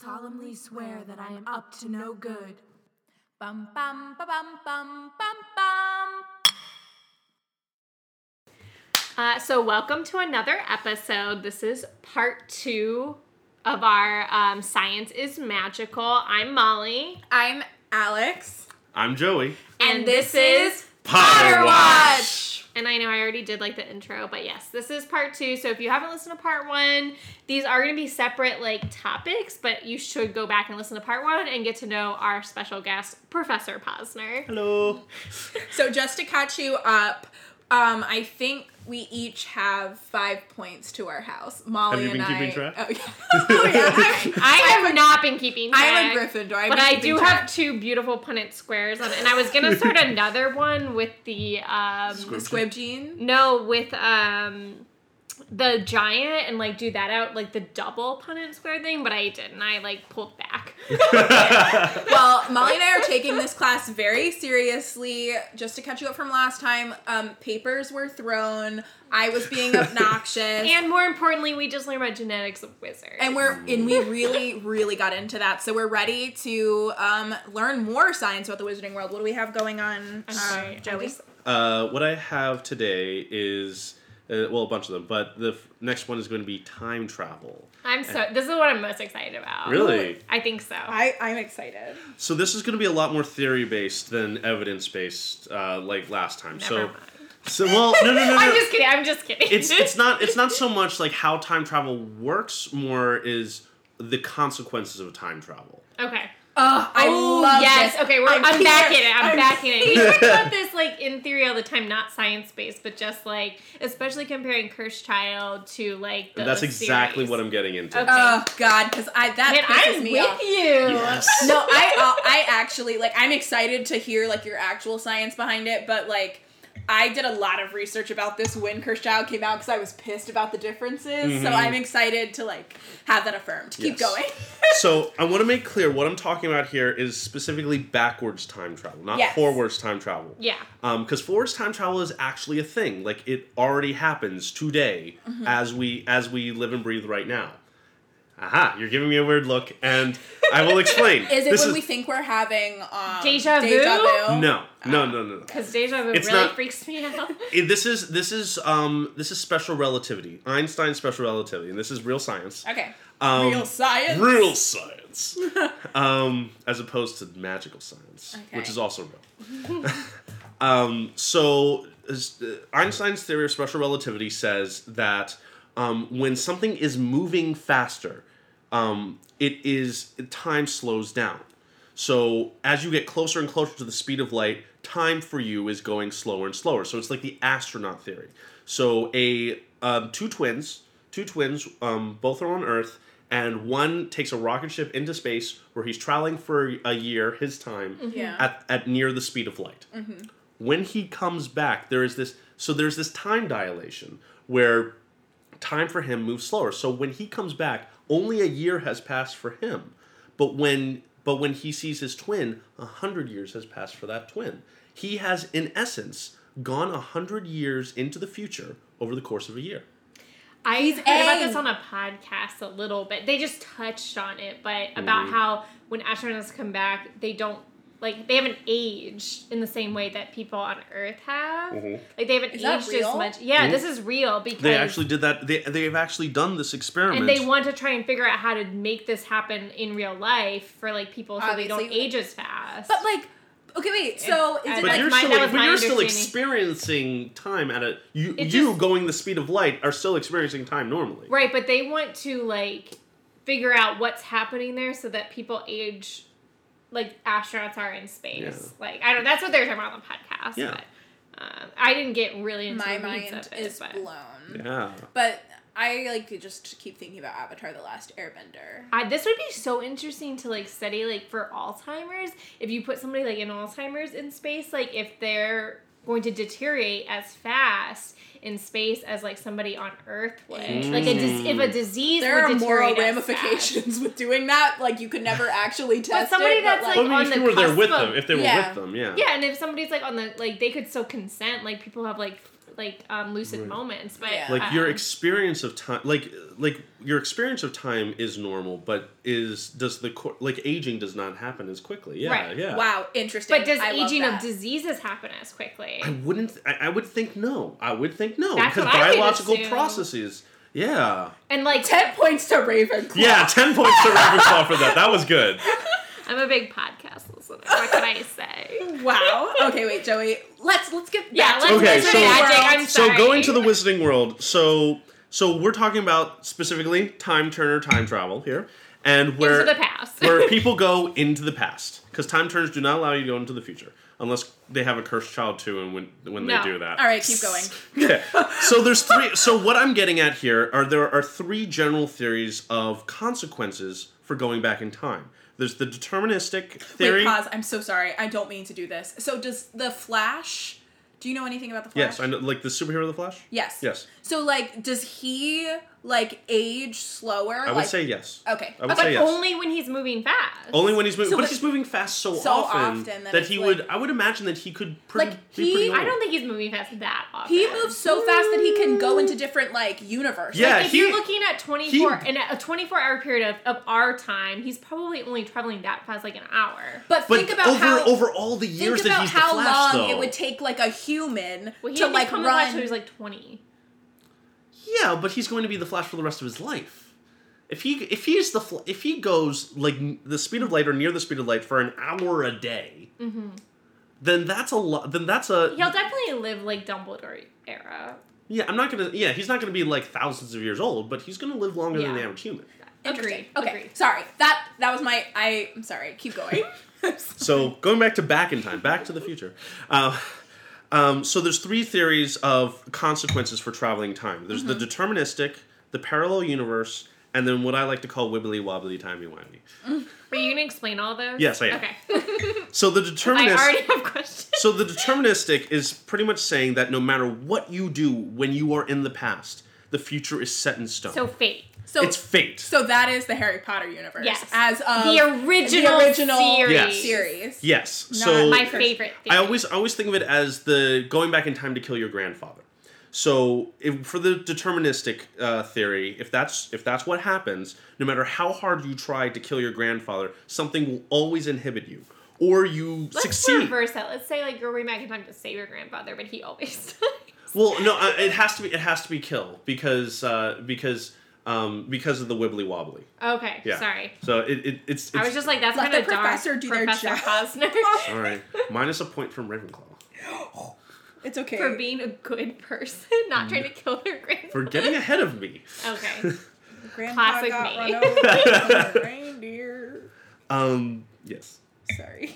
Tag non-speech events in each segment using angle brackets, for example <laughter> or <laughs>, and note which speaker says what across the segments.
Speaker 1: solemnly swear that I am up to no good.
Speaker 2: Bum bum ba bum bum bum bum.
Speaker 3: Uh, so, welcome to another episode. This is part two of our um, Science is Magical. I'm Molly.
Speaker 2: I'm Alex.
Speaker 4: I'm Joey.
Speaker 3: And,
Speaker 4: Potter
Speaker 3: And I know I already did like the intro, but yes, this is part two. So, if you haven't listened to part one, these are going to be separate like topics, but you should go back and listen to part one and get to know our special guest, Professor Posner.
Speaker 4: Hello.
Speaker 2: So just to catch you up, um, I think we each have five points to our house. Molly
Speaker 4: Have you
Speaker 2: and
Speaker 4: been keeping
Speaker 2: I.
Speaker 4: track?
Speaker 2: Oh yeah. <laughs> oh,
Speaker 4: <laughs>
Speaker 2: yeah.
Speaker 3: I have not been keeping track.
Speaker 2: I'm a Gryffindor. I've
Speaker 3: but
Speaker 2: been
Speaker 3: I
Speaker 2: keeping
Speaker 3: do
Speaker 2: track.
Speaker 3: have two beautiful Punnett squares on, and I was gonna <laughs> start another one with the um,
Speaker 2: the squib gene.
Speaker 3: no with um, the giant and like do that out like the double Punnett square thing, but I didn't. I like pulled back.
Speaker 2: Well, Molly and I are taking this class very seriously. Just to catch you up from last time, um, papers were thrown. I was
Speaker 3: <laughs>
Speaker 2: being obnoxious.
Speaker 3: and more importantly, we just learned about genetics of wizards.
Speaker 2: and we're and we really really got into that so we're ready to um, learn more science about the wizarding world what do we have going on um,
Speaker 3: sorry, I
Speaker 2: joey
Speaker 3: just-
Speaker 4: Uh, what I have today is uh, well, a bunch of them, but the f- next one is going to be time travel.
Speaker 3: I'm so. This is what I'm most excited about.
Speaker 4: Really?
Speaker 3: I think so.
Speaker 2: I, i'm excited
Speaker 4: So this is going to be a lot more theory based than evidence based, uh, like last time.
Speaker 3: Never
Speaker 4: so,
Speaker 3: mind.
Speaker 4: so well, no, <laughs> no, no, no.
Speaker 3: <laughs> I'm just kidding. I'm just kidding.
Speaker 4: it's it's not it's not so much like how time travel works. More is the consequences of time travel.
Speaker 3: <laughs> okay.
Speaker 2: oh, i
Speaker 3: Oh,
Speaker 2: love
Speaker 3: yes.
Speaker 2: this.
Speaker 3: Okay, we're, I'm,
Speaker 2: here.
Speaker 3: back in it. I'm, back in it. We
Speaker 2: here. <laughs>
Speaker 3: talk about this like in theory all the time, not science based, but just like especially comparing Cursed Child to like. The
Speaker 4: That's exactly
Speaker 3: series.
Speaker 4: what I'm getting into.
Speaker 3: Okay.
Speaker 2: oh god because i that
Speaker 3: Man,
Speaker 2: pisses
Speaker 3: I'm
Speaker 2: me
Speaker 3: with
Speaker 2: off
Speaker 3: you.
Speaker 4: Yes.
Speaker 2: no i uh, i actually like i'm excited to hear like your actual science behind it but like I did a lot of research about this when Kirschau came out because I was pissed about the differences. So
Speaker 4: Mhm.
Speaker 2: I'm excited to like have that affirmed. Keep
Speaker 4: Yes.
Speaker 2: going. <laughs>
Speaker 4: so I want to make clear what I'm talking about here is specifically backwards time travel, not
Speaker 2: Yes.
Speaker 4: forwards time travel.
Speaker 3: Yeah.
Speaker 4: Because forwards time travel is actually a thing. Like it already happens today
Speaker 2: Mm-hmm.
Speaker 4: as we as we live and breathe right now. Aha! You're giving me a weird look, and I will explain.
Speaker 2: <laughs> Is it
Speaker 4: This
Speaker 2: when we think we're having um,
Speaker 3: Deja vu?
Speaker 4: No,
Speaker 2: Ah.
Speaker 4: no, no, no, no.
Speaker 3: Because deja vu
Speaker 4: It's
Speaker 3: really
Speaker 4: not-
Speaker 3: freaks me
Speaker 4: <laughs>
Speaker 3: out.
Speaker 4: It- this is this is um this is special relativity, Einstein's special relativity, and this is real science.
Speaker 2: Okay.
Speaker 4: Um,
Speaker 2: Real science. <laughs>
Speaker 4: Real science. um, as opposed to magical science, which
Speaker 2: Okay.
Speaker 4: is also real. <laughs> um, so, as- uh, Einstein's theory of special relativity says that um, when something is moving faster, um, it is time slows down. So as you get closer and closer to the speed of light, time for you is going slower and slower. So it's like the astronaut theory. So a um, two twins, two twins, um, both are on Earth, and one takes a rocket ship into space where he's traveling for a year, his time,
Speaker 2: Yeah.
Speaker 4: at, at near the speed of light.
Speaker 3: Mm-hmm.
Speaker 4: When he comes back, there is this. So there's this time dilation where time for him moves slower. So when he comes back, only a year has passed for him. But when but when he sees his twin, a hundred years has passed for that twin. He has, in essence, gone a hundred years into the future over the course of a year.
Speaker 3: I heard about
Speaker 2: Aang.
Speaker 3: this on a podcast a little bit. They just touched on it, but
Speaker 4: Mm.
Speaker 3: about how when astronauts come back, they don't like they haven't aged in the same way that people on Earth have.
Speaker 4: Mhm.
Speaker 3: Like they haven't
Speaker 2: Is that
Speaker 3: aged as
Speaker 2: real?
Speaker 3: much. Yeah, this is real because
Speaker 4: Mm-hmm. They actually did that. They they've actually done this experiment.
Speaker 3: and they want to try and figure out how to make this happen in real life for like people so they don't
Speaker 2: Obviously.
Speaker 3: age as fast.
Speaker 2: But like, okay, wait. So is it
Speaker 3: But
Speaker 4: but
Speaker 3: That's
Speaker 2: like
Speaker 4: you're
Speaker 3: my-
Speaker 4: still,
Speaker 3: that was
Speaker 4: but
Speaker 3: my
Speaker 4: you're still
Speaker 3: understanding.
Speaker 4: experiencing time at a you
Speaker 3: It
Speaker 4: you
Speaker 3: just-
Speaker 4: going the speed of light are still experiencing time normally.
Speaker 3: right, but they want to like figure out what's happening there so that people age like astronauts are in space. Like I don't that's what they're talking about on the podcast.
Speaker 4: Yeah.
Speaker 3: But um, I didn't get really into
Speaker 2: my
Speaker 3: the weeds
Speaker 2: mind
Speaker 3: of it,
Speaker 2: is
Speaker 3: but
Speaker 2: blown?
Speaker 4: Yeah.
Speaker 2: But I like to just keep thinking about Avatar: The Last Airbender.
Speaker 3: I, this would be so interesting to like study like for Alzheimer's. If you put somebody like in Alzheimer's in space, like if they're going to deteriorate as fast in space as like somebody on Earth would, like a dis- if a disease
Speaker 2: There are
Speaker 3: would
Speaker 2: moral
Speaker 3: deteriorate as fast.
Speaker 2: ramifications with doing that. Like you could
Speaker 4: <laughs>
Speaker 2: never actually test
Speaker 3: somebody
Speaker 2: it.
Speaker 3: that's,
Speaker 2: but,
Speaker 3: like,
Speaker 4: Well, I
Speaker 3: on
Speaker 4: mean, if you
Speaker 3: the
Speaker 4: were there
Speaker 3: cusp
Speaker 4: with
Speaker 3: of-
Speaker 4: them, if they were
Speaker 2: Yeah.
Speaker 4: with them, yeah.
Speaker 3: Yeah, and if somebody's like on the like they could still consent. Like people have like like um, lucid
Speaker 4: Right.
Speaker 3: moments, but
Speaker 2: Yeah.
Speaker 4: like
Speaker 3: uh,
Speaker 4: your experience of time like like your experience of time is normal but is does the co- like aging does not happen as quickly yeah
Speaker 3: Right.
Speaker 4: Oh, yeah
Speaker 2: Wow, interesting.
Speaker 3: But does
Speaker 2: I love
Speaker 3: aging of
Speaker 2: that.
Speaker 3: diseases happen as quickly?
Speaker 4: i wouldn't th- I, I would think no i would think no
Speaker 3: That's
Speaker 4: because
Speaker 3: what I would
Speaker 4: biological
Speaker 3: assume.
Speaker 4: processes yeah
Speaker 3: And like,
Speaker 2: ten points to Ravenclaw?
Speaker 4: yeah 10 points to ravenclaw for that that
Speaker 3: <laughs>
Speaker 4: was good
Speaker 3: I'm a big podcast listener. What can
Speaker 4: <laughs>
Speaker 3: I say?
Speaker 2: Wow. <laughs> Okay, wait, Joey. Let's let's get
Speaker 3: Yeah,
Speaker 2: back
Speaker 3: let's
Speaker 2: to
Speaker 4: Okay,
Speaker 3: listen
Speaker 4: so-
Speaker 3: to magic. I'm
Speaker 4: so
Speaker 3: sorry.
Speaker 4: going to the wizarding world so so we're talking about specifically time turner time travel here and where
Speaker 3: into the past.
Speaker 4: where people go into the past because time turners do not allow you to go into the future unless they have a cursed child too and when when
Speaker 3: No.
Speaker 4: they do that
Speaker 2: All right, keep going.
Speaker 4: <laughs> okay. so there's three so what i'm getting at here are there are three general theories of consequences for going back in time there's the deterministic theory
Speaker 2: Wait, pause. I'm so sorry. I don't mean to do this. So does the Flash? Do you know anything about the Flash?
Speaker 4: yes i know like the superhero the flash
Speaker 2: Yes.
Speaker 4: yes
Speaker 2: So like, does he like age slower?
Speaker 4: i would
Speaker 2: like,
Speaker 4: say yes
Speaker 2: Okay.
Speaker 4: i would
Speaker 3: but
Speaker 4: say yes
Speaker 3: only when he's moving fast.
Speaker 4: Only when he's moving,
Speaker 2: So
Speaker 4: but
Speaker 2: what-
Speaker 4: he's moving fast so,
Speaker 2: so
Speaker 4: often,
Speaker 2: often that
Speaker 4: that
Speaker 2: it's
Speaker 4: he
Speaker 2: like-
Speaker 4: would. I would imagine that he could pretty,
Speaker 2: Like,
Speaker 4: be
Speaker 2: he-
Speaker 4: pretty old.
Speaker 3: I don't think he's moving fast that often.
Speaker 2: He moves so fast that he can go into different like universes.
Speaker 4: Yeah,
Speaker 3: If
Speaker 4: he-
Speaker 3: you're looking at 24 in a 24 hour period of, of our time, he's probably only traveling that fast, like an hour.
Speaker 2: But,
Speaker 4: But
Speaker 2: think about
Speaker 4: over
Speaker 2: how
Speaker 4: over all the years
Speaker 2: think about
Speaker 4: that he's
Speaker 2: how
Speaker 4: the Flash,
Speaker 2: long
Speaker 4: though.
Speaker 2: it would take like a human
Speaker 3: Well, he
Speaker 2: to
Speaker 3: didn't
Speaker 2: like
Speaker 3: become a Flash till
Speaker 2: run.
Speaker 3: he was like 20.
Speaker 4: Yeah, but he's going to be the Flash for the rest of his life. If he if he's the Fl- if he goes like n- the speed of light or near the speed of light for an hour a day,
Speaker 2: Mm-hmm.
Speaker 4: then that's a lot. Then that's a
Speaker 3: He'll definitely live like Dumbledore era.
Speaker 4: yeah. I'm not gonna yeah. He's not gonna be like thousands of years old, but he's gonna live longer than the
Speaker 3: Yeah.
Speaker 4: average human.
Speaker 2: Interesting.
Speaker 3: Agreed.
Speaker 2: Okay.
Speaker 3: Agreed.
Speaker 2: Sorry. That that was my. I. I'm sorry. Keep going.
Speaker 3: <laughs>
Speaker 4: So going back to back in time, back to the future. Uh, um, so there's three theories of consequences for traveling time. There's
Speaker 3: Mm-hmm.
Speaker 4: the deterministic, the parallel universe, and then what I like to call wibbly wobbly timey wimey.
Speaker 3: But you gonna explain all those?
Speaker 4: Yes, I am. <laughs>
Speaker 3: Okay.
Speaker 4: So the
Speaker 3: I
Speaker 4: deterministic.
Speaker 3: already have questions.
Speaker 4: so the deterministic is pretty much saying that no matter what you do when you are in the past, the future is set in stone.
Speaker 3: So fate.
Speaker 2: So
Speaker 4: it's fate.
Speaker 2: So that is the Harry Potter universe.
Speaker 3: Yes.
Speaker 2: As of
Speaker 3: the original,
Speaker 2: original
Speaker 3: series.
Speaker 4: Yes.
Speaker 2: series.
Speaker 4: yes.
Speaker 3: Not
Speaker 4: so
Speaker 3: my favorite. Theory.
Speaker 4: I always I always think of it as the going back in time to kill your grandfather. So if, for the deterministic uh, theory, if that's if that's what happens, no matter how hard you try to kill your grandfather, something will always inhibit you, or you
Speaker 3: Let's
Speaker 4: succeed.
Speaker 3: reverse that. Let's say like you're going back in time to save your grandfather, but he always dies.
Speaker 4: Well, no, uh, it has to be it has to be kill because uh, because um, because of the wibbly wobbly.
Speaker 3: <laughs> Okay,
Speaker 4: Yeah.
Speaker 3: sorry.
Speaker 4: So it, it it's, it's
Speaker 3: I was just like, that's
Speaker 2: Let
Speaker 3: kind of
Speaker 2: the professor
Speaker 3: dark,
Speaker 2: do their
Speaker 3: Professor
Speaker 2: job. <laughs>
Speaker 3: Posner, <laughs>
Speaker 4: all right. Minus a point from Ravenclaw
Speaker 2: It's okay.
Speaker 3: for being a good person, not trying to kill their grandfather.
Speaker 4: for getting ahead
Speaker 3: <laughs>
Speaker 4: of me. <laughs>
Speaker 3: okay,
Speaker 2: Grandpa
Speaker 3: classic
Speaker 2: got
Speaker 3: me.
Speaker 2: run over <laughs> by a reindeer.
Speaker 4: Um, yes.
Speaker 2: Sorry.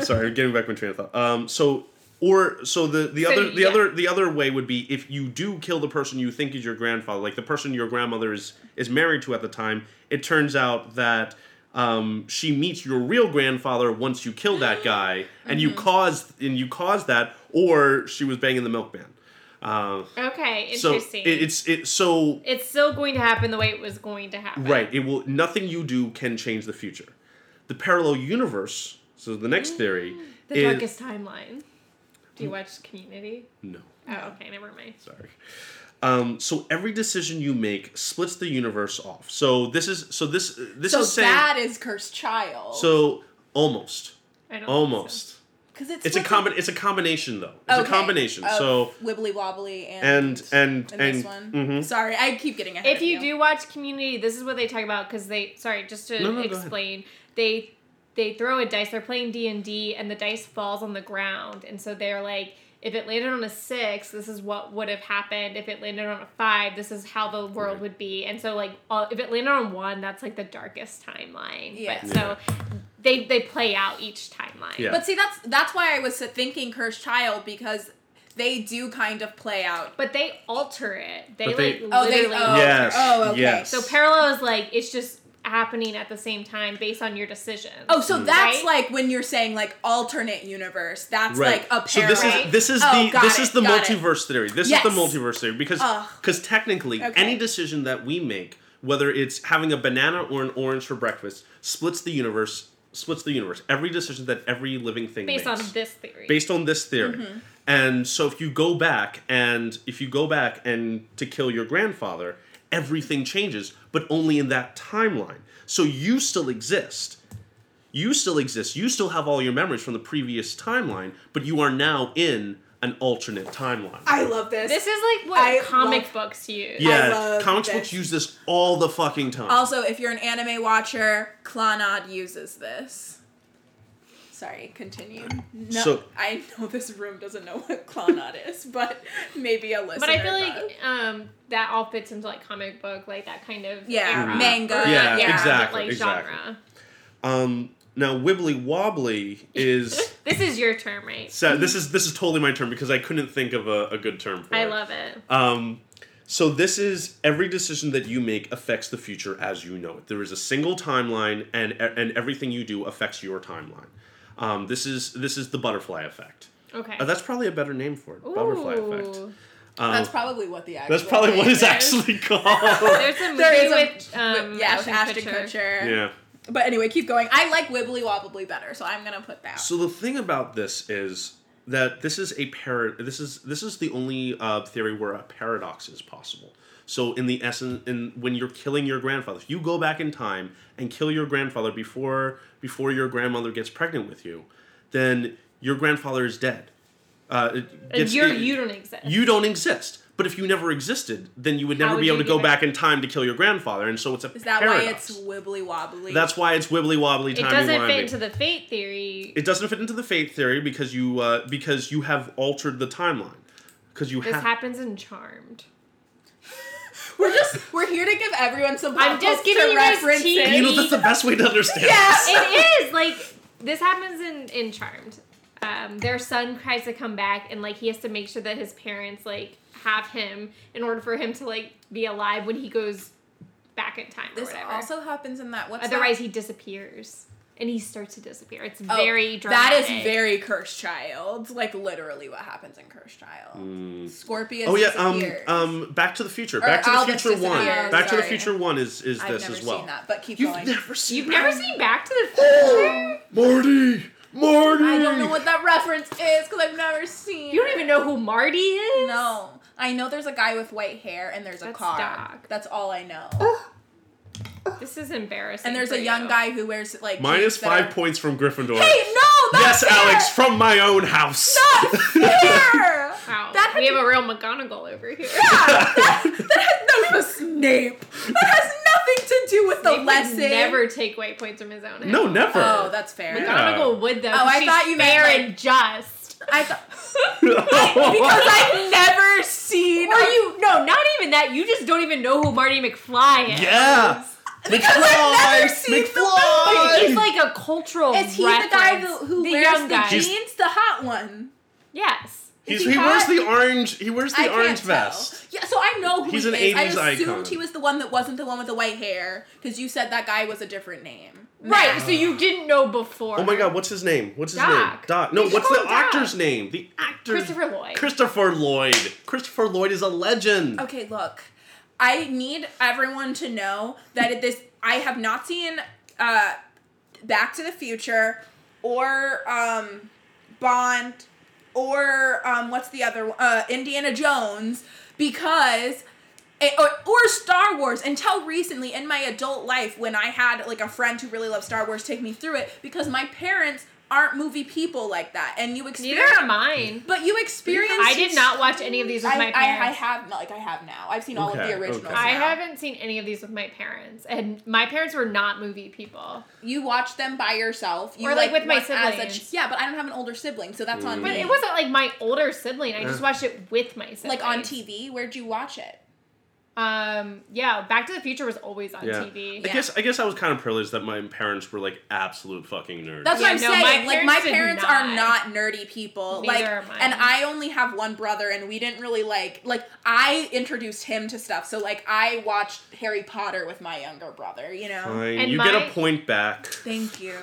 Speaker 4: Sorry, <laughs> I'm getting back my train of thought. Um, so or so the the
Speaker 3: So,
Speaker 4: other the
Speaker 3: yeah.
Speaker 4: other the other way would be if you do kill the person you think is your grandfather, like the person your grandmother is is married to at the time. It turns out that um, she meets your real grandfather once you kill
Speaker 3: <gasps>
Speaker 4: that guy,
Speaker 3: Mm-hmm.
Speaker 4: and you caused and you caused that, or she was banging the milkman. Uh,
Speaker 3: okay,
Speaker 4: so it,
Speaker 3: interesting. it's
Speaker 4: it's it so
Speaker 3: still going to happen the way it was going to happen.
Speaker 4: Right. It will. Nothing you do can change the future. The parallel universe. So the next theory
Speaker 3: Mm. The
Speaker 4: is
Speaker 3: darkest timeline. Do you watch Community?
Speaker 4: no.
Speaker 3: Oh, okay, never mind.
Speaker 4: Sorry. Um, so every decision you make splits the universe off. So this is so this this
Speaker 2: So
Speaker 4: is saying
Speaker 2: that is cursed child.
Speaker 4: so almost
Speaker 3: I don't.
Speaker 4: almost.
Speaker 2: because it's
Speaker 4: It's a
Speaker 2: what's
Speaker 4: combi- It's a combination though. It's a
Speaker 2: okay,
Speaker 4: combination.
Speaker 2: of
Speaker 4: So
Speaker 2: wibbly wobbly and
Speaker 4: and and and,
Speaker 2: this one.
Speaker 4: mhm.
Speaker 2: Sorry, I keep getting ahead.
Speaker 3: If
Speaker 2: of
Speaker 3: you do watch Community, this is what they talk about because they. Sorry, just to
Speaker 4: No, no, go ahead.
Speaker 3: explain, they they throw a dice. They're playing D and D, and the dice falls on the ground, and so they're like, if it landed on a six, this is what would have happened. If it landed on a five, this is how the world
Speaker 4: Right.
Speaker 3: would be. And so like, all, if it landed on one, that's like the darkest timeline.
Speaker 2: Yeah.
Speaker 3: But, so they they play out each timeline.
Speaker 4: Yeah.
Speaker 2: But see, that's that's why I was thinking cursed child because they do kind of play out.
Speaker 3: But they alter it. They
Speaker 4: But they-
Speaker 3: like
Speaker 2: Oh,
Speaker 3: literally.
Speaker 2: they. Oh,
Speaker 4: Yes,
Speaker 2: Oh, okay.
Speaker 4: yes.
Speaker 3: So parallel is like it's just happening at the same time based on your decisions.
Speaker 2: Oh, so that's
Speaker 3: Right?
Speaker 2: like when you're saying like alternate universe. That's
Speaker 4: Right.
Speaker 2: like a
Speaker 4: so
Speaker 2: pair.
Speaker 4: this
Speaker 3: right?
Speaker 4: is this is
Speaker 2: Oh,
Speaker 4: the
Speaker 2: got
Speaker 4: this
Speaker 2: it,
Speaker 4: is the
Speaker 2: got it.
Speaker 4: multiverse theory. This
Speaker 2: Yes.
Speaker 4: is the multiverse theory because
Speaker 2: Ugh.
Speaker 4: because technically
Speaker 2: Okay.
Speaker 4: any decision that we make, whether it's having a banana or an orange for breakfast, splits the universe. Splits the universe. Every decision that every living thing
Speaker 3: based
Speaker 4: makes
Speaker 3: on this theory.
Speaker 2: Mm-hmm.
Speaker 4: based on this theory. And so if you go back and if you go back and to kill your grandfather, everything changes, but only in that timeline. So you still exist. You still exist. You still have all your memories from the previous timeline, but you are now in an alternate timeline.
Speaker 2: I love this.
Speaker 3: This is like what
Speaker 2: I
Speaker 3: comic
Speaker 2: love-
Speaker 3: books use.
Speaker 4: yeah,
Speaker 2: love
Speaker 4: comics
Speaker 2: this.
Speaker 4: books use this all the fucking time.
Speaker 2: also, if you're an anime watcher, Clonod uses this. Sorry, continue. No,
Speaker 4: So-
Speaker 2: I know this room doesn't know what Clonod is, but maybe a listener.
Speaker 3: But I feel
Speaker 2: does.
Speaker 3: like um, that all fits into like comic book, like that kind of
Speaker 2: Yeah,
Speaker 3: era.
Speaker 2: manga,
Speaker 3: Or,
Speaker 2: Yeah,
Speaker 4: exactly,
Speaker 3: like
Speaker 4: exactly.
Speaker 3: genre.
Speaker 4: Um, now wibbly wobbly is
Speaker 2: <laughs>
Speaker 3: This is your term, right?
Speaker 4: so this is this is totally my term because I couldn't think of a, a good term for
Speaker 3: I
Speaker 4: it.
Speaker 3: love it.
Speaker 4: Um, so this is every decision that you make affects the future as you know it. There is a single timeline, and and everything you do affects your timeline. Um, this is this is the butterfly effect.
Speaker 3: Okay.
Speaker 4: Uh, that's probably a better name for it. Butterfly effect.
Speaker 3: Ooh.
Speaker 4: Um,
Speaker 2: that's probably what the actual
Speaker 4: that's probably what
Speaker 2: name <laughs> is.
Speaker 4: it's
Speaker 3: <laughs>
Speaker 4: actually called.
Speaker 3: There's a
Speaker 2: <laughs>
Speaker 3: movie
Speaker 2: There is a-
Speaker 3: with um,
Speaker 2: yeah,
Speaker 3: Ashton, Kutcher.
Speaker 4: yeah.
Speaker 2: But anyway, keep going. I like Wibbly Wobbly better, so I'm gonna put that.
Speaker 4: So the thing about this is that this is a par. This is this is the only uh, theory where a paradox is possible. So in the essence, in when you're killing your grandfather, if you go back in time and kill your grandfather before before your grandmother gets pregnant with you, then your grandfather is dead. Uh, it
Speaker 3: And
Speaker 4: gets-
Speaker 3: you're,
Speaker 4: it-
Speaker 3: you don't exist.
Speaker 4: you don't exist. But if you never existed, then you would
Speaker 3: How
Speaker 4: never
Speaker 3: would
Speaker 4: be able
Speaker 3: you
Speaker 4: to go
Speaker 3: get
Speaker 4: back in time to kill your grandfather, and so it's a
Speaker 2: Is that why
Speaker 4: paradox.
Speaker 2: it's Wibbly Wobbly?
Speaker 4: That's why it's wibbly wobbly.
Speaker 3: it doesn't fit into the fate theory.
Speaker 4: it doesn't fit into the fate theory because you uh, because you have altered the timeline because you
Speaker 3: this
Speaker 4: have
Speaker 3: happens in Charmed.
Speaker 2: we're just we're here to give everyone some.
Speaker 3: I'm
Speaker 2: pop
Speaker 3: just
Speaker 2: culture
Speaker 3: giving you guys
Speaker 2: references.
Speaker 3: tea.
Speaker 4: you know that's the best way to
Speaker 2: <laughs>
Speaker 4: understand this.
Speaker 3: it is like this happens in in Charmed. Um, their son tries to come back, and like he has to make sure that his parents like have him in order for him to like be alive when he goes back in time or
Speaker 2: This
Speaker 3: whatever.
Speaker 2: also happens in that. What's
Speaker 3: Otherwise,
Speaker 2: that?
Speaker 3: he disappears and he starts to disappear. It's
Speaker 2: Oh,
Speaker 3: very dramatic.
Speaker 2: That is very cursed child. Like literally, what happens in cursed child? Scorpius.
Speaker 4: oh yeah
Speaker 2: disappears.
Speaker 4: um um back to the future back to the
Speaker 2: Albus
Speaker 4: future one
Speaker 2: disappears,
Speaker 4: back to the
Speaker 2: sorry.
Speaker 4: future one is is
Speaker 2: I've
Speaker 4: this
Speaker 2: never
Speaker 4: as well
Speaker 2: seen that, but keep
Speaker 4: you've
Speaker 2: going.
Speaker 4: never seen
Speaker 3: You've
Speaker 4: that?
Speaker 3: never seen Back to the Future.
Speaker 4: Marty Marty
Speaker 2: I don't know what that reference is because I've never seen.
Speaker 3: You don't even know who Marty is.
Speaker 2: No, I know there's a guy with white hair and there's a
Speaker 3: That's
Speaker 2: car.
Speaker 3: Doc.
Speaker 2: That's all I know.
Speaker 4: Oh,
Speaker 3: This is embarrassing.
Speaker 2: and there's
Speaker 3: for
Speaker 2: a young
Speaker 3: you.
Speaker 2: guy who wears like
Speaker 4: minus
Speaker 2: jeans that
Speaker 4: five
Speaker 2: are-
Speaker 4: points from Gryffindor
Speaker 2: <laughs> Hey, no,
Speaker 4: yes
Speaker 2: that's
Speaker 4: Alex
Speaker 3: <laughs>
Speaker 4: from my own house
Speaker 2: Not
Speaker 4: <laughs>
Speaker 2: fair.
Speaker 3: Wow.
Speaker 2: That
Speaker 3: we
Speaker 2: has-
Speaker 3: have a real McGonagall over here.
Speaker 2: that has nothing to Snape. That has nothing to do with <laughs> the
Speaker 3: Snape would
Speaker 2: lesson.
Speaker 3: never take white points from his own. Head.
Speaker 4: no never
Speaker 2: Oh, that's fair.
Speaker 4: Yeah.
Speaker 3: McGonagall would though.
Speaker 2: Oh, I
Speaker 3: she's
Speaker 2: thought you meant,
Speaker 3: fair
Speaker 2: like-
Speaker 3: and just.
Speaker 2: <laughs> I thought because
Speaker 3: <laughs>
Speaker 2: I've never seen.
Speaker 3: Or you? No, not even that. You just don't even know who Marty McFly is.
Speaker 4: yeah because
Speaker 2: I've never seen the
Speaker 4: McFly
Speaker 3: Like, he's like a cultural.
Speaker 2: Is he the guy
Speaker 3: reference.
Speaker 2: who, who
Speaker 3: the
Speaker 2: wears
Speaker 3: young
Speaker 2: the
Speaker 3: guy?
Speaker 4: He's-
Speaker 2: jeans, the hot one?
Speaker 3: yes.
Speaker 4: He's,
Speaker 2: Is he
Speaker 4: he wears
Speaker 2: hot?
Speaker 4: the orange. He wears the
Speaker 2: I
Speaker 4: orange
Speaker 2: can't tell.
Speaker 4: vest.
Speaker 2: Yeah, so I know who
Speaker 4: He's
Speaker 2: he
Speaker 4: an
Speaker 2: is. I
Speaker 4: 80s
Speaker 2: assumed
Speaker 4: icon.
Speaker 2: he was the one that wasn't the one with the white hair because you said that guy was a different name.
Speaker 3: Right. So you didn't know before.
Speaker 4: Oh my God! What's his name? What's his name?
Speaker 3: Doc.
Speaker 4: Doc. No,
Speaker 3: He's
Speaker 4: what's the
Speaker 3: called Doc. Uh,
Speaker 4: actor's name? The actor.
Speaker 3: Christopher Lloyd.
Speaker 4: Christopher Lloyd. Christopher Lloyd is a legend.
Speaker 2: Okay, look. I need everyone to know that it, this I have not seen uh Back to the Future or um Bond or um what's the other one? uh Indiana Jones because eh, or, or Star Wars until recently in my adult life when I had like a friend who really loved Star Wars take me through it because my parents aren't movie people like that and you
Speaker 3: Neither
Speaker 2: experience
Speaker 3: are mine.
Speaker 2: but you experience
Speaker 3: I did not watch any of these with
Speaker 2: I,
Speaker 3: my
Speaker 2: I,
Speaker 3: parents.
Speaker 2: I have like I have now. I've seen all of
Speaker 4: Okay,
Speaker 2: the originals.
Speaker 4: okay.
Speaker 2: now.
Speaker 3: I haven't seen any of these with my parents, and my parents were not movie people.
Speaker 2: You watch them by yourself. You,
Speaker 3: Or, like, with my
Speaker 2: want- as a
Speaker 3: siblings.
Speaker 2: ch- yeah, but I don't have an older sibling, so that's on.
Speaker 4: Mm.
Speaker 3: But
Speaker 2: me.
Speaker 3: it wasn't like my older sibling. I just
Speaker 4: Yeah.
Speaker 3: watched it with my sibling.
Speaker 2: like on TV. Where'd you watch it?
Speaker 3: Um, yeah, Back to the Future was always on
Speaker 4: Yeah.
Speaker 3: TV.
Speaker 4: I guess I guess I was kind of privileged that my parents were like absolute fucking nerds.
Speaker 2: That's
Speaker 3: Yeah,
Speaker 2: what I'm
Speaker 3: no, my
Speaker 2: saying. like my
Speaker 3: parents did
Speaker 2: parents are not
Speaker 3: not.
Speaker 2: nerdy people.
Speaker 3: Neither
Speaker 2: like
Speaker 3: are mine.
Speaker 2: and I only have one brother and we didn't really like like I introduced him to stuff. So like I watched Harry Potter with my younger brother, you know.
Speaker 4: Fine.
Speaker 3: And
Speaker 4: you get
Speaker 3: my-
Speaker 4: a point back.
Speaker 2: Thank you.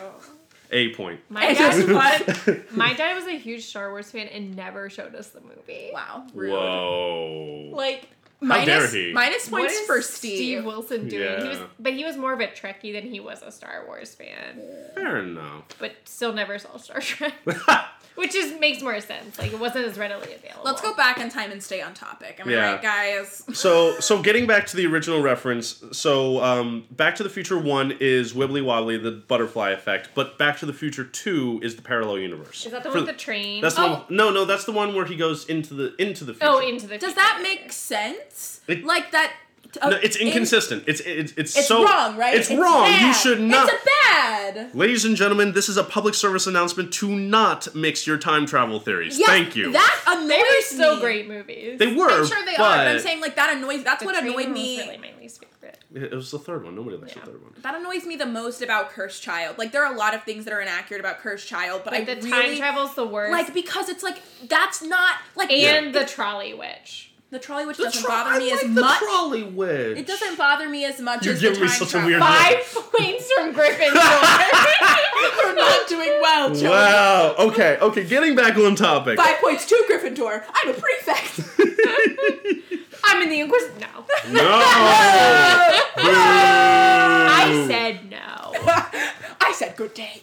Speaker 4: A point.
Speaker 3: My
Speaker 2: Guess
Speaker 3: dad,
Speaker 4: <laughs>
Speaker 2: what?
Speaker 3: <laughs> my dad was a huge Star Wars fan and never showed us the movie.
Speaker 2: Wow. rude.
Speaker 4: Whoa.
Speaker 3: Like
Speaker 2: minus,
Speaker 4: dare he.
Speaker 2: minus
Speaker 3: What
Speaker 2: points
Speaker 3: is
Speaker 2: for Steve.
Speaker 3: Wilson doing? He was,
Speaker 4: Yeah.
Speaker 3: but he was more of a Trekkie than he was a Star Wars fan.
Speaker 4: Fair enough. <laughs>
Speaker 3: But still never saw Star Trek, <laughs> which is makes more sense. Like it wasn't as readily available.
Speaker 2: Let's go back in time and stay on topic. Am I
Speaker 4: Yeah.
Speaker 2: right, guys?
Speaker 4: So, so getting back to the original reference, so um, Back to the Future One is Wibbly Wobbly, the butterfly effect, but Back to the Future Two is the parallel universe. <laughs>
Speaker 3: Is that the
Speaker 4: For-
Speaker 3: one with the train?
Speaker 4: That's the
Speaker 2: Oh.
Speaker 4: one, no, no. That's the one where he goes into the into the future.
Speaker 3: oh, into the.
Speaker 2: Does
Speaker 3: future.
Speaker 2: that make sense?
Speaker 4: It-
Speaker 2: like that. uh,
Speaker 4: no, it's inconsistent. it's it's it's,
Speaker 2: It's
Speaker 4: so
Speaker 2: wrong, right?
Speaker 4: It's, wrong. You
Speaker 2: bad.
Speaker 4: should not.
Speaker 2: It's a bad.
Speaker 4: Ladies and gentlemen, this is a public service announcement to not mix your time travel theories.
Speaker 2: Yes,
Speaker 4: Thank you.
Speaker 2: That annoys
Speaker 3: They were so
Speaker 2: me.
Speaker 3: great movies.
Speaker 4: they were.
Speaker 2: I'm sure they
Speaker 4: but
Speaker 2: are. But I'm saying like that annoys. That's
Speaker 3: The
Speaker 2: what
Speaker 3: train
Speaker 2: annoyed
Speaker 3: was
Speaker 2: me.
Speaker 3: Really, my least favorite.
Speaker 4: it was the third one. Nobody likes
Speaker 3: Yeah.
Speaker 4: the third one.
Speaker 2: That annoys me the most about Cursed Child. Like there are a lot of things that are inaccurate about Cursed Child, but
Speaker 3: Like
Speaker 2: I
Speaker 3: the time
Speaker 2: really
Speaker 3: travel's the worst.
Speaker 2: like because it's like that's not like
Speaker 3: and the trolley witch.
Speaker 2: the trolley, which
Speaker 4: The
Speaker 2: doesn't
Speaker 4: tro-
Speaker 2: bother
Speaker 4: I
Speaker 2: me
Speaker 4: like
Speaker 2: as
Speaker 4: the
Speaker 2: much.
Speaker 4: trolley witch.
Speaker 2: It doesn't bother me as much
Speaker 4: You're
Speaker 2: as the
Speaker 4: giving me
Speaker 2: time
Speaker 4: such a
Speaker 2: travel.
Speaker 4: weird-
Speaker 3: Five
Speaker 4: <laughs>
Speaker 3: points from Gryffindor.
Speaker 2: We're not doing well, children.
Speaker 4: Wow. Okay. Okay. Getting back on topic.
Speaker 2: Five points to Gryffindor. I'm a
Speaker 4: <laughs>
Speaker 2: prefect.
Speaker 3: I'm in the Inquisition. No,
Speaker 2: <laughs>
Speaker 4: No.
Speaker 3: I said
Speaker 4: <laughs>
Speaker 3: no.
Speaker 2: I said good day.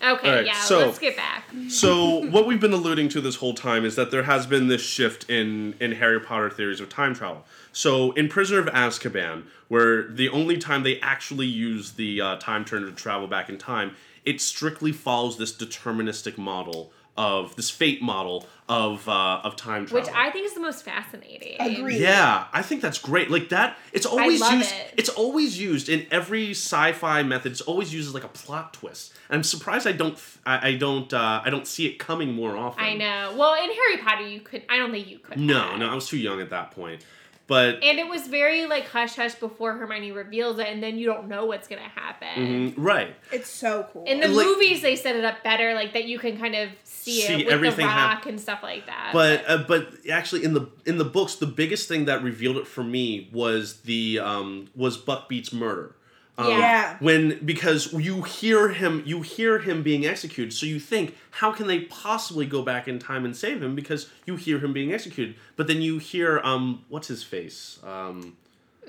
Speaker 3: Okay,
Speaker 4: Alright,
Speaker 3: yeah,
Speaker 4: so-
Speaker 3: let's get back.
Speaker 4: So what we've been alluding to this whole time is that there has been this shift in in Harry Potter theories of time travel. So in Prisoner of Azkaban, where the only time they actually use the uh, time turner to travel back in time, it strictly follows this deterministic model of this fate model of uh, of time travel.
Speaker 3: Which I think is the most fascinating.
Speaker 2: Agreed.
Speaker 4: Yeah, I think that's great. Like that, it's always
Speaker 3: love
Speaker 4: used.
Speaker 3: it.
Speaker 4: It's always used in every sci-fi method. It's always used as like a plot twist. And I'm surprised I don't, f- I, I don't, uh, I don't see it coming more often.
Speaker 3: I know. Well, in Harry Potter, you could. I don't think you could.
Speaker 4: No, no, I was too young at that point. But
Speaker 3: And it was very like hush hush before Hermione reveals it, and then you don't know what's gonna happen.
Speaker 4: mm, right,
Speaker 2: It's so cool.
Speaker 3: In the
Speaker 4: Like-
Speaker 3: movies, they set it up better, like that you can kind of see,
Speaker 4: See
Speaker 3: it with
Speaker 4: everything
Speaker 3: the
Speaker 4: hap-
Speaker 3: rock and stuff like that.
Speaker 4: but uh, but actually in the in the books, the biggest thing that revealed it for me was the um was Buckbeat's murder. Um,
Speaker 3: Yeah.
Speaker 4: When because you hear him, you hear him being executed, so you think, how can they possibly go back in time and save him? Because you hear him being executed, but then you hear um, what's his face? Um,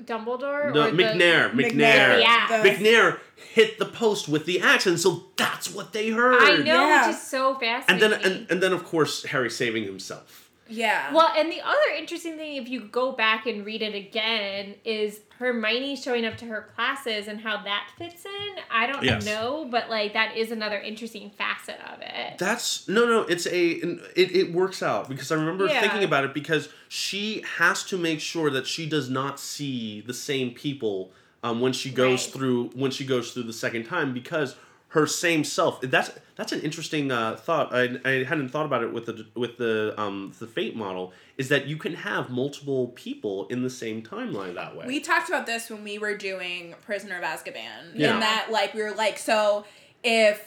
Speaker 3: Dumbledore
Speaker 4: no,
Speaker 3: or the-
Speaker 4: McNair, McNair,
Speaker 3: McNair, yeah.
Speaker 4: McNair hit the post with the axe, and so that's what they heard.
Speaker 3: I know,
Speaker 2: Yeah.
Speaker 3: which is so
Speaker 4: and
Speaker 3: fascinating.
Speaker 4: then and, and then of course Harry saving himself.
Speaker 2: yeah.
Speaker 3: Well, and the other interesting thing, if you go back and read it again, is Hermione showing up to her classes and how that fits in. I don't
Speaker 4: Yes.
Speaker 3: know, but like that is another interesting facet of it.
Speaker 4: That's no no. It's a it it works out because I remember
Speaker 3: Yeah.
Speaker 4: thinking about it because she has to make sure that she does not see the same people um, when she goes
Speaker 3: Right.
Speaker 4: through when she goes through the second time because her same self. That's that's an interesting uh, thought. I, I hadn't thought about it with the with the um, the fate model is that you can have multiple people in the same timeline that way.
Speaker 2: We talked about this when we were doing Prisoner of Azkaban.
Speaker 4: Yeah.
Speaker 2: And that, like, we were like, so if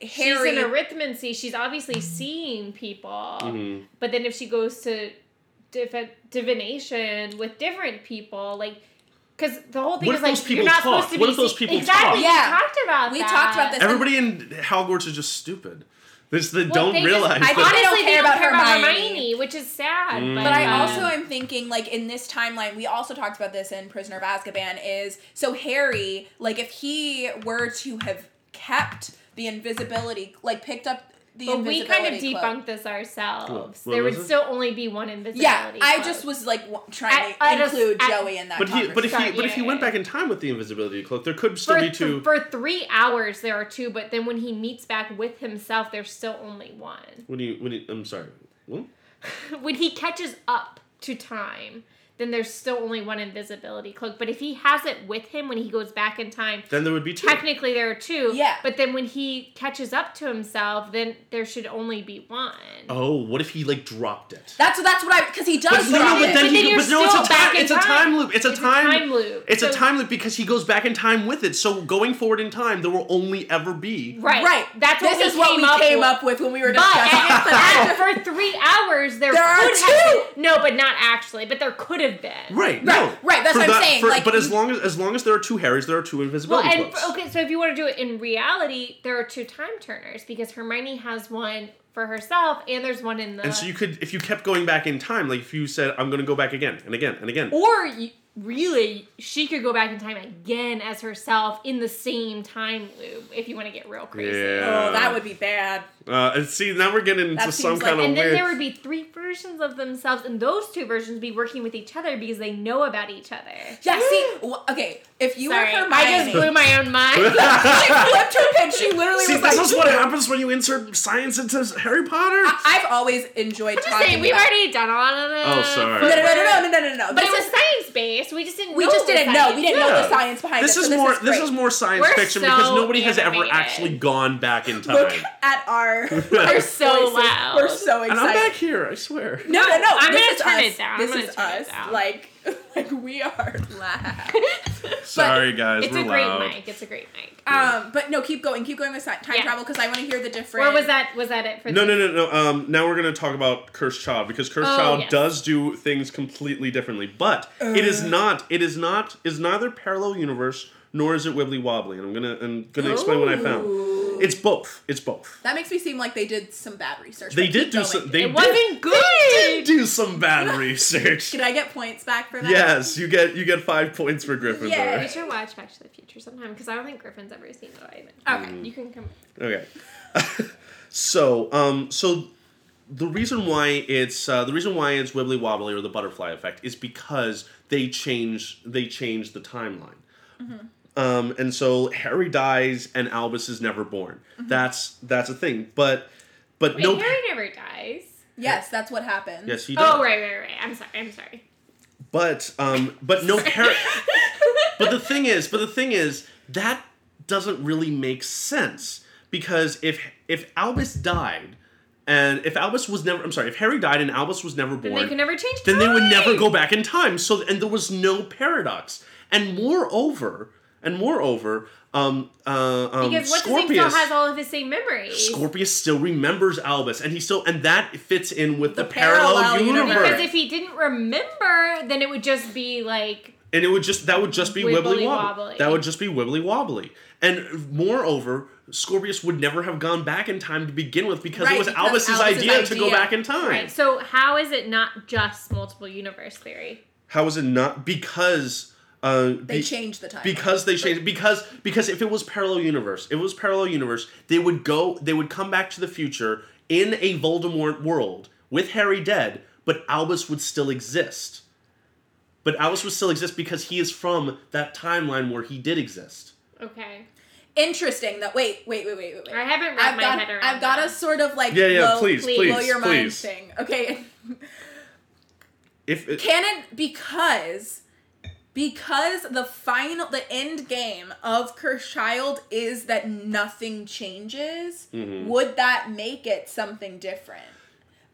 Speaker 2: Harry.
Speaker 3: She's in arithmancy. She's obviously seeing people,
Speaker 4: Mhm.
Speaker 3: but then if she goes to div- divination with different people, like. Because the whole thing
Speaker 4: What
Speaker 3: is
Speaker 4: if
Speaker 3: like
Speaker 4: those people
Speaker 3: you're not
Speaker 4: talk?
Speaker 3: supposed to
Speaker 4: What
Speaker 3: be
Speaker 4: if those
Speaker 3: see-
Speaker 4: people
Speaker 3: exactly.
Speaker 4: talk?
Speaker 3: we
Speaker 2: Yeah.
Speaker 3: talked about
Speaker 2: We
Speaker 3: that.
Speaker 2: talked about this.
Speaker 4: Everybody in Hogwarts is just stupid. They just they
Speaker 3: Well,
Speaker 4: don't
Speaker 3: they just-
Speaker 4: realize.
Speaker 3: I
Speaker 4: that-
Speaker 2: They don't
Speaker 3: honestly
Speaker 2: care
Speaker 3: they don't
Speaker 2: about
Speaker 3: care about
Speaker 2: Hermione.
Speaker 3: Hermione, which is sad.
Speaker 4: Mm.
Speaker 3: But,
Speaker 2: But I
Speaker 3: um,
Speaker 2: also am thinking, like, in this timeline, we also talked about this in Prisoner of Azkaban, is so Harry, like, if he were to have kept the invisibility, like, picked up the
Speaker 3: But we
Speaker 2: invisibility.
Speaker 3: kind of
Speaker 2: cloak-
Speaker 3: debunked this ourselves.
Speaker 4: What
Speaker 3: there would
Speaker 4: was it?
Speaker 3: still only be one invisibility.
Speaker 2: Yeah, I
Speaker 3: cloak.
Speaker 2: just was, like, w- trying
Speaker 3: At- at
Speaker 2: to
Speaker 3: a-
Speaker 2: include
Speaker 3: at-
Speaker 2: Joey in that
Speaker 4: But he, but if he,
Speaker 3: Sorry,
Speaker 4: but if he
Speaker 3: yeah,
Speaker 4: went
Speaker 3: yeah,
Speaker 4: back in time with the invisibility cloak, there could still
Speaker 3: for,
Speaker 4: be two.
Speaker 3: for three hours there are two, but then when he meets back with himself, there's still only one. <laughs>
Speaker 4: When you, when you, I'm sorry. What?
Speaker 3: When he catches up to time, then there's still only one invisibility cloak. But if he has it with him when he goes back in time,
Speaker 4: Then there would be
Speaker 3: <laughs>
Speaker 4: two.
Speaker 3: technically there are two.
Speaker 2: Yeah.
Speaker 3: But then when he catches up to himself, then there should only be one.
Speaker 4: oh, what if he like dropped it?
Speaker 2: That's, that's what I, because he does
Speaker 4: no,
Speaker 2: drop
Speaker 4: no,
Speaker 2: it.
Speaker 4: but then,
Speaker 3: But
Speaker 4: he,
Speaker 3: then you're
Speaker 4: but no, it's
Speaker 3: still
Speaker 4: a time,
Speaker 3: back in
Speaker 4: it's a time
Speaker 3: time.
Speaker 4: loop. It's a
Speaker 3: It's a
Speaker 4: time,
Speaker 3: time loop.
Speaker 4: It's a
Speaker 3: So-
Speaker 4: time loop because he goes back in time with it. So going forward in time, there will only ever be.
Speaker 3: Right.
Speaker 2: Right.
Speaker 3: That's
Speaker 2: this
Speaker 3: what we
Speaker 2: is
Speaker 3: came
Speaker 2: what we
Speaker 3: up
Speaker 2: came
Speaker 3: with.
Speaker 2: up with when we were
Speaker 3: But
Speaker 2: discussing. <laughs>
Speaker 3: and it's like, for three hours there,
Speaker 2: There are
Speaker 3: could have
Speaker 2: two!
Speaker 3: been- no, but not actually. But there could have been.
Speaker 4: Right. No.
Speaker 2: right, that's
Speaker 4: For
Speaker 2: what I'm saying, like,
Speaker 4: but as
Speaker 2: you-
Speaker 4: long as as long as there are two Harrys, there are two
Speaker 3: Well,
Speaker 4: invisibility
Speaker 3: and
Speaker 4: cloaks.
Speaker 3: okay, so if you want to do it in reality, there are two time turners because Hermione has one for herself, and there's one in the.
Speaker 4: And so you could, if you kept going back in time, like if you said, "I'm going to go back again and again and again,"
Speaker 3: or you, really, she could go back in time again as herself in the same time loop. If you want to get real crazy.
Speaker 4: <laughs> Yeah.
Speaker 2: Oh, that would be bad.
Speaker 4: Uh, and see, now we're getting into
Speaker 2: That
Speaker 4: some
Speaker 2: seems like-
Speaker 4: kind of
Speaker 3: And then
Speaker 4: weird.
Speaker 3: there would be three versions of themselves, and those two versions would be working with each other because they know about each other.
Speaker 2: Yeah, see,
Speaker 3: <laughs>
Speaker 2: w- okay, if you
Speaker 3: Sorry,
Speaker 2: were Hermione,
Speaker 3: I just
Speaker 2: <laughs>
Speaker 3: blew my
Speaker 4: <laughs>
Speaker 3: own mind.
Speaker 2: she flipped her pen. She literally
Speaker 4: see,
Speaker 2: was like,
Speaker 4: this is what happens when you insert science into Harry Potter.
Speaker 2: I- I've always enjoyed
Speaker 3: I'm just
Speaker 2: talking
Speaker 3: saying, we've
Speaker 2: about-
Speaker 3: already done a lot of this.
Speaker 4: Oh, sorry.
Speaker 2: No, no, no, no, no, no, no, no.
Speaker 3: But it
Speaker 2: This
Speaker 3: was
Speaker 2: is-
Speaker 3: science based. We just didn't.
Speaker 2: we
Speaker 3: know
Speaker 2: just
Speaker 3: it was
Speaker 2: didn't know. We didn't know
Speaker 4: Yeah.
Speaker 2: the science behind
Speaker 4: this
Speaker 2: it,
Speaker 4: is
Speaker 2: so
Speaker 4: more.
Speaker 2: This is,
Speaker 4: this
Speaker 2: great.
Speaker 4: is more science
Speaker 3: We're
Speaker 4: fiction
Speaker 3: so
Speaker 4: because nobody has ever
Speaker 3: animated.
Speaker 4: actually gone back in time.
Speaker 2: Look at our.
Speaker 3: <laughs> We're so
Speaker 2: voices.
Speaker 3: loud.
Speaker 2: We're so excited.
Speaker 4: and I'm back here. I swear.
Speaker 2: No, no, no.
Speaker 3: I'm
Speaker 2: this
Speaker 3: gonna
Speaker 2: is
Speaker 3: turn
Speaker 2: us.
Speaker 3: it down. I'm
Speaker 2: This
Speaker 3: gonna
Speaker 2: is
Speaker 3: turn it
Speaker 2: us.
Speaker 3: down.
Speaker 2: Like, <laughs> like we are loud.
Speaker 3: <laughs>
Speaker 4: Sorry, guys.
Speaker 3: It's
Speaker 4: we're
Speaker 3: a great
Speaker 4: loud.
Speaker 3: mic. It's a great mic.
Speaker 2: Um, but no, keep going. Keep going with si- time
Speaker 3: Yeah.
Speaker 2: travel because I want to hear the different.
Speaker 3: Or was that was that it for?
Speaker 4: No,
Speaker 3: the-
Speaker 4: no, no, no. Um, now we're gonna talk about Cursed Child because Cursed
Speaker 3: Oh,
Speaker 4: Child
Speaker 3: yes. Uh.
Speaker 4: does do things completely differently, but it is not. It is not. Is neither parallel universe nor is it wibbly wobbly. And I'm gonna. I'm gonna explain what I found. It's both. It's both.
Speaker 2: That makes me seem like they did some bad research.
Speaker 4: They
Speaker 2: but
Speaker 4: did
Speaker 2: keep
Speaker 4: do
Speaker 2: going.
Speaker 4: some. They
Speaker 3: It
Speaker 4: did
Speaker 3: wasn't good.
Speaker 4: do
Speaker 3: <laughs>
Speaker 4: some bad research.
Speaker 2: Did I get points back for that?
Speaker 4: Yes, you get you get five points for Gryffindor.
Speaker 2: Yeah,
Speaker 3: We should watch Back to the Future sometime because I don't think Griffin's ever seen it either.
Speaker 2: Okay.
Speaker 4: Mm.
Speaker 3: You can come.
Speaker 4: Okay. <laughs> so, um, so the reason why it's uh, the reason why it's wibbly wobbly or the butterfly effect is because they change they change the timeline.
Speaker 3: Mm-hmm.
Speaker 4: Um, and so Harry dies and Albus is never born. That's that's a thing. But but
Speaker 3: Mm-hmm. Wait,
Speaker 4: no.
Speaker 3: Harry never dies.
Speaker 2: Yes, that's what happened.
Speaker 4: Yes, he does.
Speaker 3: Oh right, right, right. I'm sorry. I'm sorry.
Speaker 4: But um, but
Speaker 3: <laughs>
Speaker 4: no Harry. but the thing is, but the thing is that doesn't really make sense because if if Albus died and if Albus was never I'm sorry, if Harry died and Albus was never born,
Speaker 3: Then they can never change.
Speaker 4: then they would
Speaker 3: time.
Speaker 4: never go back in time. So and there was no paradox. And moreover, and moreover, um uh um
Speaker 3: Because what's his name
Speaker 4: Scorpius
Speaker 3: still has all of his same memories.
Speaker 4: Scorpius still remembers Albus and he still and that fits in with the,
Speaker 2: The
Speaker 4: parallel,
Speaker 2: parallel
Speaker 4: universe.
Speaker 2: universe.
Speaker 3: because if he didn't remember, then it would just be like
Speaker 4: and it would just that would just be wibbly
Speaker 3: Wibbly
Speaker 4: wobbly.
Speaker 3: wobbly.
Speaker 4: That would just be wibbly wobbly. And moreover, Scorpius would never have gone back in time to begin with because it
Speaker 2: Right,
Speaker 4: was
Speaker 2: because
Speaker 4: Albus's,
Speaker 2: Albus's
Speaker 4: idea, to go
Speaker 2: idea.
Speaker 4: back in time.
Speaker 3: right. So how is it not just multiple universe theory?
Speaker 4: How is it not because uh,
Speaker 2: They
Speaker 4: be-
Speaker 2: changed the time.
Speaker 4: because they changed because because if it was parallel universe, if it was parallel universe, they would go they would come back to the future in a Voldemort world with Harry dead, but Albus would still exist. But Albus would still exist because he is from that timeline where he did exist.
Speaker 3: Okay.
Speaker 2: interesting. That wait, wait, wait, wait, wait, wait.
Speaker 3: I haven't wrapped
Speaker 2: I've
Speaker 3: my
Speaker 2: got,
Speaker 3: head around.
Speaker 2: I've got
Speaker 3: that.
Speaker 2: a sort of like
Speaker 4: Yeah, yeah,
Speaker 2: blow,
Speaker 4: please,
Speaker 3: please,
Speaker 2: blow your mind
Speaker 4: please.
Speaker 2: thing. Okay,
Speaker 4: If uh, it,
Speaker 2: canon because because the final the end game of Cursed Child is that nothing changes. Would that make it something different?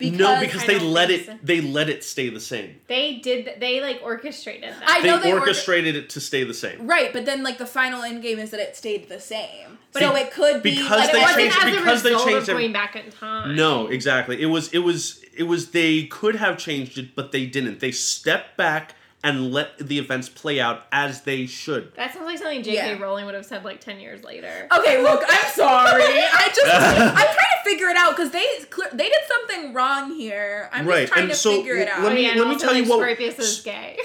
Speaker 4: Mm-hmm. no, because
Speaker 3: I
Speaker 4: they
Speaker 3: don't
Speaker 4: let
Speaker 3: think
Speaker 4: it
Speaker 3: so.
Speaker 4: they let it stay the same.
Speaker 3: They did. They like orchestrated that.
Speaker 2: I
Speaker 4: They
Speaker 2: know they orga-
Speaker 4: orchestrated it to stay the same.
Speaker 2: Right, but then like the final end game is that it stayed the same. But
Speaker 4: See,
Speaker 2: so it could be
Speaker 4: because
Speaker 2: like,
Speaker 3: but
Speaker 4: they
Speaker 3: it wasn't
Speaker 4: changed it
Speaker 3: as
Speaker 4: because
Speaker 3: a
Speaker 4: they
Speaker 3: result
Speaker 4: changed
Speaker 3: of
Speaker 4: it.
Speaker 3: going back in time.
Speaker 4: No, exactly. It was it was it was they could have changed it, but they didn't. They stepped back and let the events play out as they should.
Speaker 3: That sounds like something J.K.
Speaker 2: Yeah. Oh,
Speaker 3: Rowling would have said like ten years later.
Speaker 2: Okay, look, I'm sorry.
Speaker 4: <laughs>
Speaker 2: I just I'm trying to figure it out because they cle- they did something wrong here. I'm
Speaker 4: Right,
Speaker 2: just trying
Speaker 4: and
Speaker 2: to
Speaker 4: so
Speaker 2: figure it
Speaker 4: let
Speaker 2: out.
Speaker 3: Oh,
Speaker 4: me-
Speaker 3: yeah, and
Speaker 4: let me
Speaker 3: also,
Speaker 4: tell you
Speaker 3: like,
Speaker 4: what-
Speaker 3: Scorpius is gay.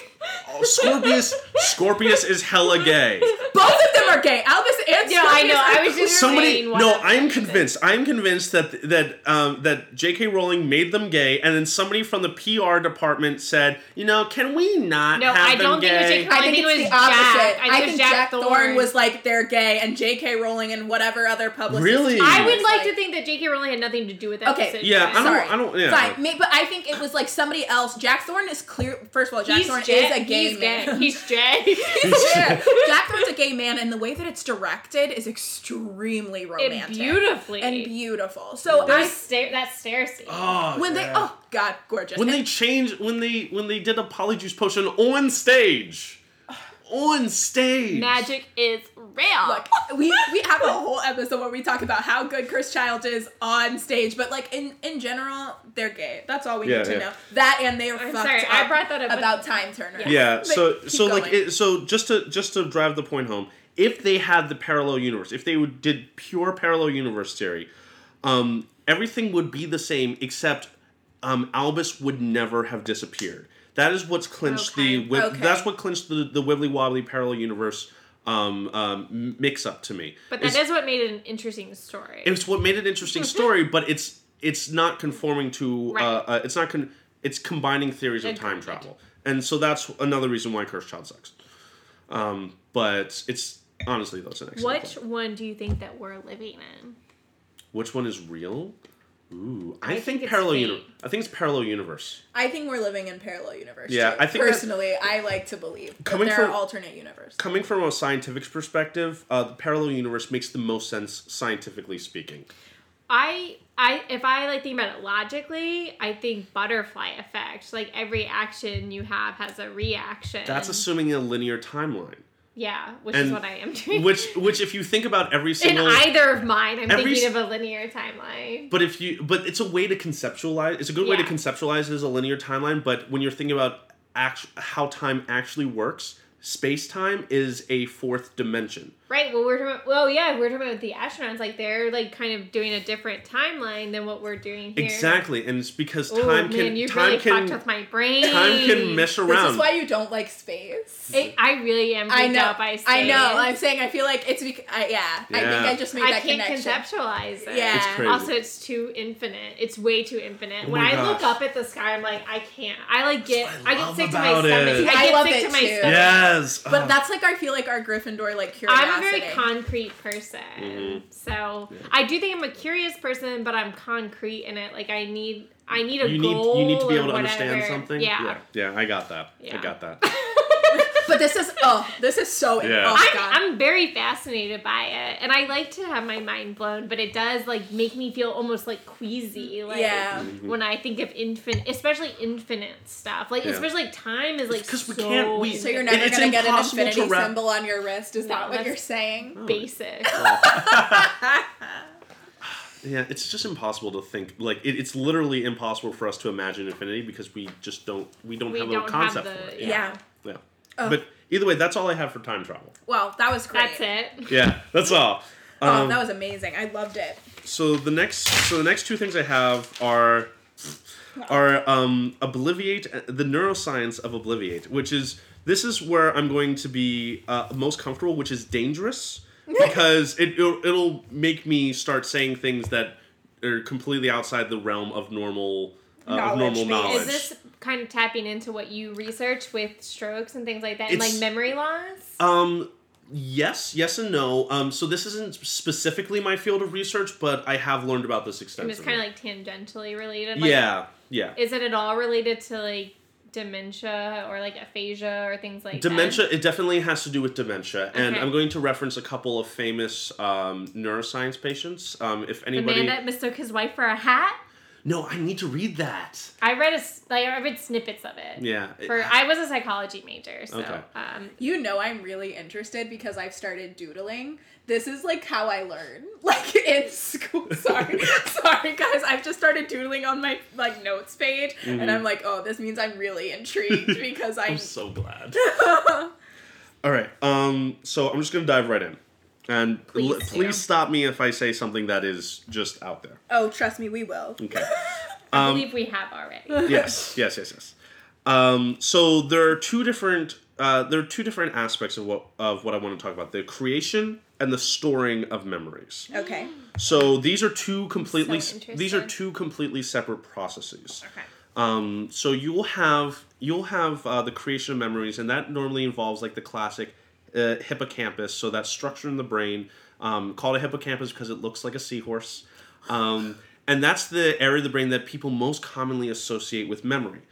Speaker 4: Oh, Scorpius Scorpius is hella gay.
Speaker 2: Both of them are gay. Albus and
Speaker 3: no, I
Speaker 2: Scorpius
Speaker 3: know.
Speaker 2: are-
Speaker 3: I was just
Speaker 4: <laughs> Somebody
Speaker 3: saying what
Speaker 4: No,
Speaker 3: I'm
Speaker 4: I'm
Speaker 3: thinking.
Speaker 4: convinced. I'm convinced that that um, that J.K. Rowling made them gay, and then somebody from the PR department said, you know, can we not?
Speaker 3: No,
Speaker 4: have
Speaker 3: I
Speaker 4: them
Speaker 3: don't think it was
Speaker 4: gay?"
Speaker 3: J.K.
Speaker 2: I think
Speaker 3: think
Speaker 2: it's
Speaker 3: it was
Speaker 2: the opposite. I
Speaker 3: Jack. I think
Speaker 2: think,
Speaker 3: it was Jack
Speaker 2: Jack Thorne.
Speaker 3: Thorne.
Speaker 2: was like they're gay, and J.K. Rowling and whatever other publicist.
Speaker 4: Really?
Speaker 3: I would
Speaker 2: was
Speaker 3: like to think that J.K. Rowling had nothing to do with that.
Speaker 2: Okay,
Speaker 3: decision.
Speaker 4: Yeah, I don't-
Speaker 2: Sorry,
Speaker 4: I don't- yeah.
Speaker 2: Fine, may- but I think it was like somebody else. Jack Thorne is clear. First of all, Jack
Speaker 3: He's
Speaker 2: Thorne
Speaker 3: Jay-
Speaker 2: is a gay
Speaker 3: he's
Speaker 2: man.
Speaker 3: Gay. He's Jay.
Speaker 2: <laughs> Yeah. Jack Thorne's a gay man, and the way that it's directed is extremely romantic
Speaker 3: and beautifully.
Speaker 2: and beautiful. So
Speaker 3: Those
Speaker 2: I,
Speaker 3: stair- that stair scene.
Speaker 4: Oh,
Speaker 2: when they
Speaker 4: yeah.
Speaker 2: oh god, gorgeous.
Speaker 4: when
Speaker 2: And
Speaker 4: they changed when they when they did a polyjuice potion on stage on stage.
Speaker 3: Magic is real.
Speaker 2: Look, we we have a whole episode where we talk about how good Chris Child is on stage, but like in in general, they're gay. That's all we
Speaker 4: Yeah,
Speaker 2: need to
Speaker 4: yeah.
Speaker 2: know. That and they are
Speaker 3: I'm
Speaker 2: fucked
Speaker 3: sorry,
Speaker 2: up
Speaker 3: I brought that up, but-
Speaker 2: about Time Turner. <laughs>
Speaker 4: Yeah. so
Speaker 2: keep
Speaker 4: so like
Speaker 2: going.
Speaker 4: it, so just to just to drive the point home, if they had the parallel universe, if they would, did pure parallel universe theory, um, everything would be the same except um, Albus would never have disappeared. That is what's clinched the
Speaker 3: Okay.
Speaker 4: wi-
Speaker 2: Okay.
Speaker 4: that's what clinched the the wibbly wobbly parallel universe um, um, mix up to me.
Speaker 3: but that
Speaker 4: It's-
Speaker 3: is what made it an interesting story.
Speaker 4: it's what made it an interesting story, but it's it's not conforming to
Speaker 3: Right.
Speaker 4: uh, uh, it's not con- it's combining theories of
Speaker 3: Agreed.
Speaker 4: time travel, and so that's another reason why Cursed Child sucks. Um, but it's honestly that's an excellent.
Speaker 3: Which
Speaker 4: point.
Speaker 3: one do you think that we're living in?
Speaker 4: which one is real? Ooh, I,
Speaker 3: I
Speaker 4: think,
Speaker 3: think it's
Speaker 4: parallel
Speaker 3: fate.
Speaker 4: universe. I think it's parallel universe.
Speaker 2: I think we're living in parallel universe.
Speaker 4: Yeah,
Speaker 2: too.
Speaker 4: I think that-
Speaker 2: personally, I like to believe that
Speaker 4: Coming
Speaker 2: there
Speaker 4: from-
Speaker 2: are alternate universes.
Speaker 4: Coming from a scientific perspective, uh, the parallel universe makes the most sense scientifically speaking.
Speaker 3: I I if I like think about it logically, I think butterfly effect. Like every action you have has a reaction.
Speaker 4: That's assuming a linear timeline,
Speaker 3: yeah, which is
Speaker 4: and
Speaker 3: what I am doing.
Speaker 4: which which if you think about
Speaker 3: <laughs>
Speaker 4: every
Speaker 3: in
Speaker 4: single
Speaker 3: either of mine, I'm
Speaker 4: Every
Speaker 3: thinking
Speaker 4: s-
Speaker 3: of a linear timeline.
Speaker 4: But if you, but it's a way to conceptualize. It's a good way to
Speaker 3: Yeah.
Speaker 4: conceptualize as a linear timeline. But when you're thinking about act, how time actually works, space time is a fourth dimension.
Speaker 3: Right. Well, we're talking. About, well, yeah, we're talking about the astronauts. Like they're like kind of doing a different timeline than what we're doing here.
Speaker 4: Exactly, and it's because
Speaker 3: Ooh,
Speaker 4: time
Speaker 3: man,
Speaker 4: can
Speaker 3: you
Speaker 4: time
Speaker 3: really
Speaker 4: can
Speaker 3: fucked with my brain.
Speaker 4: time can mess around.
Speaker 2: This is why you don't like space.
Speaker 3: I, I really am.
Speaker 2: I
Speaker 3: geeked
Speaker 2: know.
Speaker 3: out by
Speaker 2: I know.
Speaker 3: space.
Speaker 2: I'm saying I feel like it's because I, yeah, I
Speaker 4: Yeah.
Speaker 2: think I just made
Speaker 3: I
Speaker 2: that
Speaker 3: can't
Speaker 2: connection.
Speaker 3: conceptualize it.
Speaker 2: Yeah. It's
Speaker 4: crazy.
Speaker 3: Also, it's too infinite. It's way too infinite.
Speaker 4: Oh
Speaker 3: when
Speaker 4: my
Speaker 3: I look
Speaker 4: gosh.
Speaker 3: up at the sky, I'm like, I can't. I like get.
Speaker 4: That's what I
Speaker 3: I, get
Speaker 4: love
Speaker 3: sick to my
Speaker 4: about
Speaker 3: stomach.
Speaker 4: it.
Speaker 2: I
Speaker 3: I
Speaker 2: love
Speaker 3: get sick
Speaker 2: it
Speaker 3: to my
Speaker 2: too.
Speaker 3: stomach.
Speaker 4: yes,
Speaker 2: But
Speaker 4: Oh.
Speaker 2: that's like I feel like our Gryffindor like curiosity.
Speaker 3: I'm a very concrete person,
Speaker 4: Mm-hmm.
Speaker 3: so I do think I'm a curious person, but I'm concrete in it. Like I need, I need a
Speaker 4: you need
Speaker 3: goal.
Speaker 4: you need to be
Speaker 3: or
Speaker 4: able to understand
Speaker 3: whatever.
Speaker 4: something.
Speaker 3: Yeah.
Speaker 4: yeah, yeah, I got that. I
Speaker 3: Yeah.
Speaker 4: got that.
Speaker 2: But this is oh, this is so
Speaker 4: Yeah.
Speaker 2: oh god.
Speaker 3: I'm, I'm very fascinated by it, and I like to have my mind blown, but it does like make me feel almost like queasy, like
Speaker 2: Yeah.
Speaker 4: Mm-hmm.
Speaker 3: when I think of infinite, especially infinite stuff, like
Speaker 4: Yeah.
Speaker 3: especially like time is like
Speaker 4: 'cause we
Speaker 3: so
Speaker 4: can't- we-
Speaker 2: so you're never
Speaker 4: It's
Speaker 2: gonna get an
Speaker 4: impossible to
Speaker 2: infinity
Speaker 4: wrap-
Speaker 2: symbol on your wrist. Is
Speaker 3: No,
Speaker 2: that what
Speaker 3: that's-
Speaker 2: you're
Speaker 4: Oh.
Speaker 2: saying?
Speaker 3: basic.
Speaker 4: Yeah, it's just impossible to think. Like it, it's literally impossible for us to imagine infinity because we just don't we don't
Speaker 3: We
Speaker 4: have a
Speaker 3: don't have
Speaker 4: concept
Speaker 3: the-
Speaker 4: for it.
Speaker 3: yeah.
Speaker 2: Yeah.
Speaker 4: yeah.
Speaker 2: Ugh.
Speaker 4: But either way, that's all I have for time travel.
Speaker 2: Well, that was great.
Speaker 3: That's it.
Speaker 4: Yeah, that's all.
Speaker 2: <laughs> Oh,
Speaker 4: Um,
Speaker 2: that was amazing. I loved it.
Speaker 4: so the next, so the next two things I have are are um, obliviate the neuroscience of obliviate, which is this is where I'm going to be uh, most comfortable, which
Speaker 2: <laughs>
Speaker 4: is dangerous because it it'll, it'll make me start saying things that are completely outside the realm of normal uh, of
Speaker 2: Knowledge
Speaker 4: normal
Speaker 2: base.
Speaker 4: knowledge.
Speaker 3: Is this kind of tapping into what you research with strokes and things like that, and
Speaker 4: It's-
Speaker 3: like memory loss?
Speaker 4: Um, yes, yes, and no. Um, so this isn't specifically my field of research, but I have learned about this
Speaker 3: And
Speaker 4: extensively.
Speaker 3: it's kind of like tangentially related. Like,
Speaker 4: yeah, yeah.
Speaker 3: Is it at all related to like dementia or like aphasia or things like
Speaker 4: Dementia.
Speaker 3: that?
Speaker 4: It definitely has to do with dementia, and
Speaker 3: Okay.
Speaker 4: I'm going to reference a couple of famous um, neuroscience patients. Um, if
Speaker 3: The
Speaker 4: anybody,
Speaker 3: man that mistook his wife for a hat.
Speaker 4: no, I need to read that.
Speaker 3: I read a s- like I read snippets of it.
Speaker 4: Yeah. it-
Speaker 3: For I was a psychology major, so
Speaker 4: Okay.
Speaker 3: um,
Speaker 2: You know I'm really interested because I've started doodling. This is like how I learn. <laughs> Like in school. <laughs>
Speaker 4: <laughs>
Speaker 2: Sorry. Sorry guys. I've just started doodling on my like notes page and I'm like, "Oh, this means I'm really
Speaker 4: <laughs>
Speaker 2: intrigued because
Speaker 4: Mm-hmm. I'm
Speaker 2: I'm
Speaker 4: so
Speaker 3: <laughs>
Speaker 4: glad. All right. Um. So I'm just gonna dive right in, and please,
Speaker 3: Please do.
Speaker 4: please stop me if I say something that is just out there.
Speaker 2: Oh, trust me, we will.
Speaker 4: Okay.
Speaker 3: I
Speaker 4: Um,
Speaker 3: believe we have already.
Speaker 4: yes, yes, yes, yes. Um, so there are two different uh, there are two different aspects of what of what I want to talk about: the creation and the storing of memories.
Speaker 2: Okay.
Speaker 4: So these are two completely
Speaker 3: So
Speaker 4: these are
Speaker 3: interested.
Speaker 4: two completely separate processes.
Speaker 3: Okay.
Speaker 4: Um, so you will have you'll have uh, the creation of memories, and that normally involves like the classic uh, hippocampus. So that structure in the brain um, called a hippocampus because it looks like a seahorse, um, and that's the area of the brain that people most commonly associate with memory.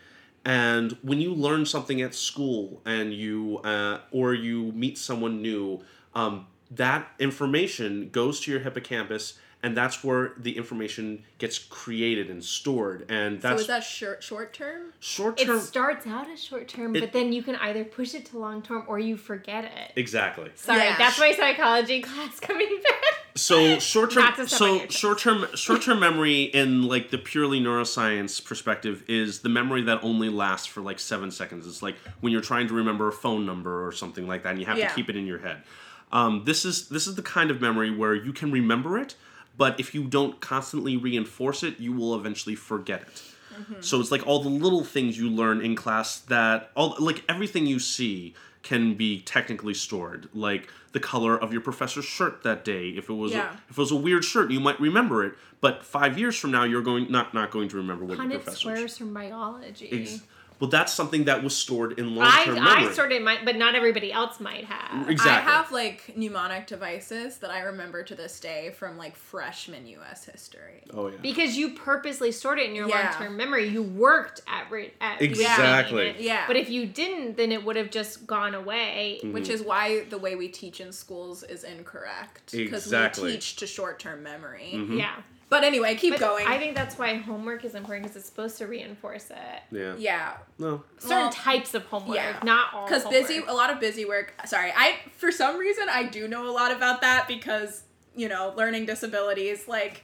Speaker 4: And when you learn something at school, and you uh, or you meet someone new, um, that information goes to your hippocampus and that's where the information gets created and stored. And
Speaker 2: So
Speaker 4: that's
Speaker 2: is that short short term?
Speaker 4: short
Speaker 3: It
Speaker 4: term.
Speaker 3: starts out as short term,
Speaker 4: It-
Speaker 3: but then you can either push it to long term or you forget it.
Speaker 4: exactly.
Speaker 3: Sorry,
Speaker 2: Yeah.
Speaker 3: that's my psychology <laughs> class coming back.
Speaker 4: So short
Speaker 3: <laughs>
Speaker 4: term.
Speaker 3: Not to step on your
Speaker 4: So
Speaker 3: toes.
Speaker 4: short term. Short term memory in like the purely neuroscience perspective is the memory that only lasts for like seven seconds. It's like when you're trying to remember a phone number or something like that, and you have
Speaker 2: Yeah.
Speaker 4: to keep it in your head. Um, this is this is the kind of memory where you can remember it, but if you don't constantly reinforce it, you will eventually forget it.
Speaker 3: Hmm.
Speaker 4: So it's like all the little things you learn in class that all like everything you see can be technically stored. Like the color of your professor's shirt that day. If it was
Speaker 2: Yeah.
Speaker 4: a, if it was a weird shirt, you might remember it, but 5 years from now you're going not not going to remember what your
Speaker 3: Punnett
Speaker 4: professor's.
Speaker 3: swears from biology.
Speaker 4: Ex- well, that's something that was stored in long-term
Speaker 3: I,
Speaker 4: memory.
Speaker 3: I started mine, but not everybody else might have.
Speaker 4: exactly.
Speaker 2: I have like mnemonic devices that I remember to this day from like freshman US history.
Speaker 4: oh yeah.
Speaker 3: Because you purposely stored it in your
Speaker 2: Yeah.
Speaker 3: long-term memory. You worked at, re- at retaining
Speaker 4: Exactly.
Speaker 3: it.
Speaker 2: Yeah.
Speaker 3: But if you didn't, then it would have just gone away.
Speaker 4: Mm-hmm.
Speaker 2: Which is why the way we teach in schools is incorrect. Because
Speaker 4: Exactly. Mm-hmm.
Speaker 2: we teach to short term memory.
Speaker 3: Yeah.
Speaker 2: But anyway, keep
Speaker 3: But
Speaker 2: going.
Speaker 3: I think that's why homework is important because it's supposed to reinforce it.
Speaker 4: yeah.
Speaker 2: yeah.
Speaker 4: No.
Speaker 3: Certain
Speaker 2: Well,
Speaker 3: types of homework,
Speaker 2: yeah.
Speaker 3: not all.
Speaker 2: Because
Speaker 3: Because
Speaker 2: busy, a lot of busy work. Sorry, I for some reason I do know a lot about that because you know learning disabilities. Like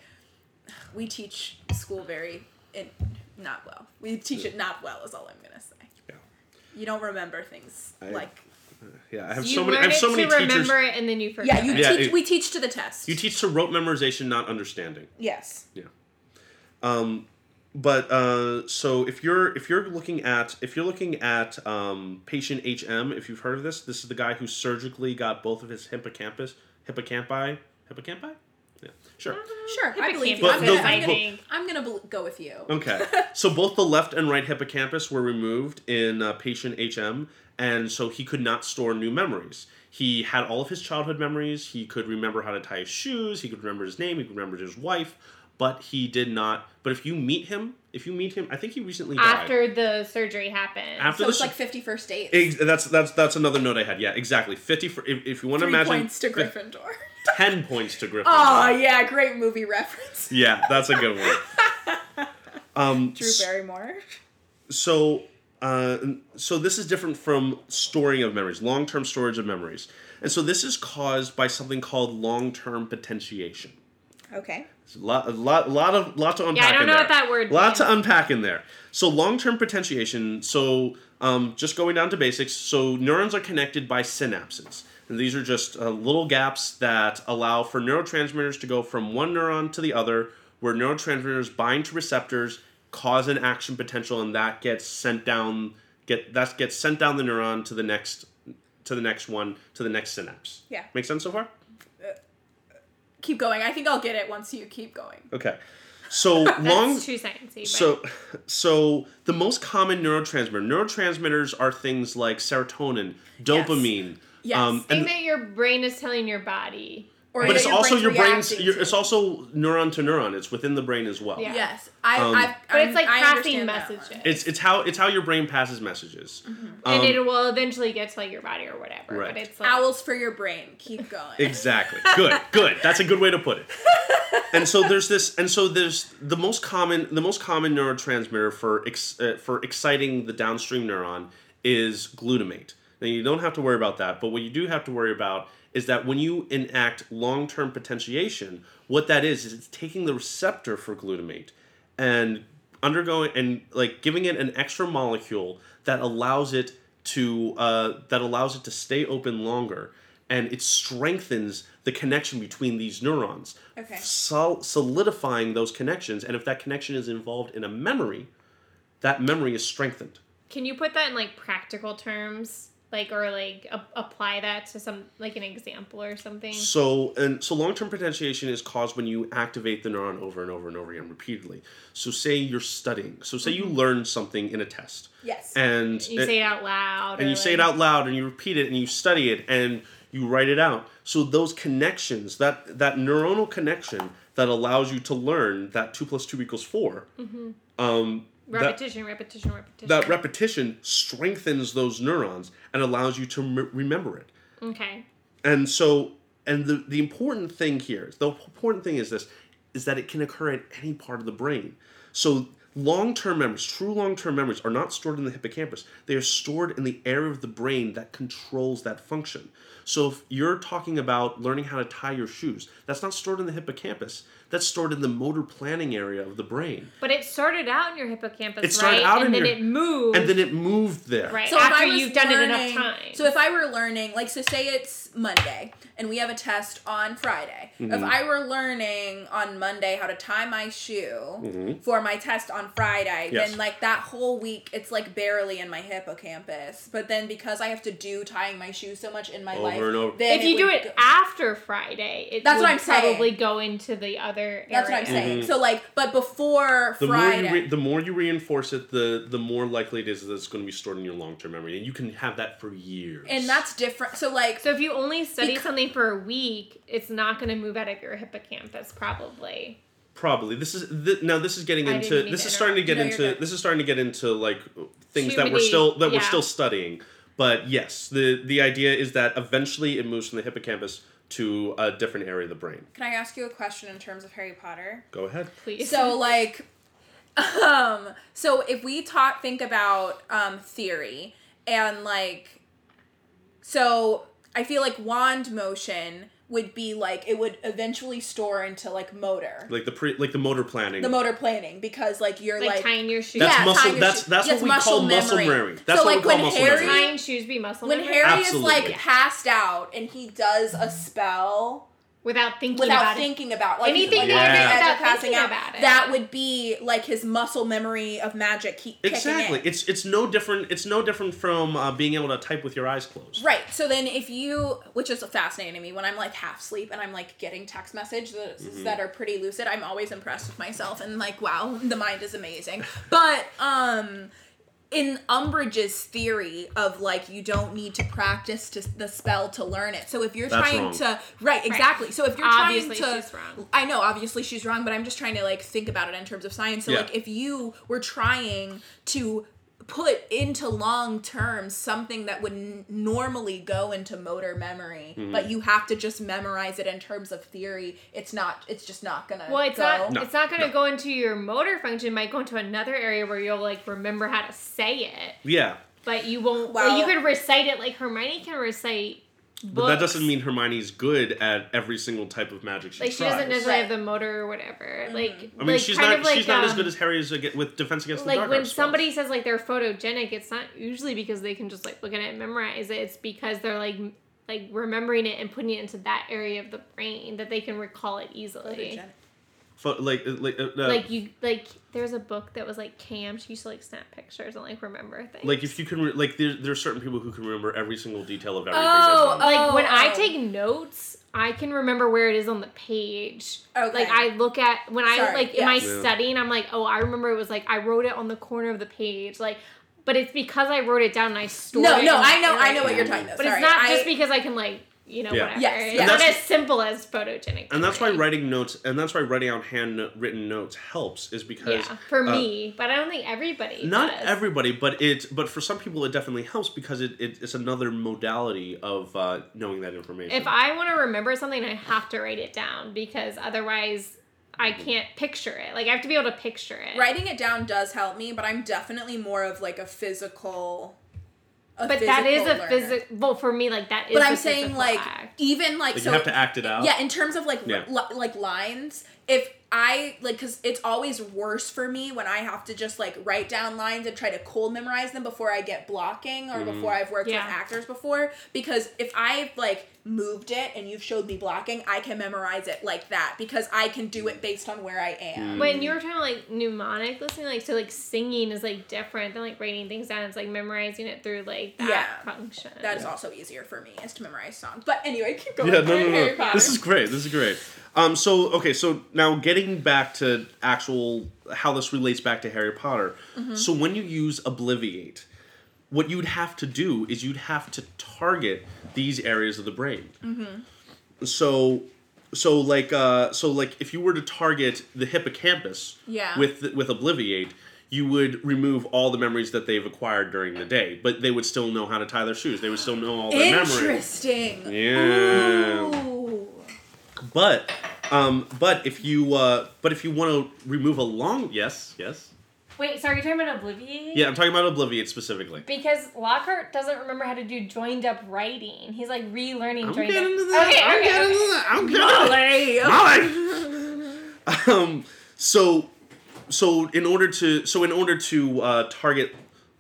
Speaker 2: we teach school very in, not well. We teach it not well is all I'm gonna say.
Speaker 4: Yeah.
Speaker 2: You don't remember things
Speaker 4: I-
Speaker 2: like
Speaker 4: Yeah, I have
Speaker 3: you
Speaker 4: so many I
Speaker 3: learn
Speaker 4: have
Speaker 3: it
Speaker 4: so many
Speaker 3: to
Speaker 4: teachers
Speaker 3: remember it and then you forget.
Speaker 2: yeah. You
Speaker 3: it.
Speaker 4: Yeah,
Speaker 2: teach.
Speaker 4: it-
Speaker 2: we teach to the test.
Speaker 4: you teach to rote memorization, not understanding.
Speaker 2: Yes.
Speaker 4: Yeah. Um, but uh, so if you're if you're looking at if you're looking at um, patient HM, if you've heard of this, this is the guy who surgically got both of his hippocampus hippocampi hippocampi. Yeah, sure.
Speaker 2: Sure, I believe you.
Speaker 4: But
Speaker 2: I'm
Speaker 4: those- Um,
Speaker 2: gonna, I'm
Speaker 4: but-
Speaker 2: gonna, I'm gonna bel- go with you.
Speaker 4: Okay.
Speaker 2: <laughs>
Speaker 4: so both the left and right hippocampus were removed in uh, patient HM, and so he could not store new memories. He had all of his childhood memories. He could remember how to tie his shoes. He could remember his name. He could remember his wife, but he did not. But if you meet him, if you meet him, I think he recently died.
Speaker 3: After the surgery happened.
Speaker 4: After
Speaker 2: So it's
Speaker 4: the
Speaker 2: like 50 first dates.
Speaker 4: Ex- that's that's that's another note I had. Yeah, exactly. Fifty for if, if you want to
Speaker 2: Three
Speaker 4: imagine
Speaker 2: points to
Speaker 4: <laughs> fif-
Speaker 2: Gryffindor.
Speaker 4: ten points to Gryffindor.
Speaker 2: oh yeah, great movie reference.
Speaker 4: yeah, that's a good one. Um,
Speaker 2: Drew
Speaker 4: s-
Speaker 2: Barrymore.
Speaker 4: so uh, so this is different from storing of memories, long-term storage of memories, and so this is caused by something called long-term potentiation.
Speaker 2: Okay.
Speaker 4: It's a lot, a lot, lot of lot to unpack.
Speaker 3: I don't
Speaker 4: in
Speaker 3: know
Speaker 4: there.
Speaker 3: what that word
Speaker 4: Lot to
Speaker 3: means.
Speaker 4: unpack in there. So long-term potentiation. So um, just going down to basics. So neurons are connected by synapses. And these are just uh, little gaps that allow for neurotransmitters to go from one neuron to the other, where neurotransmitters bind to receptors, cause an action potential, and that gets sent down. Get that gets sent down the neuron to the next, to the next one, to the next synapse.
Speaker 2: Yeah.
Speaker 4: Make sense so far?
Speaker 2: Keep going. I think I'll get it once you keep going.
Speaker 4: Okay. So
Speaker 3: That's
Speaker 4: long.
Speaker 3: too sciencey. but-
Speaker 4: So, so the most common neurotransmitter neurotransmitters are things like serotonin, dopamine. um,
Speaker 2: Yes.
Speaker 4: and-
Speaker 3: thing that your brain is telling your body.
Speaker 2: Or
Speaker 4: but
Speaker 2: that
Speaker 4: it's also
Speaker 2: brain's
Speaker 4: your brain's.
Speaker 2: reacting
Speaker 4: Your,
Speaker 2: to.
Speaker 4: it's also neuron to neuron. It's within the brain as well.
Speaker 3: Yeah.
Speaker 2: yes. I.
Speaker 4: Um,
Speaker 2: I've,
Speaker 3: But it's like
Speaker 2: I
Speaker 3: passing
Speaker 2: understand that one.
Speaker 3: messages.
Speaker 4: It's it's how it's how your brain passes messages.
Speaker 2: Mm-hmm.
Speaker 3: and
Speaker 4: Um,
Speaker 3: it will eventually get to like your body or whatever.
Speaker 4: Right.
Speaker 3: But it's like
Speaker 2: Owls for your brain. Keep <laughs> going.
Speaker 4: Exactly. Good. Good. That's a good way to put it. And so there's this. And so there's the most common. The most common neurotransmitter for ex, uh, for exciting the downstream neuron is glutamate. Now you don't have to worry about that. But what you do have to worry about is that when you enact long term potentiation, what that is is it's taking the receptor for glutamate and undergoing and like giving it an extra molecule that allows it to uh, that allows it to stay open longer and it strengthens the connection between these neurons
Speaker 2: Okay.
Speaker 4: sol- solidifying those connections and if that connection is involved in a memory that memory is strengthened
Speaker 3: Can you put that in like practical terms, like or like a- apply that to some like an example or something?
Speaker 4: So and so long-term potentiation is caused when you activate the neuron over and over and over again repeatedly. So say you're studying. So say you learn something in a test.
Speaker 2: Yes.
Speaker 4: And
Speaker 3: You say it out loud,
Speaker 4: and
Speaker 3: or,
Speaker 4: you say it
Speaker 3: like-
Speaker 4: out loud and you repeat it and you study it and you write it out so those connections that that neuronal connection that allows you to learn that 2 plus 2 equals 4 um, that,
Speaker 3: Repetition, repetition, repetition.
Speaker 4: that repetition strengthens those neurons and allows you to m- remember it
Speaker 3: okay.
Speaker 4: and so and the, the important thing here the important thing is this is that it can occur at any part of the brain so long-term memories true long-term memories are not stored in the hippocampus they are stored in the area of the brain that controls that function so if you're talking about learning how to tie your shoes that's not stored in the hippocampus that's stored in the motor planning area of the brain
Speaker 3: But it started out in your hippocampus,
Speaker 4: It started
Speaker 3: right?
Speaker 4: out
Speaker 3: and
Speaker 4: in
Speaker 3: then
Speaker 4: your-
Speaker 3: it moved.
Speaker 4: and then it moved there
Speaker 3: Right.
Speaker 2: So if
Speaker 3: after
Speaker 2: I was
Speaker 3: you've done it enough
Speaker 2: learning-
Speaker 3: times.
Speaker 2: So if I were learning, like, so say it's Monday and we have a test on Friday.
Speaker 4: Mm-hmm.
Speaker 2: If I were learning on Monday how to tie my shoe for my test on Friday,
Speaker 4: Mm-hmm. Yes.
Speaker 2: then like that whole week it's like barely in my hippocampus. But then because I have to do tying my shoe so much in my
Speaker 4: Over
Speaker 2: life,
Speaker 4: and over.
Speaker 2: then
Speaker 3: if you do
Speaker 2: would
Speaker 3: it
Speaker 2: go-
Speaker 3: after Friday, it
Speaker 2: That's
Speaker 3: would
Speaker 2: what I'm saying.
Speaker 3: probably go into the other
Speaker 2: that's what
Speaker 3: area.
Speaker 2: I'm saying. So like, but before
Speaker 4: Mm-hmm. the more,
Speaker 2: Friday,
Speaker 4: you re- the more you reinforce it, the the more likely it is that it's going to be stored in your long term memory, and you can have that for years.
Speaker 2: and that's different. So like,
Speaker 3: So if you only study
Speaker 2: Becau-
Speaker 3: something for a week, it's not going to move out of your hippocampus, probably.
Speaker 4: probably this is th- now this is getting
Speaker 3: I
Speaker 4: into
Speaker 3: didn't mean
Speaker 4: this
Speaker 3: to
Speaker 4: is starting to get
Speaker 2: interrupt. No, you're
Speaker 4: into
Speaker 2: good.
Speaker 4: this is starting to get into like things
Speaker 3: Too
Speaker 4: that we're
Speaker 3: many-
Speaker 4: still that we're
Speaker 3: yeah.
Speaker 4: still studying. But yes, the the idea is that eventually it moves from the hippocampus to a different area of the brain.
Speaker 2: can I ask you a question in terms of Harry Potter?
Speaker 4: Go ahead.
Speaker 3: Please.
Speaker 2: So like um so if we talk think about um theory and like so I feel like wand motion would be like it would eventually store into like motor.
Speaker 4: Like the pre like the motor planning.
Speaker 2: the motor planning because like you're
Speaker 3: like,
Speaker 2: like,
Speaker 3: tying your shoes.
Speaker 4: That's
Speaker 2: yeah,
Speaker 4: muscle-
Speaker 2: tying your
Speaker 4: that's-
Speaker 2: shoe-
Speaker 4: that's
Speaker 2: yes,
Speaker 4: what we call muscle memory. That's
Speaker 2: so
Speaker 4: what we
Speaker 2: like
Speaker 4: call
Speaker 2: when
Speaker 4: muscle
Speaker 2: Harry
Speaker 4: memory.
Speaker 3: Tying shoes be muscle
Speaker 2: when
Speaker 3: memory?
Speaker 2: Harry is
Speaker 4: Absolutely.
Speaker 2: like passed out and he does a spell
Speaker 3: without thinking
Speaker 2: without
Speaker 3: about it.
Speaker 2: thinking about like
Speaker 3: Anything
Speaker 2: he's
Speaker 4: that
Speaker 2: on the
Speaker 4: you do
Speaker 2: edge
Speaker 3: without
Speaker 2: of passing
Speaker 3: thinking
Speaker 2: out,
Speaker 3: about it.
Speaker 2: That would be like his muscle memory of magic. He
Speaker 4: exactly. It's it's no different. It's no different from uh, being able to type with your eyes closed.
Speaker 2: Right. So then, if you, which is fascinating to me, when I'm like half asleep and I'm like getting text messages that,
Speaker 4: Mm-hmm.
Speaker 2: that are pretty lucid, I'm always impressed with myself and like, wow, the mind is amazing. But um, in Umbridge's theory of like you don't need to practice to, the spell to learn it. So if you're
Speaker 4: That's
Speaker 2: trying
Speaker 4: wrong.
Speaker 2: to, right, exactly. So if you're
Speaker 3: Obviously,
Speaker 2: trying to,
Speaker 3: she's wrong.
Speaker 2: I know obviously she's wrong, but I'm just trying to like think about it in terms of science. So
Speaker 4: Yeah.
Speaker 2: like if you were trying to put into long term something that would n- normally go into motor memory,
Speaker 4: Mm-hmm.
Speaker 2: but you have to just memorize it in terms of theory, it's not it's just not gonna
Speaker 3: Well, it's
Speaker 2: go.
Speaker 3: not.
Speaker 4: No,
Speaker 3: it's not going to
Speaker 4: no.
Speaker 3: go into your motor function. It might go into another area where you'll like remember how to say it,
Speaker 4: Yeah.
Speaker 3: but you won't.
Speaker 2: Well-
Speaker 3: Well, you could recite it like Hermione can recite. Books.
Speaker 4: But that doesn't mean Hermione's good at every single type of magic she
Speaker 3: like she doesn't
Speaker 4: tries.
Speaker 3: necessarily
Speaker 2: Right.
Speaker 3: have the motor or whatever. Like
Speaker 4: I mean,
Speaker 3: like,
Speaker 4: she's
Speaker 3: kind
Speaker 4: not
Speaker 3: of like,
Speaker 4: she's not as
Speaker 3: um,
Speaker 4: good as Harry is ag- with Defense Against the
Speaker 3: like
Speaker 4: Dark.
Speaker 3: when
Speaker 4: Arts spells.
Speaker 3: somebody says like they're photogenic it's not usually because they can just like look at it and memorize it it's because they're like m- like remembering it and putting it into that area of the brain that they can recall it easily
Speaker 4: Fo- like like uh, uh,
Speaker 3: like you like there's a book that was like cam she used to like snap pictures and like remember things
Speaker 4: Like if you can, re- like there, there are certain people who can remember every single detail of everything.
Speaker 2: Oh,
Speaker 4: that's done.
Speaker 3: like when I
Speaker 2: Oh.
Speaker 3: take notes, I can remember where it is on the page.
Speaker 2: Okay.
Speaker 3: Like I look at when I
Speaker 2: Sorry,
Speaker 3: like
Speaker 2: yes.
Speaker 3: in my
Speaker 4: Yeah.
Speaker 3: studying, I'm like, oh, I remember it was like I wrote it on the corner of the page, like. But it's because I wrote it down and I stored
Speaker 2: No,
Speaker 3: it.
Speaker 2: no,
Speaker 3: in-
Speaker 2: I know I know what you're talking about.
Speaker 3: But
Speaker 2: Sorry,
Speaker 3: it's not
Speaker 2: I,
Speaker 3: just because I can like you know
Speaker 4: Yeah.
Speaker 3: whatever.
Speaker 2: Yes,
Speaker 3: it's
Speaker 2: yes.
Speaker 3: not
Speaker 4: That's-
Speaker 3: as simple as photogenic.
Speaker 4: and that's why
Speaker 3: memory.
Speaker 4: writing notes, and that's why writing out handwritten notes helps, is because
Speaker 3: Yeah, for
Speaker 4: uh,
Speaker 3: me, but I don't think everybody.
Speaker 4: not
Speaker 3: does.
Speaker 4: everybody, but it, but for some people, it definitely helps because it, it it's another modality of uh, knowing that information.
Speaker 3: If I want to remember something, I have to write it down because otherwise, I can't picture it. Like I have to be able to picture it.
Speaker 2: writing it down does help me, but I'm definitely more of like a physical. A
Speaker 3: But that is
Speaker 2: physical
Speaker 3: a
Speaker 2: learner.
Speaker 3: physical. Well, for me, like that is.
Speaker 2: But
Speaker 3: a
Speaker 2: I'm saying
Speaker 3: physical
Speaker 2: like
Speaker 3: act.
Speaker 2: even like,
Speaker 4: like
Speaker 2: so
Speaker 4: you have to act it out.
Speaker 2: Yeah, in terms of like
Speaker 4: Yeah.
Speaker 2: li- like lines, if I like cuz it's always worse for me when I have to just like write down lines and try to cold memorize them before I get blocking
Speaker 4: Mm-hmm.
Speaker 2: or before I've worked
Speaker 3: Yeah.
Speaker 2: with actors before because if I've like moved it and you've showed me blocking, I can memorize it like that because I can do it based on where I
Speaker 4: Mm.
Speaker 2: am.
Speaker 3: When you were talking about like mnemonic listening, like so, like singing is like different than like writing things down. It's like memorizing it through like that
Speaker 2: Yeah.
Speaker 3: function.
Speaker 2: That is also easier for me is to memorize songs. But anyway, <laughs> keep going.
Speaker 4: yeah, no,
Speaker 2: We're
Speaker 4: no,
Speaker 2: in
Speaker 4: no.
Speaker 2: Harry Potter.
Speaker 4: This is great. This is great. Um, so okay, so now getting back to actual how this relates back to Harry Potter.
Speaker 2: Mm-hmm.
Speaker 4: So when you use Obliviate, what you'd have to do is you'd have to target these areas of the brain.
Speaker 2: Mm-hmm.
Speaker 4: So, so like, uh, so like, if you were to target the hippocampus,
Speaker 2: Yeah.
Speaker 4: with with Obliviate. You would remove all the memories that they've acquired during the day, but they would still know how to tie their shoes. They would still know all their memories.
Speaker 2: Interesting.
Speaker 4: Yeah.
Speaker 2: Ooh.
Speaker 4: <laughs> But um, but if you uh, but if you want to remove a long yes yes
Speaker 3: Wait, sorry, you're talking about Obliviate?
Speaker 4: yeah I'm talking about Obliviate specifically.
Speaker 3: Because Lockhart doesn't remember how to do joined up writing. He's like relearning
Speaker 4: I'm
Speaker 3: joined
Speaker 4: getting
Speaker 3: up.
Speaker 4: into that.
Speaker 3: Okay,
Speaker 4: I'm
Speaker 3: okay,
Speaker 4: getting
Speaker 3: okay.
Speaker 4: into that. I'm getting into that. <laughs> um, so, so in order to so in order to uh, target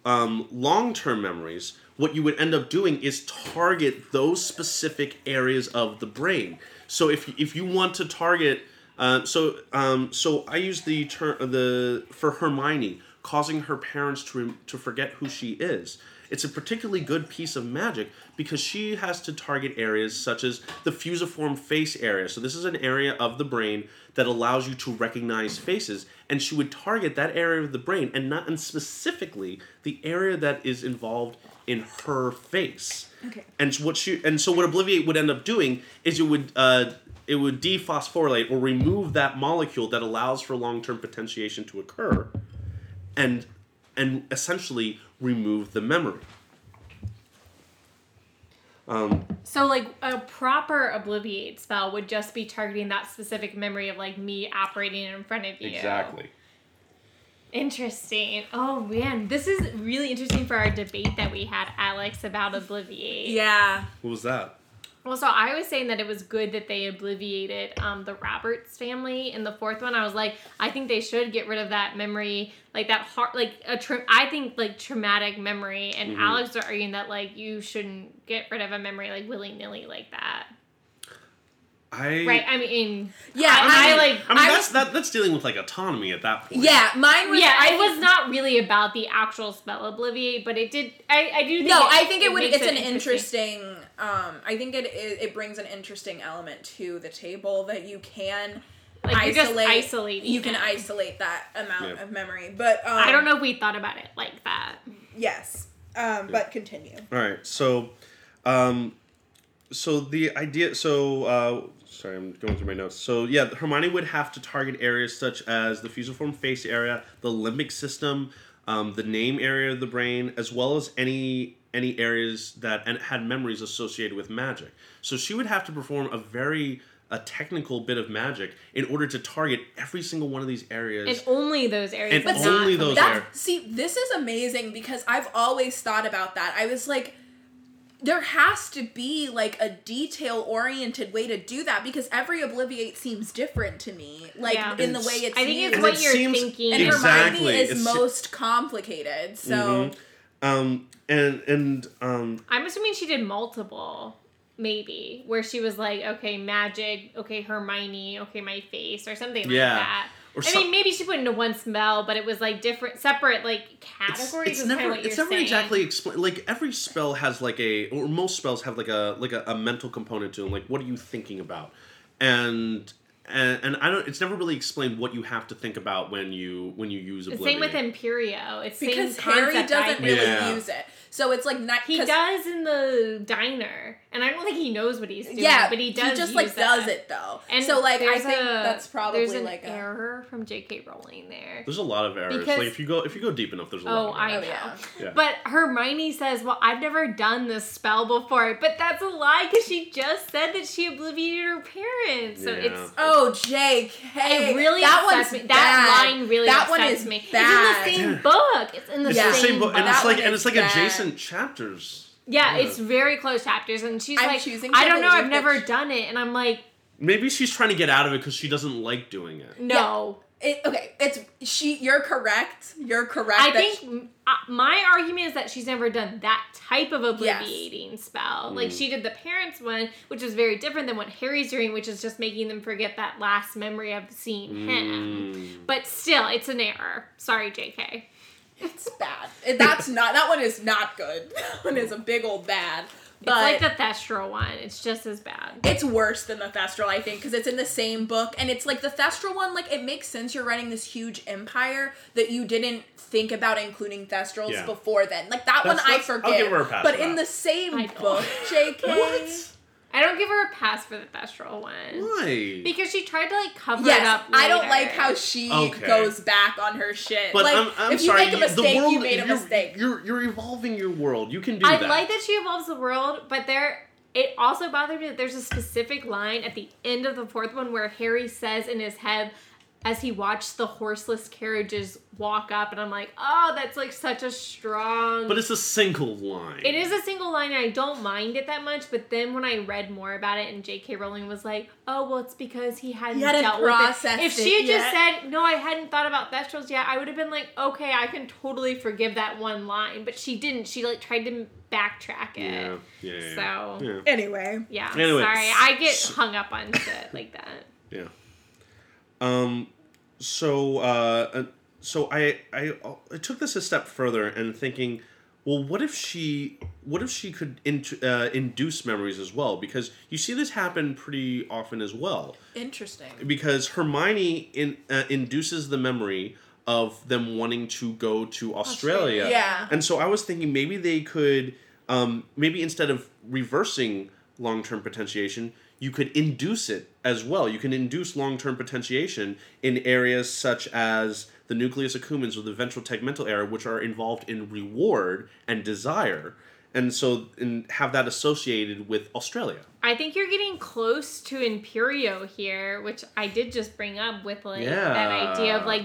Speaker 4: um, long term memories, what you would end up doing is target those specific areas of the brain. So if if you want to target, uh, so um, so I use the term the for Hermione causing her parents to rem- to forget who she is. It's a particularly good piece of magic because she has to target areas such as the fusiform face area. So this is an area of the brain that allows you to recognize faces, and she would target that area of the brain and not and specifically the area that is involved in her face.
Speaker 2: Okay.
Speaker 4: And what she and so what Obliviate would end up doing is it would uh, it would dephosphorylate or remove that molecule that allows for long term potentiation to occur, and and essentially remove the memory.
Speaker 3: So like a proper Obliviate spell would just be targeting that specific memory of like me operating in front of you. Interesting. Oh man, this is really interesting for our debate that we had, Alex, about Obliviate.
Speaker 2: Yeah.
Speaker 4: What was that?
Speaker 3: Well, so I was saying that it was good that they obliviated um, the Roberts family in the fourth one. I was like, I think they should get rid of that memory, like that heart, like a tra- I think like traumatic memory. And
Speaker 2: Mm-hmm.
Speaker 3: Alex was arguing that like you shouldn't get rid of a memory like willy nilly like that,
Speaker 4: I
Speaker 3: right? I mean,
Speaker 2: Yeah,
Speaker 3: I, I,
Speaker 2: I-
Speaker 3: like.
Speaker 4: I mean,
Speaker 2: I was-
Speaker 4: that's that, that's dealing with like autonomy at that point.
Speaker 2: Yeah, mine was.
Speaker 3: yeah,
Speaker 2: I
Speaker 3: it was not really about the actual spell obliviate, but it did. I, I do. Think
Speaker 2: No, I think it, would.
Speaker 3: makes
Speaker 2: It's an interesting. um, I think it, it it brings an interesting element to the table that you can
Speaker 3: Like, you're just
Speaker 2: isolate.
Speaker 3: isolating
Speaker 2: You can
Speaker 3: it.
Speaker 2: isolate that amount
Speaker 4: Yeah.
Speaker 2: of memory, but um,
Speaker 3: I don't know if we thought about it like that.
Speaker 2: Yes, um, but continue.
Speaker 4: All right. So, um, so the idea. So, uh, sorry, I'm going through my notes. So, yeah, Hermione would have to target areas such as the fusiform face area, the limbic system, um, the name area of the brain, as well as any any areas that and had memories associated with magic. So she would have to perform a very a technical bit of magic in order to target every single one of these areas.
Speaker 3: And only those areas.
Speaker 4: And
Speaker 3: but
Speaker 4: only
Speaker 3: not
Speaker 4: those
Speaker 2: That's,
Speaker 4: there.
Speaker 2: See, this is amazing because I've always thought about that. I was like, there has to be like a detail oriented way to do that because every Obliviate seems different to me, like
Speaker 3: Yeah.
Speaker 2: in the
Speaker 4: And
Speaker 2: way
Speaker 4: s-
Speaker 2: it's.
Speaker 3: I think it's
Speaker 2: used.
Speaker 4: And
Speaker 3: what
Speaker 4: it
Speaker 3: you're
Speaker 4: seems-
Speaker 3: thinking.
Speaker 2: and
Speaker 3: And
Speaker 4: Exactly.
Speaker 2: Hermione is
Speaker 4: It's-
Speaker 2: most complicated, so
Speaker 4: um and and um
Speaker 3: I'm assuming she did multiple, maybe, where she was like, okay, magic, okay, Hermione, okay, my face, or something
Speaker 4: Yeah.
Speaker 3: like that.
Speaker 4: Or
Speaker 3: I
Speaker 4: some-
Speaker 3: mean, maybe she put into one smell, but it was like different, separate, like categories.
Speaker 4: It's,
Speaker 3: is
Speaker 4: it's
Speaker 3: kinda
Speaker 4: never.
Speaker 3: what
Speaker 4: it's
Speaker 3: you're
Speaker 4: never
Speaker 3: saying.
Speaker 4: exactly explained. Like every spell has like a, or most spells have like a like a, a mental component to them. Like what are you thinking about? And, and and I don't. It's never really explained what you have to think about when you when you use
Speaker 3: The
Speaker 4: oblivion.
Speaker 3: same with Imperio. It's
Speaker 2: because
Speaker 3: same
Speaker 2: Harry
Speaker 3: concept
Speaker 2: doesn't
Speaker 3: idea.
Speaker 2: really
Speaker 4: Yeah.
Speaker 2: use it. So it's like not
Speaker 3: He
Speaker 2: 'cause-
Speaker 3: does in the diner, and I don't think he knows what he's doing.
Speaker 2: Yeah,
Speaker 3: but he does.
Speaker 2: just like
Speaker 3: use that.
Speaker 2: does it though.
Speaker 3: And
Speaker 2: so like I
Speaker 3: there's
Speaker 2: think
Speaker 3: a-
Speaker 2: that's probably
Speaker 3: there's an
Speaker 2: like a
Speaker 3: error from J.K. Rowling there.
Speaker 4: There's a lot of errors.
Speaker 3: Because-
Speaker 4: like if you go if you go deep enough, there's a
Speaker 3: Oh,
Speaker 4: lot. Of
Speaker 3: I
Speaker 4: errors.
Speaker 2: Oh,
Speaker 3: know.
Speaker 2: yeah.
Speaker 4: Yeah.
Speaker 3: But Hermione says, "Well, I've never done this spell before." But that's a lie because she just said that she obliviated her parents. So
Speaker 4: Yeah.
Speaker 3: it's
Speaker 2: Oh, J.K.
Speaker 3: it really
Speaker 2: that
Speaker 3: upsets
Speaker 2: one's
Speaker 3: me. That
Speaker 2: bad.
Speaker 3: line really
Speaker 2: that
Speaker 3: upsets
Speaker 2: one is
Speaker 3: me.
Speaker 2: Bad.
Speaker 3: It's in the same book. It's in the,
Speaker 4: It's
Speaker 2: Yeah.
Speaker 4: the same book, and it's
Speaker 2: That
Speaker 4: like
Speaker 2: one
Speaker 4: and
Speaker 2: is
Speaker 4: it's like
Speaker 2: bad.
Speaker 4: adjacent chapters.
Speaker 3: Yeah,
Speaker 4: Yeah.
Speaker 3: it's very close chapters, and she's
Speaker 2: I'm
Speaker 3: like,
Speaker 2: choosing
Speaker 3: "I
Speaker 2: to
Speaker 3: don't know. I've
Speaker 2: believe that
Speaker 3: never
Speaker 2: she-
Speaker 3: done it," and I'm like,
Speaker 4: Maybe she's trying to get out of it because she doesn't like doing it.
Speaker 3: "No."
Speaker 2: It, okay, it's she. You're correct. You're correct.
Speaker 3: I
Speaker 2: that
Speaker 3: think m- uh, my argument is that she's never done that type of obliviating spell. Like she did the parents one, which is very different than what Harry's doing, which is just making them forget that last memory of seeing him. But still, it's an error. Sorry, JK.
Speaker 2: it's bad. It- That's not. That one is not good. <laughs> That one is a big old bad. But
Speaker 3: it's like the Thestral one. It's just as bad.
Speaker 2: it's worse than the Thestral, I think, because it's in the same book, and it's like the Thestral one. Like it makes sense. You're running this huge empire that you didn't think about including Thestrals
Speaker 4: Yeah.
Speaker 2: before then. Like that
Speaker 4: That's-
Speaker 2: one, I
Speaker 4: that's- I'll
Speaker 2: forget.
Speaker 4: give her a pass
Speaker 2: but
Speaker 4: for
Speaker 2: in
Speaker 4: that.
Speaker 2: the same
Speaker 3: I don't.
Speaker 2: book, J.K.
Speaker 4: What?
Speaker 3: I don't give her a pass for the Thestral one
Speaker 4: Why?
Speaker 3: because she tried to like cover it
Speaker 2: Yes,
Speaker 3: up.
Speaker 2: I don't
Speaker 3: later.
Speaker 2: like how she
Speaker 4: Okay.
Speaker 2: goes back on her shit.
Speaker 4: But
Speaker 2: like,
Speaker 4: I'm, I'm
Speaker 2: if
Speaker 4: sorry.
Speaker 2: you make a
Speaker 4: you-
Speaker 2: mistake,
Speaker 4: the world,
Speaker 2: you made a
Speaker 4: you're-
Speaker 2: mistake.
Speaker 4: You're, you're evolving your world. You can do
Speaker 3: I
Speaker 4: that.
Speaker 3: like that she evolves the world, but there It also bothered me that there's a specific line at the end of the fourth one where Harry says in his head as he watched the horseless carriages walk up, and I'm like, oh, that's like such a strong.
Speaker 4: But it's a single line.
Speaker 3: It is a single line, and I don't mind it that much. But then when I read more about it, and J.K. Rowling was like, "Oh, well, it's because he hadn't,
Speaker 2: hadn't
Speaker 3: dealt with it."
Speaker 2: processed
Speaker 3: If she
Speaker 2: it
Speaker 3: had just
Speaker 2: yet.
Speaker 3: said, "No, I hadn't thought about Thestrals yet," I would have been like, "Okay, I can totally forgive that one line." But she didn't. She like tried to backtrack
Speaker 4: Yeah.
Speaker 3: it.
Speaker 4: Yeah. yeah,
Speaker 3: So-
Speaker 4: yeah.
Speaker 2: Anyway,
Speaker 3: Yeah.
Speaker 4: Anyway,
Speaker 3: sorry, I get
Speaker 4: s-
Speaker 3: hung up on shit like that.
Speaker 4: Yeah. Um. So. Uh. uh, So I I I took this a step further and thinking, well, what if she what if she could int- uh, induce memories as well? Because you see this happen pretty often as well.
Speaker 2: interesting.
Speaker 4: Because Hermione in, uh, induces the memory of them wanting to go to Australia.
Speaker 3: Australia.
Speaker 2: Yeah.
Speaker 4: And so I was thinking maybe they could, um, maybe instead of reversing long term potentiation, you could induce it as well. You can induce long term potentiation in areas such as the nucleus accumbens or the ventral tegmental area, which are involved in reward and desire. And so, and have that associated with Australia.
Speaker 3: I think you're getting close to Imperio here, which I did just bring up with like
Speaker 4: Yeah.
Speaker 3: that idea of like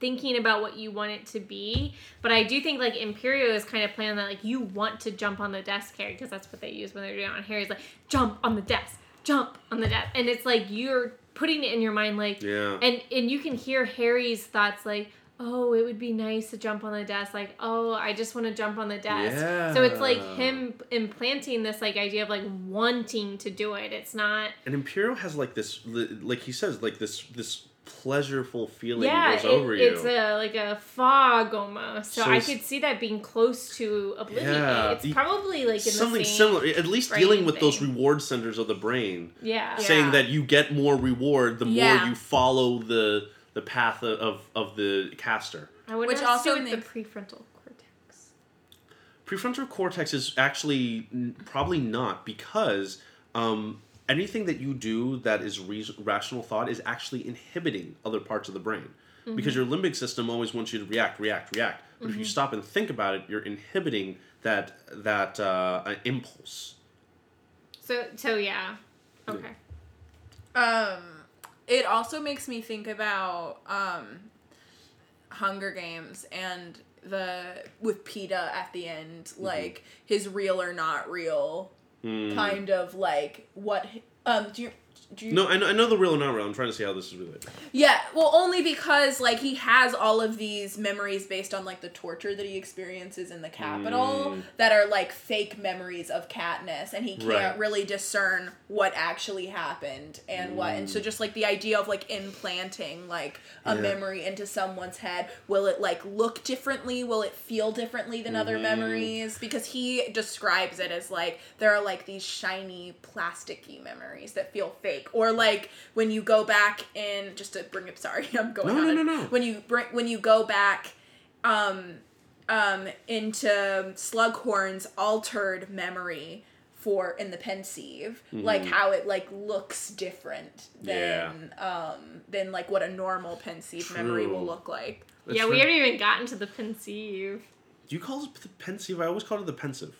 Speaker 3: thinking about what you want it to be. But I do think like Imperio is kind of playing on that like you want to jump on the desk, Harry, because that's what they use when they're doing it on Harry's like jump on the desk, jump on the desk, and it's like you're putting it in your mind like
Speaker 4: Yeah.
Speaker 3: and and you can hear Harry's thoughts like, "Oh, it would be nice to jump on the desk." Like, "Oh, I just want to jump on the desk." So it's like
Speaker 4: Yeah.
Speaker 3: him implanting this like idea of like wanting to do it. It's not
Speaker 4: And Imperial has like this, li- like he says, like this, this pleasureful feeling
Speaker 3: yeah,
Speaker 4: goes
Speaker 3: it-
Speaker 4: over you.
Speaker 3: it's a like a fog almost. So,
Speaker 4: So
Speaker 3: I
Speaker 4: it's-
Speaker 3: could see that being close to oblivion.
Speaker 4: Yeah.
Speaker 3: It's probably like in
Speaker 4: something
Speaker 3: the same,
Speaker 4: similar at least
Speaker 3: brain
Speaker 4: dealing with those
Speaker 3: thing.
Speaker 4: reward centers of the brain
Speaker 3: Yeah.
Speaker 4: saying
Speaker 2: Yeah.
Speaker 4: that you get more reward the
Speaker 2: Yeah.
Speaker 4: more you follow the the path of of, of the caster
Speaker 3: I would
Speaker 2: Which
Speaker 3: have to do
Speaker 2: also
Speaker 3: with
Speaker 2: makes-
Speaker 3: the prefrontal cortex.
Speaker 4: prefrontal cortex is actually n- probably not because um, anything that you do that is reas rational thought is actually inhibiting other parts of the brain because your limbic system always wants you to react react react but if you stop and think about it you're inhibiting that that uh, uh, impulse
Speaker 3: So so yeah. Okay.
Speaker 2: Um, it also makes me think about um, Hunger Games and the with Peta at the end,
Speaker 4: Mm-hmm.
Speaker 2: like his real or not real
Speaker 4: Mm.
Speaker 2: kind of like what. Um, do you? Do you
Speaker 4: No, I know, I know the real and not real. I'm trying to see how this is related.
Speaker 2: Yeah, well, only because like he has all of these memories based on like the torture that he experiences in the capital
Speaker 4: Mm.
Speaker 2: that are like fake memories of Katniss, and he can't
Speaker 4: Right.
Speaker 2: really discern what actually happened and what. And so just like the idea of like implanting like a
Speaker 4: Mm. Yeah.
Speaker 2: memory into someone's head, will it like look differently? Will it feel differently than other
Speaker 4: Mhm.
Speaker 2: memories? Because he describes it as like there are like these shiny plasticky memories that feel fake, or like when you go back in just to bring up. Sorry, <laughs> I'm going.
Speaker 4: No,
Speaker 2: on
Speaker 4: no,
Speaker 2: a-
Speaker 4: no, no.
Speaker 2: When you bring when you go back, um, um, into Slughorn's altered memory for in the Pensieve,
Speaker 4: Mm-hmm.
Speaker 2: like how it like looks different than um than like what a normal Pensieve memory will
Speaker 4: True.
Speaker 2: look like.
Speaker 4: That's
Speaker 3: yeah, we
Speaker 4: right.
Speaker 3: haven't even gotten to the conceive.
Speaker 4: Do you call it the pensive? I always called it the pensive.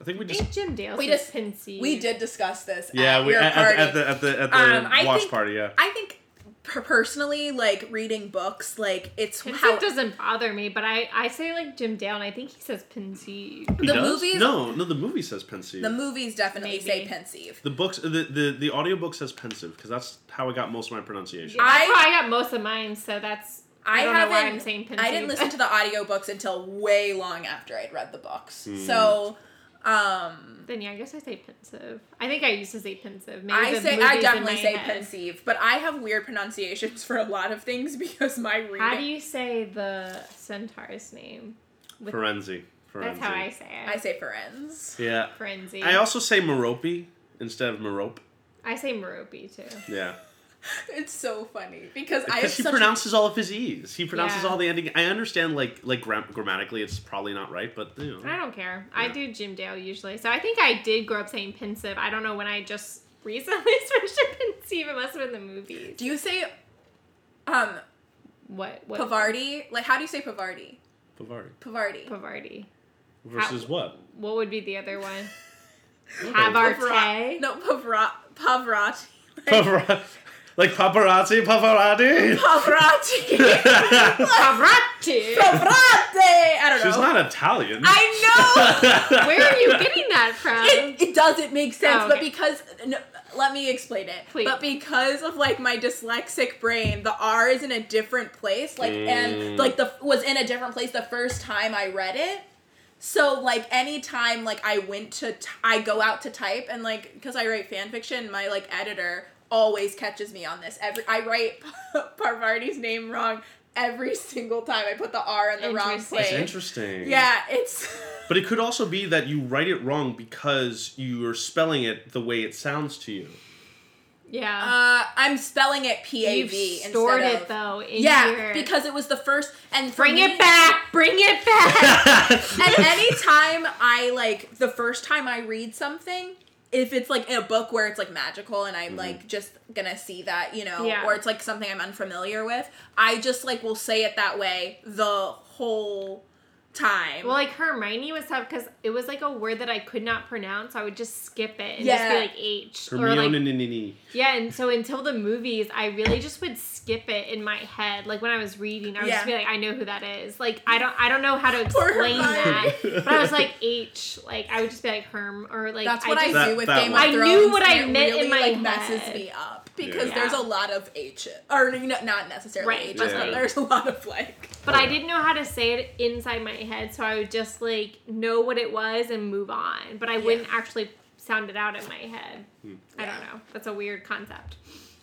Speaker 4: I think we
Speaker 3: I
Speaker 4: just.
Speaker 3: think Jim Dale
Speaker 2: We
Speaker 3: says
Speaker 2: just-
Speaker 3: conceive.
Speaker 2: We did discuss this.
Speaker 4: Yeah,
Speaker 2: at
Speaker 4: we
Speaker 2: your
Speaker 4: at,
Speaker 2: party.
Speaker 4: at, at the at the at the
Speaker 2: Um, I
Speaker 4: watch
Speaker 2: think-
Speaker 4: party. Yeah.
Speaker 2: I think per- personally, like reading books, like it's
Speaker 3: Pensieve
Speaker 2: how
Speaker 3: doesn't bother me, but I, I say like Jim Dale, and I think he says Pensieve.
Speaker 4: He
Speaker 2: the
Speaker 4: does?
Speaker 2: movies-
Speaker 4: No, no, the movie says pensive.
Speaker 2: the movies definitely say
Speaker 3: Maybe.
Speaker 2: Pensieve.
Speaker 4: The books, the the the audiobook says pensive because that's how I got most of my pronunciation.
Speaker 2: I-
Speaker 3: I, that's how I got most of mine, so that's I,
Speaker 2: I
Speaker 3: don't know why
Speaker 2: haven't-
Speaker 3: I'm saying Pensieve.
Speaker 2: I didn't listen to the audiobooks until way long after I'd read the books.
Speaker 4: Hmm.
Speaker 2: So, um,
Speaker 3: then yeah, I guess I say pensive. I think I used to say pensive. Maybe
Speaker 2: I
Speaker 3: the
Speaker 2: say
Speaker 3: movie's
Speaker 2: I
Speaker 3: in
Speaker 2: definitely
Speaker 3: my
Speaker 2: say
Speaker 3: head.
Speaker 2: pensive, but I have weird pronunciations for a lot of things <laughs> because my reading.
Speaker 3: How do you say the centaur's name? With,
Speaker 4: Forenzi. Forenzi.
Speaker 3: that's how I say it.
Speaker 2: I say Ferenz. <laughs>
Speaker 4: Yeah.
Speaker 3: Frenzy.
Speaker 4: I also say Merope instead of Merope.
Speaker 3: I say Marope too.
Speaker 4: Yeah.
Speaker 2: It's so funny because I have
Speaker 4: Because he
Speaker 2: such a-
Speaker 4: pronounces all of his e's. He pronounces
Speaker 3: Yeah.
Speaker 4: all the ending. I understand, like like gram- grammatically, it's probably not right, but you know.
Speaker 3: I don't care. I
Speaker 4: Yeah.
Speaker 3: do Jim Dale usually. So I think I did grow up saying pensive. I don't know when I just <laughs> recently switched to pensive. It must have been the movies.
Speaker 2: Do you say, um,
Speaker 3: What? what
Speaker 2: Pavardi? Like, how do you say Pavardi?
Speaker 4: Pavari.
Speaker 2: Pavardi.
Speaker 3: Pavardi.
Speaker 4: Versus what?
Speaker 2: <laughs>
Speaker 3: What would be the other one? Have our
Speaker 2: Pavra-
Speaker 3: <laughs> tea.
Speaker 2: no, Pavra- Pavarotti.
Speaker 4: Papara- like
Speaker 2: <laughs>
Speaker 4: paparazzi, paparazzi. <laughs>
Speaker 2: Pavarotti. <laughs>
Speaker 3: Pavarotti.
Speaker 2: Pavarotti. I don't know.
Speaker 4: She's not Italian. <laughs>
Speaker 2: I know. <laughs>
Speaker 3: Where are you getting that from?
Speaker 2: it, it doesn't make sense,
Speaker 3: Uh-huh. Oh,
Speaker 2: but
Speaker 3: okay.
Speaker 2: because no, let me explain it.
Speaker 3: Please.
Speaker 2: But because of like my dyslexic brain, the R is in a different place. Like
Speaker 4: Mm.
Speaker 2: and like the was in a different place the first time I read it. So like anytime like I went to t- I go out to type and like because I write fan fiction, my like editor always catches me on this. Every I write <laughs> Parvati's name wrong every single time. I put the R in the wrong
Speaker 3: Interesting.
Speaker 4: That's
Speaker 2: place.
Speaker 4: interesting.
Speaker 2: Yeah, it's <laughs>
Speaker 4: But it could also be that you write it wrong because you're spelling it the way it sounds to you.
Speaker 3: Yeah.
Speaker 2: Uh, I'm spelling it P A
Speaker 3: You've
Speaker 2: V.
Speaker 3: stored
Speaker 2: instead
Speaker 3: it
Speaker 2: of-
Speaker 3: though. In
Speaker 2: Yeah,
Speaker 3: your-
Speaker 2: because it was the first. And for
Speaker 3: bring
Speaker 2: me-
Speaker 3: it back. Bring it
Speaker 2: <laughs>
Speaker 3: back.
Speaker 2: And anytime I like the first time I read something, if it's like in a book where it's like magical and
Speaker 4: Mm-hmm.
Speaker 2: I'm like just gonna see that, you know,
Speaker 3: Yeah.
Speaker 2: or it's like something I'm unfamiliar with, I just like will say it that way the whole time.
Speaker 3: well, like Hermione was tough because it was like a word that I could not pronounce. So I would just skip it and just
Speaker 2: Yeah.
Speaker 3: be like H or like
Speaker 4: <laughs> Hermione Ninini.
Speaker 3: Yeah, and so until the movies, I really just would skip it in my head. Like when I was reading, I would just be
Speaker 2: Yeah.
Speaker 3: like, I know who that is. Like I don't, I don't know <laughs> how to
Speaker 2: Poor
Speaker 3: explain that.
Speaker 2: Hermione.
Speaker 3: But I was like H, like I would just be like Herm, or like
Speaker 2: That's what I,
Speaker 3: just,
Speaker 4: That-
Speaker 2: do with
Speaker 4: that
Speaker 2: Game
Speaker 4: one.
Speaker 2: of
Speaker 4: I
Speaker 3: knew
Speaker 2: Thrones.
Speaker 3: what I
Speaker 2: and it
Speaker 3: meant in
Speaker 2: really,
Speaker 3: my
Speaker 2: like,
Speaker 3: head.
Speaker 2: messes me up because
Speaker 4: Yeah.
Speaker 2: there's a lot of H, or no, not necessarily
Speaker 3: Right,
Speaker 2: H's,
Speaker 4: but,
Speaker 2: but
Speaker 4: like-
Speaker 2: there's a lot of like.
Speaker 3: But I didn't know how to say it inside my head, so I would just like know what it was and move on. But I wouldn't actually sound it out in my head.
Speaker 4: Hmm.
Speaker 3: I don't know. That's a weird concept.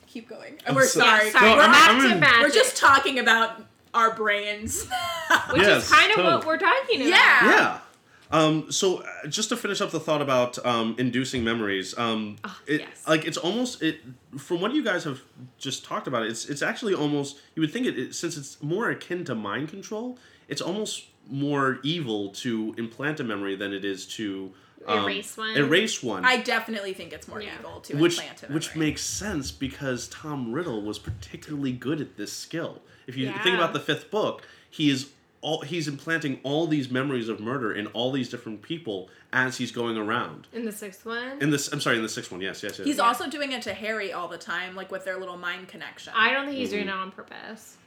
Speaker 2: Keep going.
Speaker 4: I'm
Speaker 2: We're
Speaker 4: so-
Speaker 2: sorry.
Speaker 3: Yeah, sorry.
Speaker 4: No,
Speaker 3: we're
Speaker 4: I'm-
Speaker 3: back
Speaker 4: I'm
Speaker 3: to
Speaker 4: in-
Speaker 3: magic,
Speaker 2: We're just talking about our brains. <laughs>
Speaker 3: which
Speaker 4: Yes,
Speaker 3: is kind of
Speaker 4: totally.
Speaker 3: what we're talking about.
Speaker 2: Yeah.
Speaker 4: Yeah. Um, so uh, just to finish up the thought about um, inducing memories, um, it,
Speaker 3: Ah, yes.
Speaker 4: like it's almost it from what you guys have just talked about. It's it's actually almost you would think it, it since it's more akin to mind control. It's almost more evil to implant a memory than it is to um,
Speaker 3: Erase one.
Speaker 4: Erase one.
Speaker 2: I definitely think it's more
Speaker 3: Yeah.
Speaker 2: evil to
Speaker 4: which
Speaker 2: implant a memory.
Speaker 4: which makes sense because Tom Riddle was particularly good at this skill. If you
Speaker 3: Yeah.
Speaker 4: think about the fifth book, he is all he's implanting all these memories of murder in all these different people as he's going around.
Speaker 3: In the sixth one,
Speaker 4: In this, I'm sorry, in the sixth one, yes, yes, yes.
Speaker 2: He's also doing it to Harry all the time, like with their little mind connection.
Speaker 3: I don't think he's doing it on purpose.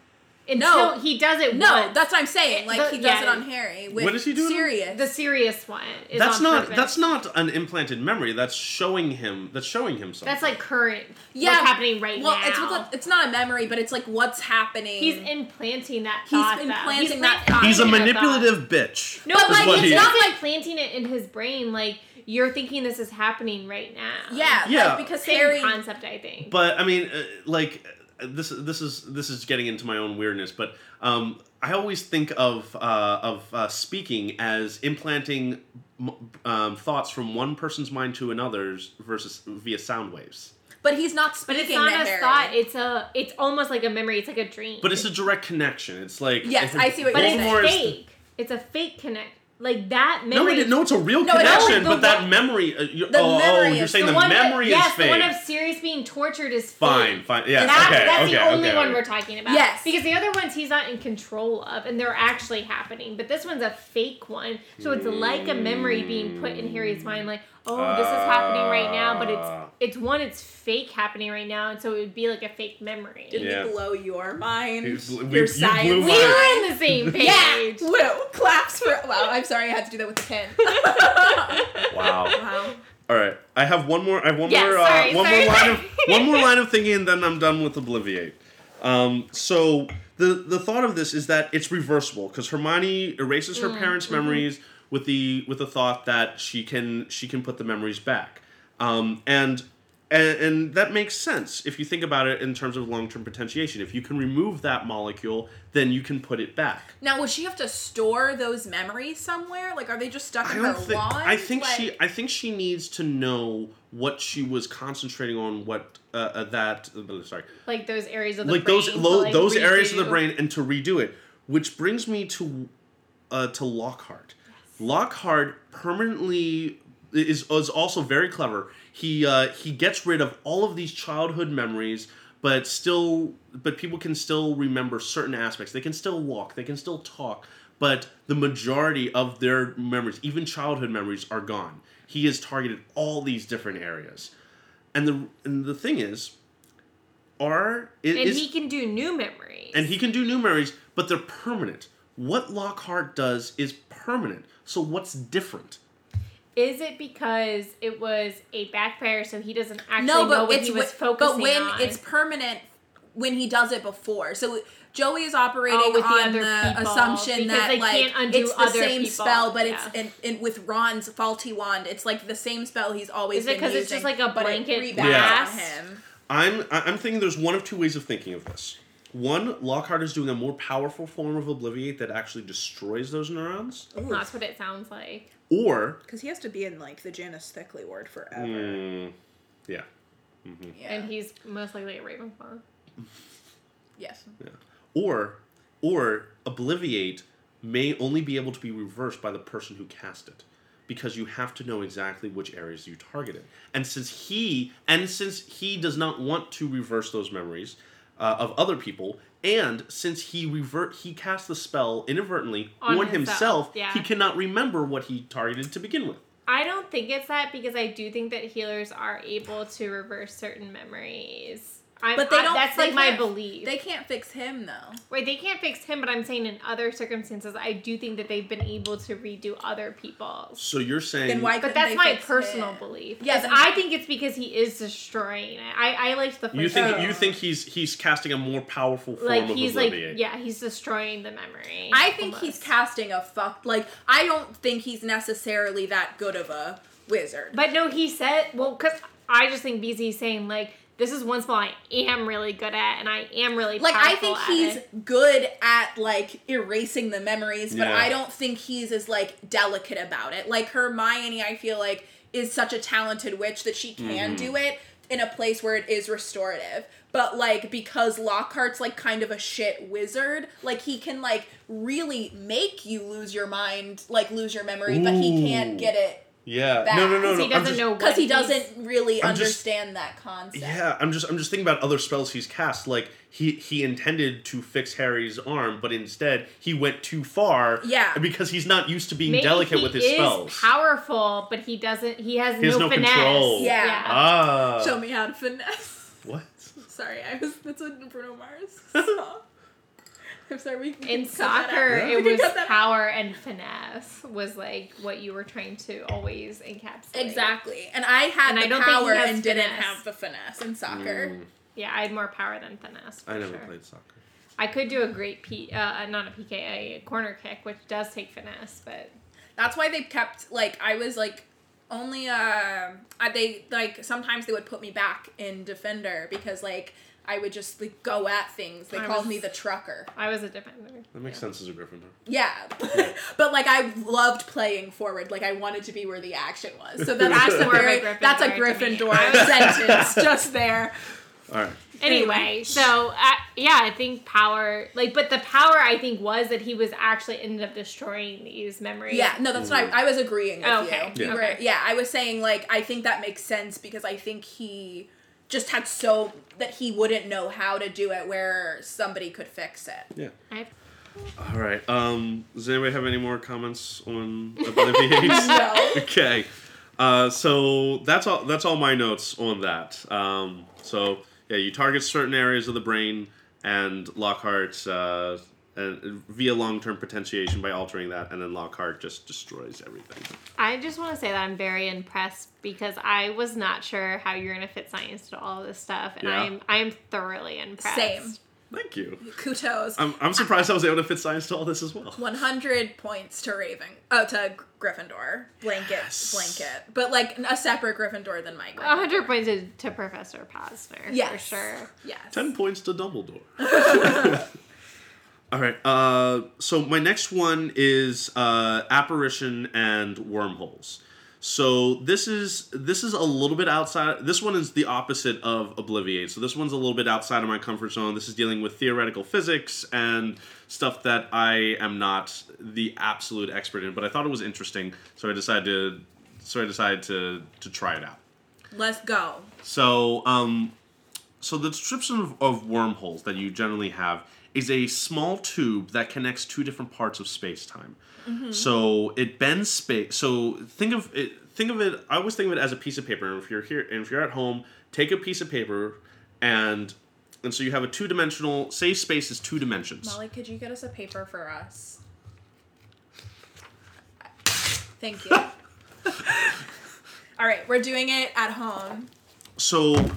Speaker 2: No.
Speaker 3: Until he does it
Speaker 2: no,
Speaker 3: once.
Speaker 2: that's what I'm saying.
Speaker 3: It-
Speaker 2: Like
Speaker 3: the-
Speaker 2: he does
Speaker 3: yeah.
Speaker 2: it on Harry. With
Speaker 4: What is he doing?
Speaker 2: Sirius.
Speaker 3: the serious one. Is
Speaker 4: that's
Speaker 3: on
Speaker 4: not
Speaker 3: purpose.
Speaker 4: that's not an implanted memory. That's showing him. That's showing him something.
Speaker 3: That's like current.
Speaker 2: yeah,
Speaker 3: what's happening right
Speaker 2: well,
Speaker 3: now.
Speaker 2: it's what's- it's not a memory, but it's like what's happening.
Speaker 3: he's implanting that.
Speaker 2: He's
Speaker 3: Thought, though.
Speaker 2: implanting
Speaker 3: He's
Speaker 2: that
Speaker 3: implanting
Speaker 2: thought.
Speaker 4: he's a
Speaker 3: that thought.
Speaker 4: manipulative bitch.
Speaker 3: No,
Speaker 4: is
Speaker 3: but
Speaker 4: what
Speaker 3: like
Speaker 4: he
Speaker 3: it's
Speaker 4: is.
Speaker 3: not like planting it in his brain. Like you're thinking this is happening right now.
Speaker 2: yeah,
Speaker 4: Yeah.
Speaker 2: like, because
Speaker 3: Same
Speaker 2: Harry.
Speaker 3: concept, I think.
Speaker 4: But I mean, uh, like uh, this this is this is getting into my own weirdness, but um, I always think of uh, of uh, speaking as implanting m- um, thoughts from one person's mind to another's versus via sound waves.
Speaker 2: But he's not
Speaker 3: but
Speaker 2: speaking
Speaker 3: it's not
Speaker 2: to
Speaker 3: a
Speaker 2: Harry.
Speaker 3: thought. It's a. It's almost like a memory. It's like a dream.
Speaker 4: But it's a direct connection. It's like
Speaker 2: Yes,
Speaker 4: think
Speaker 2: I see what
Speaker 3: But
Speaker 2: you're
Speaker 3: it's
Speaker 4: Voldemort is the-
Speaker 3: fake. It's a fake connect. Like that memory.
Speaker 4: No, we didn't. No, it's a real
Speaker 2: No, it-
Speaker 4: connection.
Speaker 3: no,
Speaker 4: but
Speaker 3: the
Speaker 4: that
Speaker 3: one-
Speaker 4: memory. Uh, you're,
Speaker 2: The
Speaker 4: oh,
Speaker 2: memory
Speaker 4: oh, you're
Speaker 2: is-
Speaker 4: saying the,
Speaker 2: the
Speaker 3: one that-
Speaker 4: memory
Speaker 3: yes,
Speaker 4: is fake.
Speaker 3: the one of Sirius being tortured is fake.
Speaker 4: fine, fine. Yes,
Speaker 3: That's,
Speaker 4: okay,
Speaker 3: that's
Speaker 4: okay,
Speaker 3: the
Speaker 4: okay,
Speaker 3: only
Speaker 4: okay.
Speaker 3: one we're talking about.
Speaker 2: Yes.
Speaker 3: Because the other ones he's not in control of and they're actually happening. But this one's a fake one. So it's like a memory being put in Harry's mind, like, oh, this is happening right now, but
Speaker 4: Ah.
Speaker 3: it's it's one, it's fake happening right now, and so it would be like a fake memory.
Speaker 2: Did
Speaker 4: Yeah.
Speaker 2: we blow your mind?
Speaker 4: You bl- we-
Speaker 2: your
Speaker 4: you
Speaker 2: science.
Speaker 4: blew
Speaker 3: we
Speaker 4: mine.
Speaker 3: were on the same page.
Speaker 2: <laughs> Yeah. Woo. Claps for. Wow. I'm sorry. I had to do that with a
Speaker 3: <laughs>
Speaker 2: pin.
Speaker 4: Wow.
Speaker 2: wow.
Speaker 4: All right, I have one more. I have one
Speaker 3: Yeah,
Speaker 4: more.
Speaker 3: sorry,
Speaker 4: uh, one
Speaker 3: sorry,
Speaker 4: more line
Speaker 3: sorry.
Speaker 4: of one more
Speaker 3: <laughs>
Speaker 4: line of thinking, and then I'm done with Obliviate. Um, so the the thought of this is that it's reversible because Hermione erases
Speaker 3: Mm,
Speaker 4: her parents'
Speaker 3: mm-hmm.
Speaker 4: memories with the with the thought that she can she can put the memories back, um, and, and and that makes sense if you think about it in terms of long term potentiation. If you can remove that molecule, then you can put it back.
Speaker 2: Now, would she have to store those memories somewhere? Like, are they just stuck
Speaker 4: I
Speaker 2: in her
Speaker 4: don't think.
Speaker 2: wand?
Speaker 4: I think she.
Speaker 2: Like-
Speaker 4: I think she needs to know what she was concentrating on. What uh, uh, that. uh, Sorry,
Speaker 3: Like those areas of the
Speaker 4: like
Speaker 3: brain.
Speaker 4: those
Speaker 3: to,
Speaker 4: lo-
Speaker 3: like,
Speaker 4: those areas of the
Speaker 3: redo.
Speaker 4: brain, and to redo it. Which brings me to, uh, to Lockhart. Lockhart permanently is is also very clever. He uh, he gets rid of all of these childhood memories. But still, but people can still remember certain aspects. They can still walk. They can still talk but the majority of their memories, even childhood memories, are gone. He has targeted all these different areas, and the and the thing is, are i-
Speaker 3: And
Speaker 4: is,
Speaker 3: he can do new memories.
Speaker 4: and he can do new memories, but they're permanent. What Lockhart does is permanent. So what's different?
Speaker 3: Is it because it was a backfire, so he doesn't actually
Speaker 2: no,
Speaker 3: know
Speaker 2: but
Speaker 3: what
Speaker 2: it's
Speaker 3: he was
Speaker 2: wh-
Speaker 3: focusing
Speaker 2: but when
Speaker 3: on?
Speaker 2: it's permanent when he does it before. So Joey is operating
Speaker 3: Oh, with the
Speaker 2: on the,
Speaker 3: other people,
Speaker 2: assumption
Speaker 3: because
Speaker 2: that
Speaker 3: they
Speaker 2: like
Speaker 3: can't undo
Speaker 2: it's the
Speaker 3: other
Speaker 2: same
Speaker 3: people,
Speaker 2: spell, but it's
Speaker 3: yeah.
Speaker 2: and, and with Ron's faulty wand, it's like the same spell he's always.
Speaker 3: Is it
Speaker 2: because
Speaker 3: 'cause it's just like a blanket
Speaker 4: Yeah.
Speaker 2: on him?
Speaker 4: I'm I- I'm thinking there's one of two ways of thinking of this. One, Lockhart is doing a more powerful form of Obliviate that actually destroys those neurons,
Speaker 3: That's what it sounds like.
Speaker 4: or
Speaker 2: Because he has to be in like the Janus Thickley ward forever.
Speaker 4: Mm, yeah,
Speaker 2: Yeah.
Speaker 3: And he's most likely a Ravenclaw.
Speaker 2: yes.
Speaker 4: yeah, or or Obliviate may only be able to be reversed by the person who cast it, because you have to know exactly which areas you targeted. And since he and since he does not want to reverse those memories uh, of other people. And since he revert, he cast the spell inadvertently on,
Speaker 3: On
Speaker 4: himself.
Speaker 3: himself, yeah.
Speaker 4: He cannot remember what he targeted to begin with.
Speaker 3: I don't think it's that because I do think that healers are able to reverse certain memories. i
Speaker 2: But they
Speaker 3: I-
Speaker 2: don't.
Speaker 3: that's
Speaker 2: they
Speaker 3: like my
Speaker 2: can't-
Speaker 3: belief.
Speaker 2: They can't fix him though.
Speaker 3: right, they can't fix him, but I'm saying in other circumstances, I do think that they've been able to redo other people's.
Speaker 4: So you're saying
Speaker 2: Then why?
Speaker 3: But
Speaker 2: couldn't
Speaker 3: that's
Speaker 2: they
Speaker 3: my
Speaker 2: fix
Speaker 3: personal
Speaker 2: him?
Speaker 3: belief.
Speaker 2: Yeah,
Speaker 3: Yes,
Speaker 2: then-
Speaker 3: I think it's because he is destroying it. I, I liked the first
Speaker 4: You think
Speaker 3: one.
Speaker 4: you think he's he's casting a more powerful form
Speaker 3: like
Speaker 4: of
Speaker 3: he's like
Speaker 4: Obliviate.
Speaker 3: yeah, he's destroying the memory.
Speaker 2: I think he's
Speaker 3: almost.
Speaker 2: casting a fuck. Like I don't think he's necessarily that good of a wizard.
Speaker 3: But no, he said, well, because I just think BZ's saying, like, this is one spell I am really good at, and I am really
Speaker 2: like I
Speaker 3: powerful
Speaker 2: think
Speaker 3: at
Speaker 2: he's
Speaker 3: it.
Speaker 2: good at like erasing the memories, but
Speaker 4: Yeah.
Speaker 2: I don't think he's as like delicate about it. Like Hermione, I feel like is such a talented witch that she
Speaker 4: Mm-hmm.
Speaker 2: can do it in a place where it is restorative. But like because Lockhart's like kind of a shit wizard, like he can like really make you lose your mind, like lose your memory, but he can't
Speaker 4: Ooh.
Speaker 2: get it
Speaker 4: Yeah.
Speaker 2: That-
Speaker 4: No, no, no,
Speaker 2: Because
Speaker 4: no.
Speaker 3: he
Speaker 4: I'm
Speaker 3: doesn't
Speaker 4: just,
Speaker 3: know
Speaker 2: because
Speaker 3: what
Speaker 2: he
Speaker 3: he's-
Speaker 2: doesn't really
Speaker 4: I'm just-
Speaker 2: understand that concept.
Speaker 4: Yeah, I'm just I'm just thinking about other spells he's cast. Like he he intended to fix Harry's arm, but instead he went too far.
Speaker 2: Yeah.
Speaker 4: Because he's not used to being
Speaker 3: Maybe
Speaker 4: delicate
Speaker 3: he
Speaker 4: with his
Speaker 3: is
Speaker 4: spells.
Speaker 3: Powerful, but he doesn't. He has,
Speaker 4: He has
Speaker 3: no,
Speaker 4: no
Speaker 3: finesse.
Speaker 4: control.
Speaker 2: Yeah.
Speaker 4: ah.
Speaker 2: Show me how to finesse.
Speaker 4: what?
Speaker 2: Sorry, I was. That's a Bruno Mars song. I'm sorry. We, we can
Speaker 3: In
Speaker 2: cut that
Speaker 3: soccer,
Speaker 2: out. <laughs>
Speaker 3: it
Speaker 4: Yeah.
Speaker 2: We can
Speaker 3: was
Speaker 2: cut that out.
Speaker 3: power and finesse was like what you were trying to always encapsulate.
Speaker 2: Exactly, and I had
Speaker 3: And
Speaker 2: the
Speaker 3: I don't think he
Speaker 2: power
Speaker 3: has
Speaker 2: and didn't
Speaker 3: finesse.
Speaker 2: have the finesse in soccer.
Speaker 4: Mm,
Speaker 3: Yeah, I had more power than finesse. For
Speaker 4: I never
Speaker 3: sure.
Speaker 4: played soccer.
Speaker 3: I could do a great P, uh, not a PK, a corner kick, which does take finesse, but
Speaker 2: That's why they kept like I was like only um I they like sometimes they would put me back in defender because like I would just like go at things. They
Speaker 3: I
Speaker 2: called
Speaker 3: was-
Speaker 2: me the trucker.
Speaker 3: I was a defender.
Speaker 4: That makes
Speaker 3: Yeah.
Speaker 4: sense as a Gryffindor.
Speaker 2: Yeah. <laughs> but like I loved playing forward. Like I wanted to be where the action was. So that's,
Speaker 4: <laughs> That's
Speaker 2: just a
Speaker 4: more of a
Speaker 2: very-
Speaker 3: Gryffindor
Speaker 2: that's a
Speaker 3: to me.
Speaker 2: Gryffindor
Speaker 3: <laughs> I was- <laughs>
Speaker 2: sentence just there.
Speaker 4: All right.
Speaker 3: Anyway, so uh, yeah, I think power, like, but the power I think was that he was actually ended up destroying these memories.
Speaker 2: Yeah, no, that's not I, I was agreeing with
Speaker 3: Oh, Okay,
Speaker 2: you.
Speaker 4: Mm-hmm. yeah.
Speaker 2: You were-
Speaker 3: okay.
Speaker 2: yeah, I was saying like I think that makes sense because I think he just had so that he wouldn't know how to do it where somebody could fix
Speaker 3: <laughs>
Speaker 2: it.
Speaker 4: Yeah.
Speaker 3: I-
Speaker 4: All right. Um. Does anybody have any more comments on
Speaker 3: <laughs>
Speaker 4: Obliviate?
Speaker 2: So
Speaker 4: okay. Uh, so that's all. That's all my notes on that. Um, so yeah, you target certain areas of the brain, and Lockhart's uh, and via long-term potentiation by altering that, and then Lockhart just destroys everything.
Speaker 3: I just want to say that I'm very impressed because I was not sure how you're gonna fit science to all this stuff, and
Speaker 4: Yeah.
Speaker 3: I'm I'm thoroughly impressed.
Speaker 2: Same.
Speaker 4: Thank you.
Speaker 2: kudos.
Speaker 4: I'm, I'm surprised I was able to fit science to all this as well.
Speaker 2: 100 points to Raven. Oh, to Gryffindor. Blanket,
Speaker 4: Yes.
Speaker 2: blanket. But like a separate Gryffindor than my Gryffindor.
Speaker 3: 100 points to, to Professor Posner
Speaker 2: Yes.
Speaker 3: for sure.
Speaker 2: Yes.
Speaker 4: Ten points to Dumbledore. <laughs> All right. Uh, so my next one is uh, apparition and wormholes. So this is this is a little bit outside. This one is the opposite of Obliviate. So this one's a little bit outside of my comfort zone. This is dealing with theoretical physics and stuff that I am not the absolute expert in. But I thought it was interesting, so I decided to so I decided to to try it out.
Speaker 2: Let's go.
Speaker 4: So, um, so the description of, of wormholes that you generally have is a small tube that connects two different parts of space-time.
Speaker 2: Mm-hmm.
Speaker 4: So it bends space. So think of it. Think of it. I always think of it as a piece of paper. And if you're here, and if you're at home, take a piece of paper, and and so you have a two-dimensional. Say space is two dimensions.
Speaker 2: Molly, could you get us a paper for us? Thank
Speaker 4: <laughs>
Speaker 2: you. All right, we're doing it at home.
Speaker 4: So,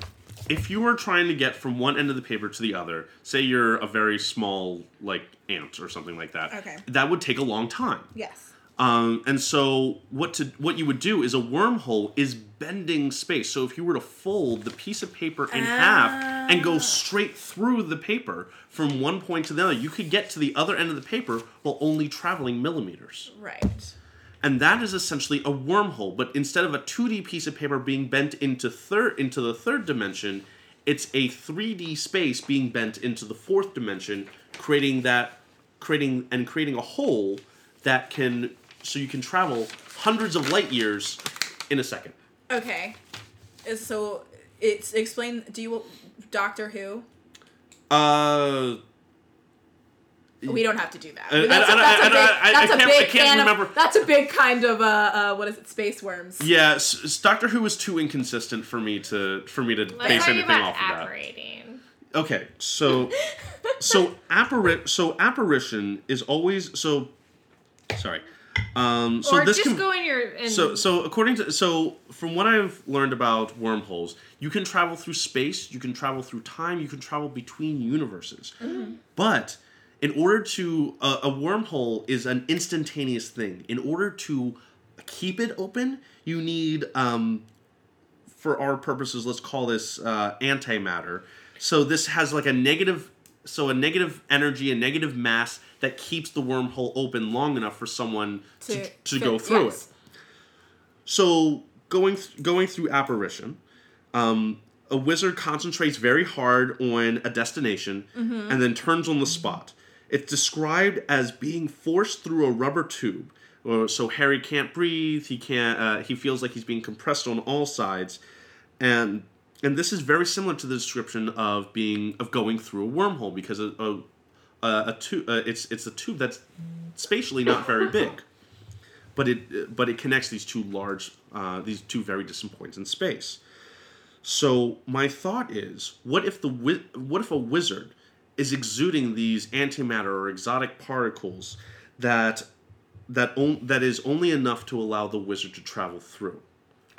Speaker 4: if you were trying to get from one end of the paper to the other, say you're a very small like ant or something like that,
Speaker 2: Okay.
Speaker 4: that would take a long time.
Speaker 2: Yes.
Speaker 4: Um, and so what to what you would do is a wormhole is bending space. So if you were to fold the piece of paper in half and go straight through the paper from one point to the other, you could get to the other end of the paper while only traveling millimeters.
Speaker 2: Right.
Speaker 4: And that is essentially a wormhole, but instead of a 2D piece of paper being bent into third into the third dimension, it's a 3D space being bent into the fourth dimension, creating that creating and creating a hole that can so you can travel hundreds of light years in a second.
Speaker 2: Okay. Uh, So it's explain. Do you Doctor Who?
Speaker 4: Uh
Speaker 2: We don't have to do that.
Speaker 4: I- I-
Speaker 2: That's a-
Speaker 4: Uh, I-
Speaker 2: that's a
Speaker 4: I-
Speaker 2: big-
Speaker 4: I- I
Speaker 2: that's a
Speaker 4: can't- I
Speaker 2: big
Speaker 4: can't
Speaker 2: fan of-
Speaker 4: remember.
Speaker 2: That's a big kind of uh, uh what is it? Space worms.
Speaker 4: yeah, s- s- Doctor Who is too inconsistent for me to for me to
Speaker 3: Let's
Speaker 4: base
Speaker 3: talk
Speaker 4: anything
Speaker 3: about
Speaker 4: off of that.
Speaker 3: apparating.
Speaker 4: okay so so appari- so apparition is always so sorry um so
Speaker 3: or
Speaker 4: this
Speaker 3: just
Speaker 4: can
Speaker 3: go in your. In,
Speaker 4: so so according to so from what i've learned about wormholes you can travel through space you can travel through time you can travel between universes
Speaker 3: Mm-hmm.
Speaker 4: but in order to a a wormhole is an instantaneous thing in order to keep it open you need um for our purposes let's call this uh antimatter so this has like a negative so a negative energy a negative mass that keeps the wormhole open long enough for someone to, to, go
Speaker 2: fit-
Speaker 4: through it
Speaker 2: yes.
Speaker 4: so going th- going through apparition, um, a wizard concentrates very hard on a destination and then turns on the spot. It's described as being forced through a rubber tube. Or- So Harry can't breathe. He can't. Uh, he feels like he's being compressed on all sides, and and this is very similar to the description of being of going through a wormhole because a a, a, a tu- uh, it's it's a tube that's spatially not very big but it but it connects these two large uh, these two very distant points in space. So my thought is, what if the wi- what if a wizard is exuding these antimatter or exotic particles that that on, that is only enough to allow the wizard to travel through.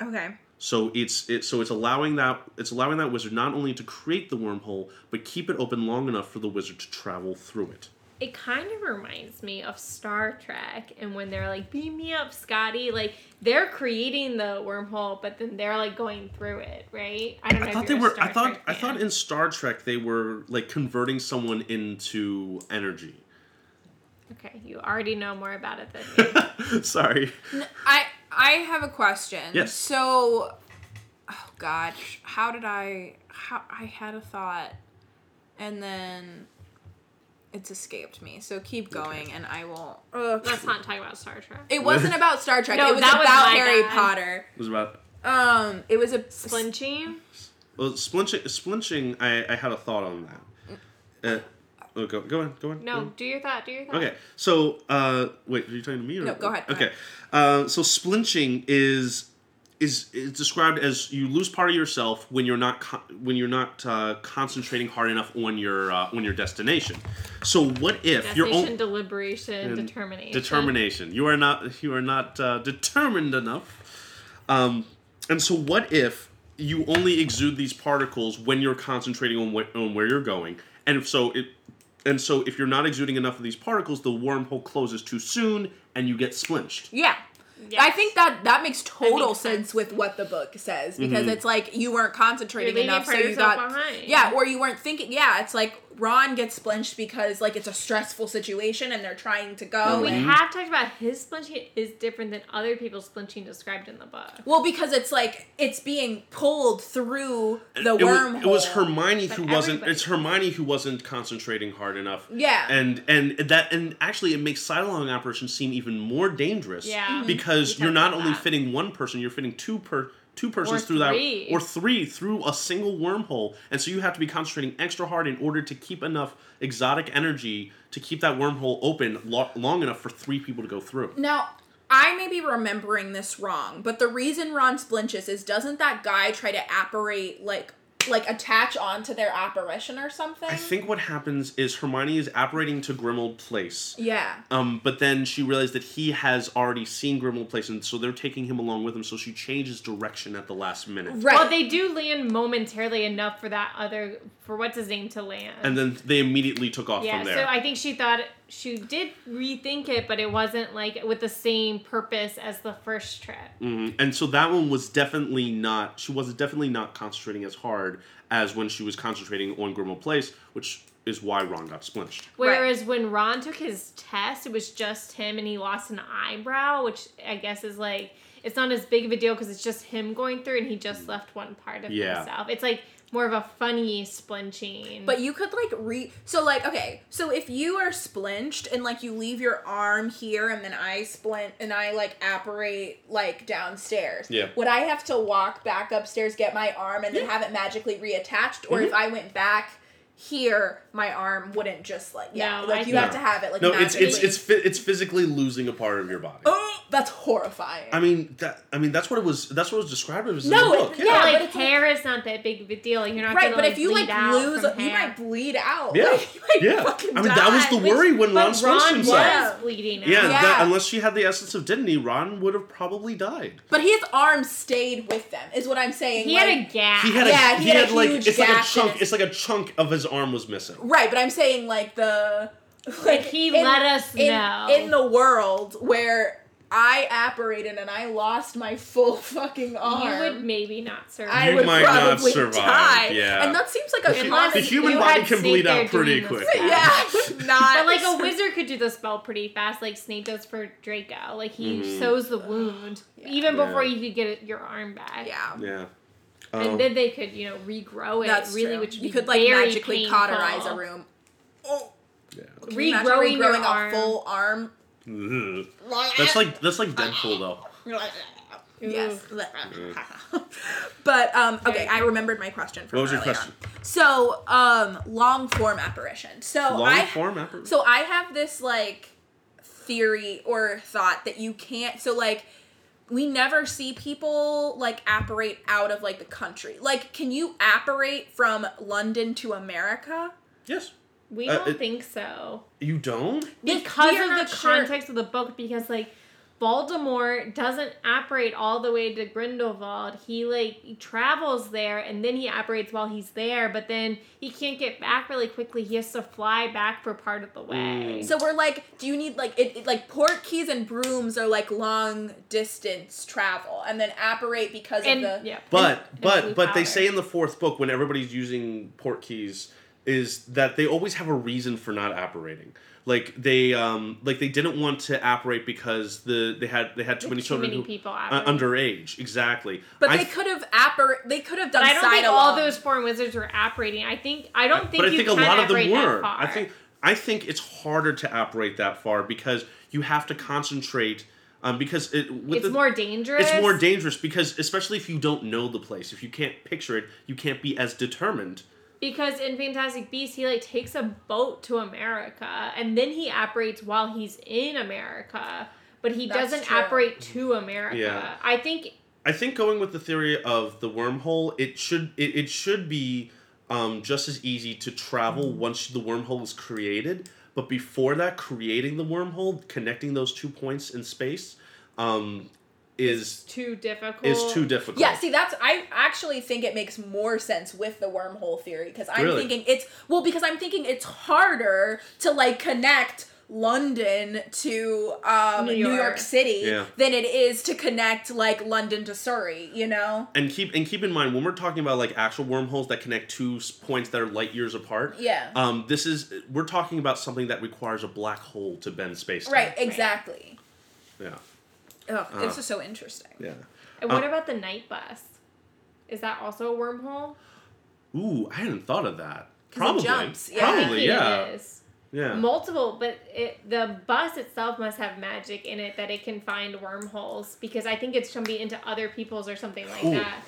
Speaker 2: Okay.
Speaker 4: So it's it, so it's allowing that it's allowing that wizard not only to create the wormhole but keep it open long enough for the wizard to travel through it.
Speaker 3: It kind of reminds me of Star Trek, and when they're like, "Beam me up, Scotty!" Like they're creating the wormhole, but then they're like going through it, right? I don't know.
Speaker 4: I
Speaker 3: if
Speaker 4: thought they
Speaker 3: you're a
Speaker 4: were.
Speaker 3: Star
Speaker 4: I thought.
Speaker 3: Trek
Speaker 4: I thought
Speaker 3: fan.
Speaker 4: in Star Trek they were like converting someone into energy. <laughs>
Speaker 3: Okay, you already know more about it
Speaker 4: <laughs>
Speaker 3: than me.
Speaker 4: Sorry.
Speaker 2: I I have a question.
Speaker 4: Yes.
Speaker 2: So, oh gosh, how did I? How I had a thought, and then it's escaped me. So keep going, and I will. Ugh.
Speaker 3: Let's not talk about Star Trek.
Speaker 2: It wasn't about Star Trek.
Speaker 3: No,
Speaker 2: it was
Speaker 3: that
Speaker 2: about
Speaker 3: was my
Speaker 2: Harry
Speaker 3: bad.
Speaker 2: Potter.
Speaker 4: It was about
Speaker 2: Um, it was a
Speaker 3: Flinching.
Speaker 4: well, splinching. Splinching. I, I had a thought on that. Uh, oh, go go on. Go on. go
Speaker 3: No,
Speaker 4: on.
Speaker 3: do your thought. Do your thought.
Speaker 4: Mm. Okay. So, uh, wait. Are you talking to me or
Speaker 2: No, go ahead, go
Speaker 4: okay. Uh, so splinching is. Is, is described as you lose part of yourself when you're not con- when you're not uh, concentrating hard enough on your uh, on your destination. So what if your
Speaker 3: Definition,
Speaker 4: own
Speaker 3: deliberation,
Speaker 4: and
Speaker 3: determination.
Speaker 4: Determination. You are not. You are not uh, determined enough. Um, and so, what if you only exude these particles when you're concentrating on, wh- on where you're going? And if so, it. And so, if you're not exuding enough of these particles, the wormhole closes too soon, and you get splinched.
Speaker 2: Yeah.
Speaker 3: Yes.
Speaker 2: I think that that makes total sense.
Speaker 3: makes sense.
Speaker 2: with what the book says because
Speaker 4: Mm-hmm.
Speaker 2: it's like you weren't concentrating
Speaker 3: You're leaving
Speaker 2: enough, so
Speaker 3: part
Speaker 2: you
Speaker 3: of yourself
Speaker 2: got
Speaker 3: behind.
Speaker 2: yeah, or you weren't thinking. Yeah, it's like Ron gets splinched because like it's a stressful situation and they're trying to go.
Speaker 3: We
Speaker 4: Mm-hmm.
Speaker 2: and-
Speaker 3: have talked about his splinching is different than other people's splinching described in the book.
Speaker 2: well, because it's like it's being pulled through the
Speaker 4: it,
Speaker 2: wormhole.
Speaker 4: was, it was Hermione who wasn't.
Speaker 3: everybody-
Speaker 4: It's Hermione who wasn't concentrating hard enough.
Speaker 2: Yeah.
Speaker 4: And and that and actually, it makes sidelong operations seem even more dangerous.
Speaker 3: Yeah. Mhm.
Speaker 4: Because
Speaker 3: We talked
Speaker 4: you're not
Speaker 3: about
Speaker 4: only
Speaker 3: that.
Speaker 4: fitting one person, you're fitting two per two persons
Speaker 3: Or
Speaker 4: through
Speaker 3: three.
Speaker 4: that or three through a single wormhole and so you have to be concentrating extra hard in order to keep enough exotic energy to keep that wormhole open lo- long enough for three people to go through
Speaker 2: Now, I may be remembering this wrong, but the reason Ron splinches is doesn't that guy try to apparate like like attach onto their apparition or something?
Speaker 4: i think what happens is hermione is apparating to grimald place
Speaker 2: Yeah.
Speaker 4: Um, but then she realized that he has already seen Grimmauld Place, and so they're taking him along with them. So she changes direction at the last minute,
Speaker 2: Right.
Speaker 3: Well, they do land momentarily enough for that other for what's his name to land.
Speaker 4: and then they immediately took off
Speaker 3: yeah,
Speaker 4: from there.
Speaker 3: so I think she thought she did rethink it, but it wasn't like with the same purpose as the first trip.
Speaker 4: Mhm. And so that one was definitely not. She was definitely not concentrating as hard as when she was concentrating on Grimmauld Place, which is why Ron got splinched.
Speaker 3: Whereas when Ron took his test, it was just him and he lost an eyebrow, which I guess is like it's not as big of a deal because it's just him going through and he just left one part of
Speaker 4: Mm. Yeah.
Speaker 3: himself. It's like more of a funny splinching.
Speaker 2: But you could like re so like okay so if you are splinched and like you leave your arm here and then I splint and I like apparate like downstairs.
Speaker 4: Yeah.
Speaker 2: Would I have to walk back upstairs, get my arm, and then have it magically reattached? Or if
Speaker 4: Mm-hmm.
Speaker 2: I went back here, my arm wouldn't just like yeah
Speaker 3: No,
Speaker 2: like
Speaker 3: I
Speaker 2: you
Speaker 3: think-
Speaker 2: have to have it like
Speaker 4: No, it's
Speaker 2: magically.
Speaker 4: it's it's phy- it's physically losing a part of your body.
Speaker 2: oh <gasps> that's horrifying.
Speaker 4: I mean that. I mean that's what it was. That's what it was described as in
Speaker 2: No,
Speaker 4: the
Speaker 2: it-
Speaker 4: book.
Speaker 3: yeah,
Speaker 2: yeah, but
Speaker 3: like
Speaker 2: it's like-
Speaker 3: hair is not that big of a deal. Like, you're not
Speaker 2: right,
Speaker 3: gonna,
Speaker 2: but if you like
Speaker 3: bleed out
Speaker 2: lose,
Speaker 3: from
Speaker 2: you
Speaker 3: hair.
Speaker 2: might bleed out. <laughs>
Speaker 4: Yeah,
Speaker 2: Like, you might
Speaker 4: yeah.
Speaker 2: fucking
Speaker 4: I mean, that was
Speaker 2: die.
Speaker 4: the worry when Ron
Speaker 3: But Ron
Speaker 4: splinched
Speaker 3: was
Speaker 4: himself.
Speaker 3: bleeding out.
Speaker 4: Yeah, That,
Speaker 2: Yeah.
Speaker 4: unless she had the essence of Dittany, Ron would have probably died.
Speaker 2: But his arm stayed with them, is what I'm saying.
Speaker 3: he
Speaker 2: like-
Speaker 3: had a gap.
Speaker 4: He had a,
Speaker 2: Ah, Yeah,
Speaker 4: he,
Speaker 2: he had a
Speaker 4: had, like
Speaker 2: huge
Speaker 4: it's like a
Speaker 2: gash in
Speaker 4: chunk.
Speaker 2: his-
Speaker 4: It's like a chunk of his arm was missing.
Speaker 2: Right, but I'm saying like the
Speaker 3: Like, he let us
Speaker 2: in,
Speaker 3: know.
Speaker 2: in the world where I apparated and I lost my full fucking arm.
Speaker 3: you would maybe not survive.
Speaker 2: I
Speaker 4: You
Speaker 2: would
Speaker 4: might not
Speaker 2: probably
Speaker 4: survive,
Speaker 2: die.
Speaker 4: yeah.
Speaker 2: and that seems like a
Speaker 4: hu-
Speaker 3: Unless
Speaker 4: the
Speaker 2: common-
Speaker 4: human
Speaker 3: you
Speaker 4: body
Speaker 3: had
Speaker 4: can
Speaker 3: Snape
Speaker 4: bleed out
Speaker 3: there
Speaker 4: pretty
Speaker 3: doing this
Speaker 4: quick.
Speaker 2: <laughs>
Speaker 3: stuff.
Speaker 2: yeah, I would not.
Speaker 3: <laughs> But like
Speaker 2: <laughs>
Speaker 3: a wizard could do the spell pretty fast, like Snape does for Draco. Like he
Speaker 4: Mhm.
Speaker 3: sews the wound
Speaker 2: Yeah.
Speaker 3: even before
Speaker 4: Yeah.
Speaker 3: you could get it- your arm back.
Speaker 2: yeah.
Speaker 4: Yeah.
Speaker 3: and
Speaker 4: Um,
Speaker 3: then they could you know regrow it.
Speaker 2: That's
Speaker 3: really,
Speaker 2: true.
Speaker 3: which would
Speaker 2: you
Speaker 3: be
Speaker 2: could like
Speaker 3: very
Speaker 2: magically
Speaker 3: painful.
Speaker 2: cauterize a room. Oh,
Speaker 4: yeah.
Speaker 2: can you imagine
Speaker 3: Regrowing your
Speaker 2: regrowing a
Speaker 3: arm.
Speaker 2: full arm.
Speaker 4: Ugh. That's like that's like Deadpool though.
Speaker 2: Yes. <laughs> but um okay, I remembered my question from
Speaker 4: What was your
Speaker 2: earlier.
Speaker 4: question?
Speaker 2: So, um long form apparition. So
Speaker 4: Long
Speaker 2: I
Speaker 4: form effort.
Speaker 2: So I have this like theory or thought that you can't so like we never see people like apparate out of like the country. Like can you apparate from London to America?
Speaker 4: yes.
Speaker 3: We
Speaker 4: Uh,
Speaker 3: don't
Speaker 4: it-
Speaker 3: think so
Speaker 4: You don't.
Speaker 2: Yes,
Speaker 3: because
Speaker 2: we are
Speaker 3: of the
Speaker 2: not sure.
Speaker 3: context of the book. Because like Voldemort doesn't operate all the way to Grindelwald. He like he travels there and then he operates while he's there, but then he can't get back really quickly. He has to fly back for part of the way.
Speaker 4: Mm.
Speaker 2: So we're like, do you need like it, it- like port keys and brooms are like long distance travel, and then apparate because
Speaker 3: and
Speaker 2: of the
Speaker 3: yeah,
Speaker 4: But
Speaker 3: and-
Speaker 4: but
Speaker 3: and
Speaker 4: but they
Speaker 3: blue
Speaker 4: say in
Speaker 3: powder.
Speaker 4: the fourth book when everybody's using port keys is that they always have a reason for not operating. Like they um like they didn't want to operate because the they had they had too many
Speaker 3: too
Speaker 4: children
Speaker 3: many
Speaker 4: who-
Speaker 3: people
Speaker 4: uh, underage exactly.
Speaker 2: But
Speaker 4: I
Speaker 2: they could have appar- they could have done.
Speaker 3: But I don't think all
Speaker 2: side-along.
Speaker 3: those foreign wizards were operating. I think I don't think.
Speaker 4: but I
Speaker 3: you
Speaker 4: think a
Speaker 3: can
Speaker 4: lot of them
Speaker 3: operate that
Speaker 4: were. I
Speaker 3: far.
Speaker 4: think I think it's harder to operate that far because you have to concentrate um, because it with
Speaker 3: it's
Speaker 4: the,
Speaker 3: more dangerous.
Speaker 4: It's more dangerous because especially if you don't know the place, if you can't picture it, you can't be as determined.
Speaker 3: because in Fantastic Beasts, he like takes a boat to America, and then he operates while he's in America. But he
Speaker 2: That's
Speaker 3: doesn't
Speaker 2: true.
Speaker 3: operate to America.
Speaker 4: Yeah.
Speaker 3: I think
Speaker 4: I think going with the theory of the wormhole, it should it, it should be um, just as easy to travel
Speaker 3: Mm-hmm.
Speaker 4: once the wormhole is created, but before that, creating the wormhole, connecting those two points in space, um, is
Speaker 3: too difficult.
Speaker 4: is too difficult.
Speaker 2: Yeah, see, that's I actually think it makes more sense with the wormhole theory because I'm
Speaker 4: Really?
Speaker 2: thinking it's well because I'm thinking it's harder to like connect London to um,
Speaker 3: New
Speaker 2: New, York.
Speaker 3: York.
Speaker 2: City
Speaker 4: Yeah.
Speaker 2: than it is to connect like London to Surrey. You know?
Speaker 4: and keep and keep in mind when we're talking about like actual wormholes that connect two s- points that are light years apart.
Speaker 2: Yeah.
Speaker 4: Um, this is we're talking about something that requires a black hole to bend space. time.
Speaker 2: right. Exactly.
Speaker 4: Yeah.
Speaker 2: Ugh,
Speaker 4: Uh-huh.
Speaker 2: This is so interesting.
Speaker 4: Yeah.
Speaker 3: And what
Speaker 4: Uh,
Speaker 3: about the night bus? Is that also a wormhole?
Speaker 4: Ooh, I hadn't thought of that.
Speaker 2: 'Cause
Speaker 4: Probably.
Speaker 2: it jumps, yeah.
Speaker 4: Probably,
Speaker 3: It
Speaker 4: yeah.
Speaker 3: is.
Speaker 4: Yeah.
Speaker 3: multiple but it, the bus itself must have magic in it that it can find wormholes because i think it's going to be into other people's or something like
Speaker 4: Ooh.
Speaker 3: that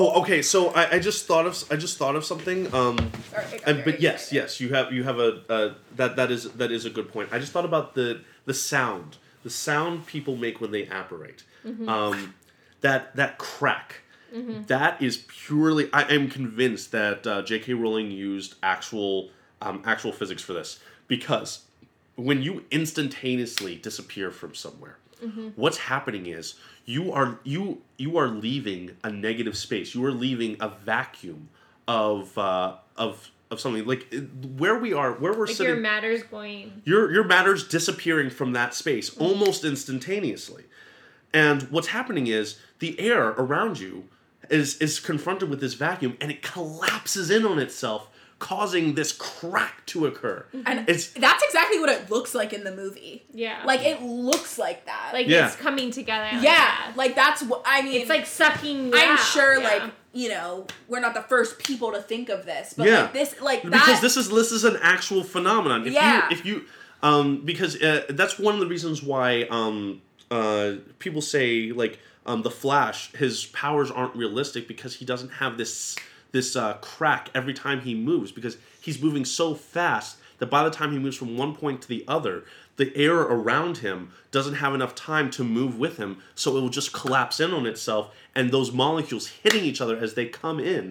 Speaker 4: oh, okay. So I, I just thought of I just thought of something. Um,
Speaker 2: Sorry, I got
Speaker 4: and,
Speaker 2: very
Speaker 4: but yes,
Speaker 2: excited.
Speaker 4: yes, you have you have a uh, that that is that is a good point. I just thought about the the sound, the sound people make when they apparate. Um, that that crack. that is purely. I am convinced that uh, J.K. Rowling used actual um, actual physics for this because when you instantaneously disappear from somewhere,
Speaker 3: Mm-hmm.
Speaker 4: what's happening is you are you you are leaving a negative space. You are leaving a vacuum of uh, of of something like uh, where we are, where we're
Speaker 3: like your
Speaker 4: sitting
Speaker 3: matter's going
Speaker 4: your your matter's disappearing from that space
Speaker 3: Mm-hmm.
Speaker 4: almost instantaneously and what's happening is the air around you is is confronted with this vacuum and it collapses in on itself causing this crack to occur
Speaker 3: Mm-hmm.
Speaker 2: And
Speaker 4: it's
Speaker 2: that's exactly what it looks like in the movie.
Speaker 3: yeah
Speaker 2: Like it looks like that.
Speaker 3: like
Speaker 4: Yeah.
Speaker 3: it's coming together like
Speaker 2: yeah,
Speaker 3: that.
Speaker 2: like that's what I mean.
Speaker 3: it's like sucking you
Speaker 2: I'm
Speaker 3: out,
Speaker 2: sure
Speaker 3: yeah.
Speaker 2: like you know we're not the first people to think of this, but
Speaker 4: Yeah.
Speaker 2: like this like that.
Speaker 4: because this is this is an actual phenomenon if
Speaker 2: Yeah.
Speaker 4: you if you um because uh, that's one of the reasons why um uh people say like um the flash his powers aren't realistic because he doesn't have this this uh crack every time he moves because he's moving so fast that by the time he moves from one point to the other the air around him doesn't have enough time to move with him so it will just collapse in on itself and those molecules hitting each other as they come in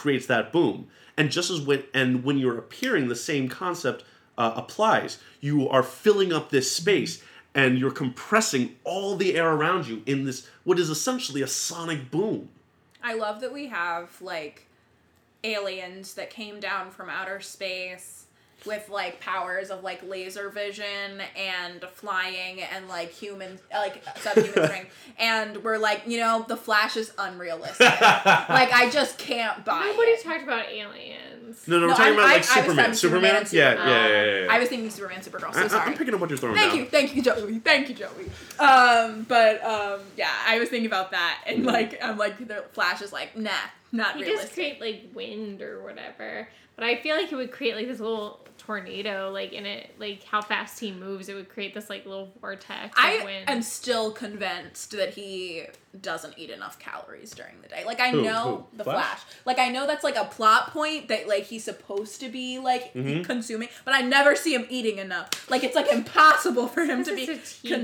Speaker 4: creates that boom. And just as when and when you're appearing, the same concept uh, applies. You are filling up this space, and you're compressing all the air around you in this what is essentially a sonic boom.
Speaker 2: I love that we have like aliens that came down from outer space with like powers of like laser vision and flying and like human like
Speaker 4: <laughs>
Speaker 2: subhuman strength and we're like you know the flash is unrealistic
Speaker 4: <laughs>
Speaker 2: like i just can't buy
Speaker 3: nobody
Speaker 2: it.
Speaker 3: talked about aliens
Speaker 4: No, no,
Speaker 2: No,
Speaker 4: we're talking
Speaker 2: I'm-
Speaker 4: about
Speaker 2: I- I
Speaker 4: like
Speaker 2: was
Speaker 4: Superman.
Speaker 2: talking Superman,
Speaker 4: Superman. Yeah,
Speaker 2: Superman.
Speaker 4: yeah, yeah, yeah. yeah.
Speaker 2: i was thinking superman supergirl so
Speaker 4: I- I-
Speaker 2: sorry
Speaker 4: <laughs> I'm picking up what you're throwing
Speaker 2: Thank
Speaker 4: down.
Speaker 2: you, thank you, Joey. Thank you, Joey. Um, but um, yeah, I was thinking about that,
Speaker 4: Mm-hmm.
Speaker 2: and like, I'm like, the Flash is like, nah, not
Speaker 3: he
Speaker 2: realistic.
Speaker 3: just create like wind or whatever but i feel like it would create like this little tornado like in it like how fast he moves it would create this like little vortex of
Speaker 2: I
Speaker 3: wind.
Speaker 2: am still convinced that he doesn't eat enough calories during the day. Like I
Speaker 4: Who,
Speaker 2: know
Speaker 4: who,
Speaker 2: the
Speaker 4: Flash?
Speaker 2: Flash? Like I know that's like a plot point that like he's supposed to be like e-,
Speaker 4: Mhm.
Speaker 2: consuming, but I never see him eating enough. Like it's like impossible for him to be
Speaker 3: Because it's a TV show.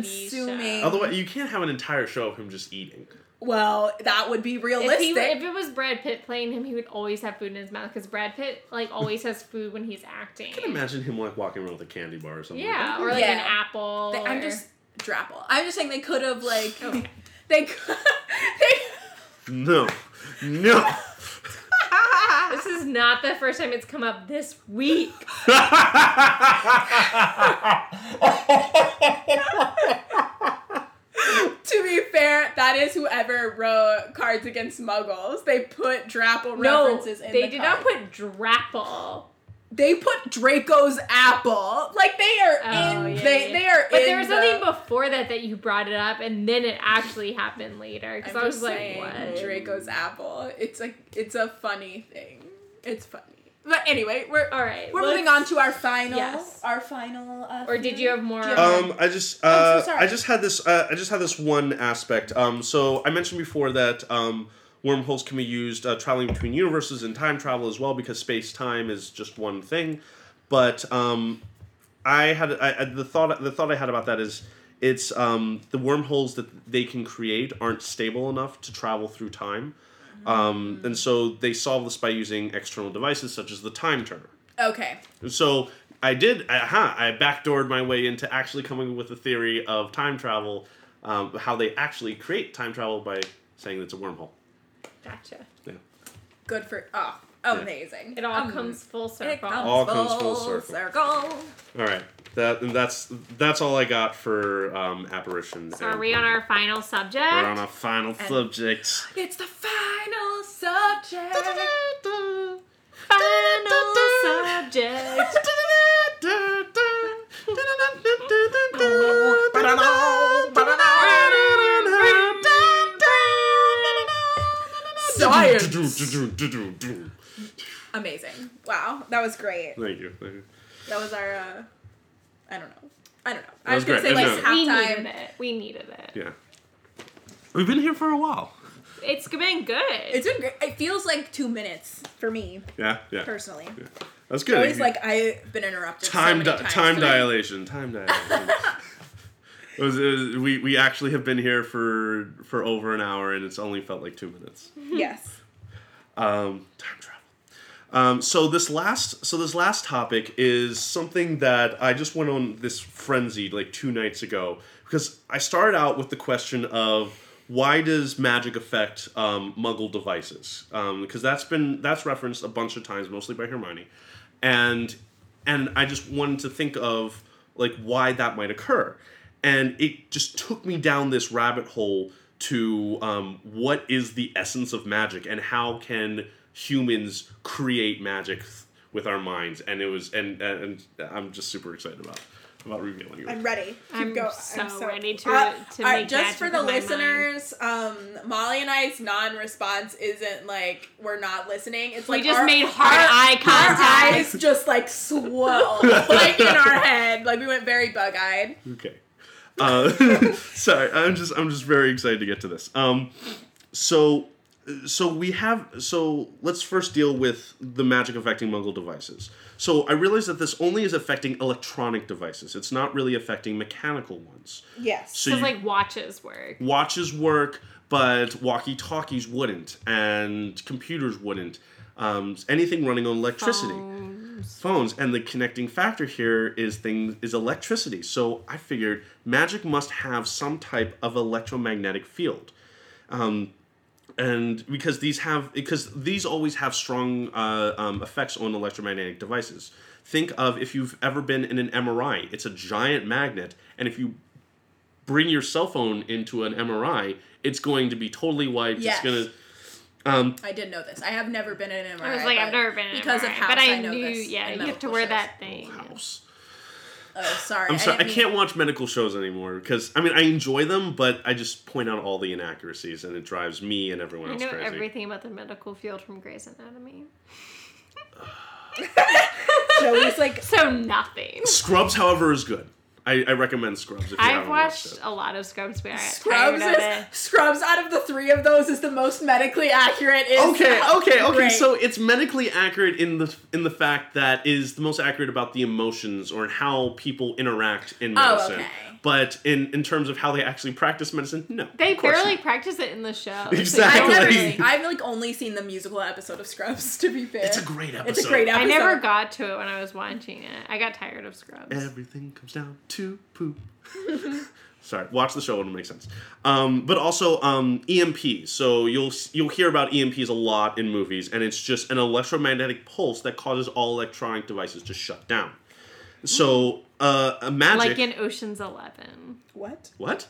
Speaker 2: consuming.
Speaker 4: Otherwise, you can't have an entire show of him just eating.
Speaker 2: well, that would be
Speaker 3: If,
Speaker 2: realistic.
Speaker 3: he, were- if it was Brad Pitt playing him, he would always have food in his mouth because Brad Pitt like always has food when he's acting.
Speaker 4: I can imagine him like walking around with a candy bar or something. like
Speaker 3: Yeah,
Speaker 4: that.
Speaker 3: or like an
Speaker 2: Yeah.
Speaker 3: apple.
Speaker 2: They- I'm
Speaker 3: or-
Speaker 2: just drapple. I'm just saying they could have like
Speaker 3: <laughs> Okay.
Speaker 2: they could <laughs> they <laughs>
Speaker 4: no, no. <laughs>
Speaker 3: This is not the first time it's come up this
Speaker 2: <laughs>
Speaker 3: week.
Speaker 2: to be fair, that is whoever wrote Cards Against Muggles. They put Drapple
Speaker 3: No,
Speaker 2: references in
Speaker 3: they
Speaker 2: the
Speaker 3: did
Speaker 2: card.
Speaker 3: not put Drapple.
Speaker 2: They put Draco's apple. Like they are
Speaker 3: Oh,
Speaker 2: in
Speaker 3: yeah,
Speaker 2: they
Speaker 3: yeah.
Speaker 2: they are
Speaker 3: But
Speaker 2: in
Speaker 3: there was
Speaker 2: the-
Speaker 3: something before that that you brought it up, and then it actually happened later. Because
Speaker 2: I'm
Speaker 3: I was
Speaker 2: just
Speaker 3: like,
Speaker 2: saying,
Speaker 3: what?
Speaker 2: Draco's apple. It's like it's a funny thing. It's funny. But anyway, we're
Speaker 3: All right,
Speaker 2: we're
Speaker 3: let's-
Speaker 2: moving on to our final
Speaker 3: Yes.
Speaker 2: our final uh,
Speaker 3: Or did you have more?
Speaker 2: Do you have-
Speaker 4: Um, I just
Speaker 2: Oh, I'm
Speaker 4: uh,
Speaker 2: so sorry.
Speaker 4: I just had this uh, I just had this one aspect. Um, so I mentioned before that um, wormholes can be used uh, traveling between universes and time travel as well because space time is just one thing. But um, I had I, I- the thought the thought I had about that is it's um, the wormholes that they can create aren't stable enough to travel through time. Um, and so they solve this by using external devices such as the time turner.
Speaker 2: Okay.
Speaker 4: So I did, aha, I backdoored my way into actually coming up with a theory of time travel, um, how they actually create time travel by saying it's a wormhole.
Speaker 3: Gotcha.
Speaker 4: Yeah.
Speaker 2: Good for oh amazing.
Speaker 3: It all
Speaker 2: Um,
Speaker 3: comes full
Speaker 2: it
Speaker 3: circle.
Speaker 4: All comes full
Speaker 2: circle.
Speaker 4: All right. That and that's that's all I got for um, apparition.
Speaker 3: so are we on our final subject?
Speaker 4: We're on a final subject.
Speaker 2: It's the final subject.
Speaker 3: <laughs> final
Speaker 2: <laughs>
Speaker 3: subject.
Speaker 2: Science. Amazing. Wow, that was great.
Speaker 4: Thank you. Thank you.
Speaker 2: That was our. Uh, I don't know. I don't know.
Speaker 4: That
Speaker 2: I
Speaker 4: was
Speaker 2: was gonna
Speaker 4: great.
Speaker 2: say like
Speaker 4: That was
Speaker 3: Like, we
Speaker 2: halftime.
Speaker 3: needed it. We needed it.
Speaker 4: Yeah. We've been here for a while.
Speaker 3: It's been good.
Speaker 2: It's been great. It feels like two minutes for me
Speaker 4: Yeah, yeah.
Speaker 2: personally.
Speaker 4: That's good.
Speaker 2: Always like I've been interrupted.
Speaker 4: time
Speaker 2: so
Speaker 4: di-
Speaker 2: many times.
Speaker 4: time dilation. Time dilation. <laughs> It was, it was- we, we actually have been here for for over an hour and it's only felt like two minutes.
Speaker 2: Yes.
Speaker 4: um, time travel. Um, so this last so this last topic is something that I just went on this frenzy like two nights ago because I started out with the question of why does magic affect um, Muggle devices Um, because that's been that's referenced a bunch of times mostly by Hermione, and and I just wanted to think of like why that might occur, and it just took me down this rabbit hole to um, what is the essence of magic and how can humans create magic th- with our minds, and it was and and, and I'm just super excited about about revealing it.
Speaker 2: I'm ready. Keep
Speaker 3: I'm
Speaker 2: go-
Speaker 3: so ready to- to
Speaker 2: Uh, all right,
Speaker 3: make
Speaker 2: just for
Speaker 3: magic
Speaker 2: the
Speaker 3: with my
Speaker 2: listeners, um, Molly and I's non-response isn't like we're not listening. It's
Speaker 3: we
Speaker 2: like
Speaker 3: just
Speaker 2: our-
Speaker 3: made hard
Speaker 2: our-
Speaker 3: eye
Speaker 2: Our
Speaker 3: contact.
Speaker 2: eyes just like swirl, like in
Speaker 4: <laughs>
Speaker 2: our head. Like we went very bug-eyed.
Speaker 4: Okay. Uh, <laughs> sorry, I'm just I'm just very excited to get to this. Um, so so we have so let's first deal with the magic affecting Muggle devices. So I realize that this only is affecting electronic devices. It's not really affecting mechanical ones.
Speaker 2: Yes.
Speaker 4: So
Speaker 3: Because
Speaker 4: you,
Speaker 3: like watches work.
Speaker 4: watches work, but walkie-talkies wouldn't, and computers wouldn't. Um, anything running on electricity
Speaker 3: Phones.
Speaker 4: phones and the connecting factor here is things is electricity so i figured magic must have some type of electromagnetic field um, and because these have because these always have strong uh, um, effects on electromagnetic devices think of if you've ever been in an mri it's a giant magnet and if you bring your cell phone into an mri it's going to be totally wiped
Speaker 2: Yes.
Speaker 4: it's going to
Speaker 2: I did know this. I have never been in an MRI.
Speaker 3: I was like,
Speaker 2: but
Speaker 3: I've never been in
Speaker 2: because
Speaker 3: an
Speaker 2: of
Speaker 3: MRI,
Speaker 2: house,
Speaker 3: but I,
Speaker 2: know
Speaker 3: knew.
Speaker 2: this
Speaker 3: yeah,
Speaker 2: in
Speaker 3: you have
Speaker 2: medical
Speaker 3: to wear
Speaker 2: shows.
Speaker 3: that thing.
Speaker 4: house
Speaker 2: Oh, sorry.
Speaker 4: I'm sorry. I
Speaker 2: didn't mean-
Speaker 4: can't watch medical shows anymore because I mean I enjoy them, but I just point out all the inaccuracies, and it drives me and everyone
Speaker 3: I
Speaker 4: else
Speaker 3: know
Speaker 4: crazy.
Speaker 3: everything about the medical field from Grey's Anatomy.
Speaker 2: Joey's like,
Speaker 3: So nothing.
Speaker 4: Scrubs, however, is good. I, I recommend Scrubs. If you
Speaker 3: I've
Speaker 4: haven't watched,
Speaker 3: watched
Speaker 4: it.
Speaker 3: a lot of Scrubs, but I got
Speaker 2: Scrubs
Speaker 3: tired of
Speaker 2: is
Speaker 3: it.
Speaker 2: Scrubs out of the three of those is the most medically accurate. Is
Speaker 4: Okay, okay, okay.
Speaker 2: Great.
Speaker 4: So it's medically accurate in the in the fact that is the most accurate about the emotions or how people interact in
Speaker 2: Oh,
Speaker 4: medicine.
Speaker 2: okay.
Speaker 4: But in in terms of how they actually practice medicine, no.
Speaker 3: They
Speaker 4: of course
Speaker 3: barely
Speaker 4: not.
Speaker 3: practice it in the show. So
Speaker 4: <laughs> Exactly.
Speaker 2: I've
Speaker 3: don't
Speaker 2: never,
Speaker 3: really-
Speaker 2: I've like only seen the musical episode of Scrubs. To be fair,
Speaker 4: It's a great episode.
Speaker 2: It's a great
Speaker 3: I
Speaker 2: episode.
Speaker 3: never got to it when I was watching it. I got tired of Scrubs.
Speaker 4: Everything comes down to
Speaker 3: <laughs>
Speaker 4: poop. Sorry, watch the show; it'll make sense. Um, but also um, EMPs. So you'll you'll hear about EMPs a lot in movies, and it's just an electromagnetic pulse that causes all electronic devices to shut down. So uh, a magic.
Speaker 3: Like in Ocean's Eleven.
Speaker 2: What?
Speaker 4: what?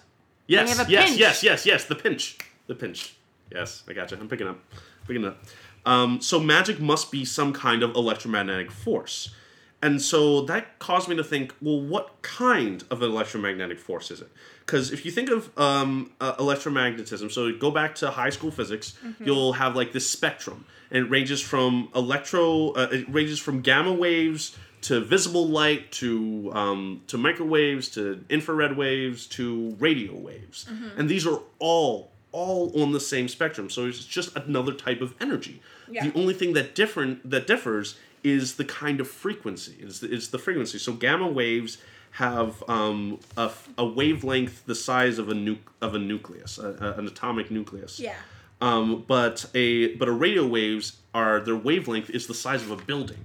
Speaker 4: Yes,
Speaker 3: have a
Speaker 4: yes,
Speaker 3: pinch.
Speaker 4: yes, yes, yes. The pinch, the pinch. Yes, I gotcha. I'm picking up, picking up. Um, so magic must be some kind of electromagnetic force. And so that caused me to think, well, what kind of electromagnetic force is it? Because if you think of um, uh, electromagnetism, so go back to high school physics, you'll have like this spectrum, and it ranges from electro, uh, it ranges from gamma waves to visible light to um, to microwaves to infrared waves to radio waves, and these are all all on the same spectrum. So it's just another type of energy.
Speaker 2: Yeah.
Speaker 4: The only thing that different that differs is the kind of frequency. Is the, is the frequency. So gamma waves have um, a, f- a wavelength the size of a nu- of a nucleus, a, a- an atomic nucleus.
Speaker 2: Yeah.
Speaker 4: Um, but a but a radio waves are their wavelength is the size of a building,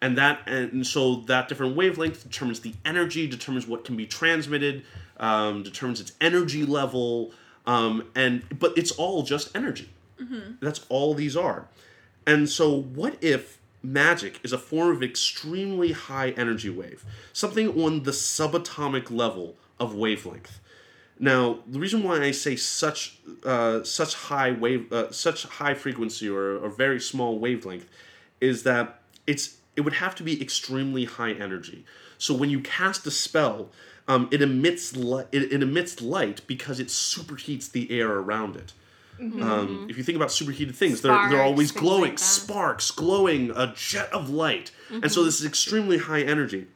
Speaker 4: and that and so that different wavelength determines the energy, determines what can be transmitted, um, determines its energy level, um, and but it's all just energy. That's all these are. And so, what if magic is a form of extremely high energy wave, something on the subatomic level of wavelength? Now, the reason why I say such uh, such high wave, uh, such high frequency or, or very small wavelength, is that it's it would have to be extremely high energy. So when you cast a spell, um, it emits li- it, it emits light because it superheats the air around it. Um, if you think about superheated things, they're, they're
Speaker 3: Mm-hmm. Sparks,
Speaker 4: always
Speaker 3: things
Speaker 4: glowing,
Speaker 3: like that.
Speaker 4: sparks, glowing, a jet of light. And
Speaker 3: Mm-hmm.
Speaker 4: so this is extremely high energy.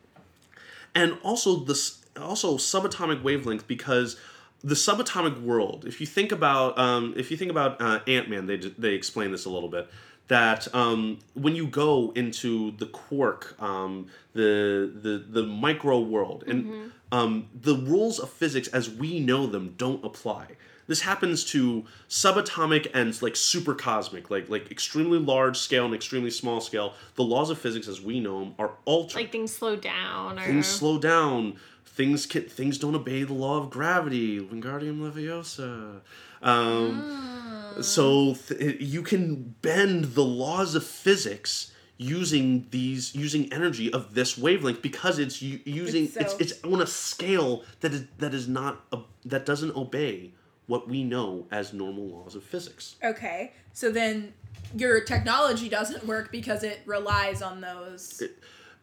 Speaker 4: And also this also subatomic wavelength because the subatomic world, if you think about um, if you think about uh, Ant-Man, they, d- they explain this a little bit that um, when you go into the quark, um, the, the the micro world, and um, the rules of physics as we know them don't apply. This happens to subatomic and like super cosmic, like like extremely large scale and extremely small scale. The laws of physics as we know them are altered.
Speaker 3: Like things slow down or
Speaker 4: things slow down. Things can, things don't obey the law of gravity. Wingardium Leviosa. Um, so th- you can bend the laws of physics using these using energy of this wavelength because it's u- using
Speaker 2: It's
Speaker 4: it's,
Speaker 2: so-
Speaker 4: it's on a scale that is that is not a, that doesn't obey what we know as normal laws of physics.
Speaker 2: Okay, so then your technology doesn't work because it relies on those.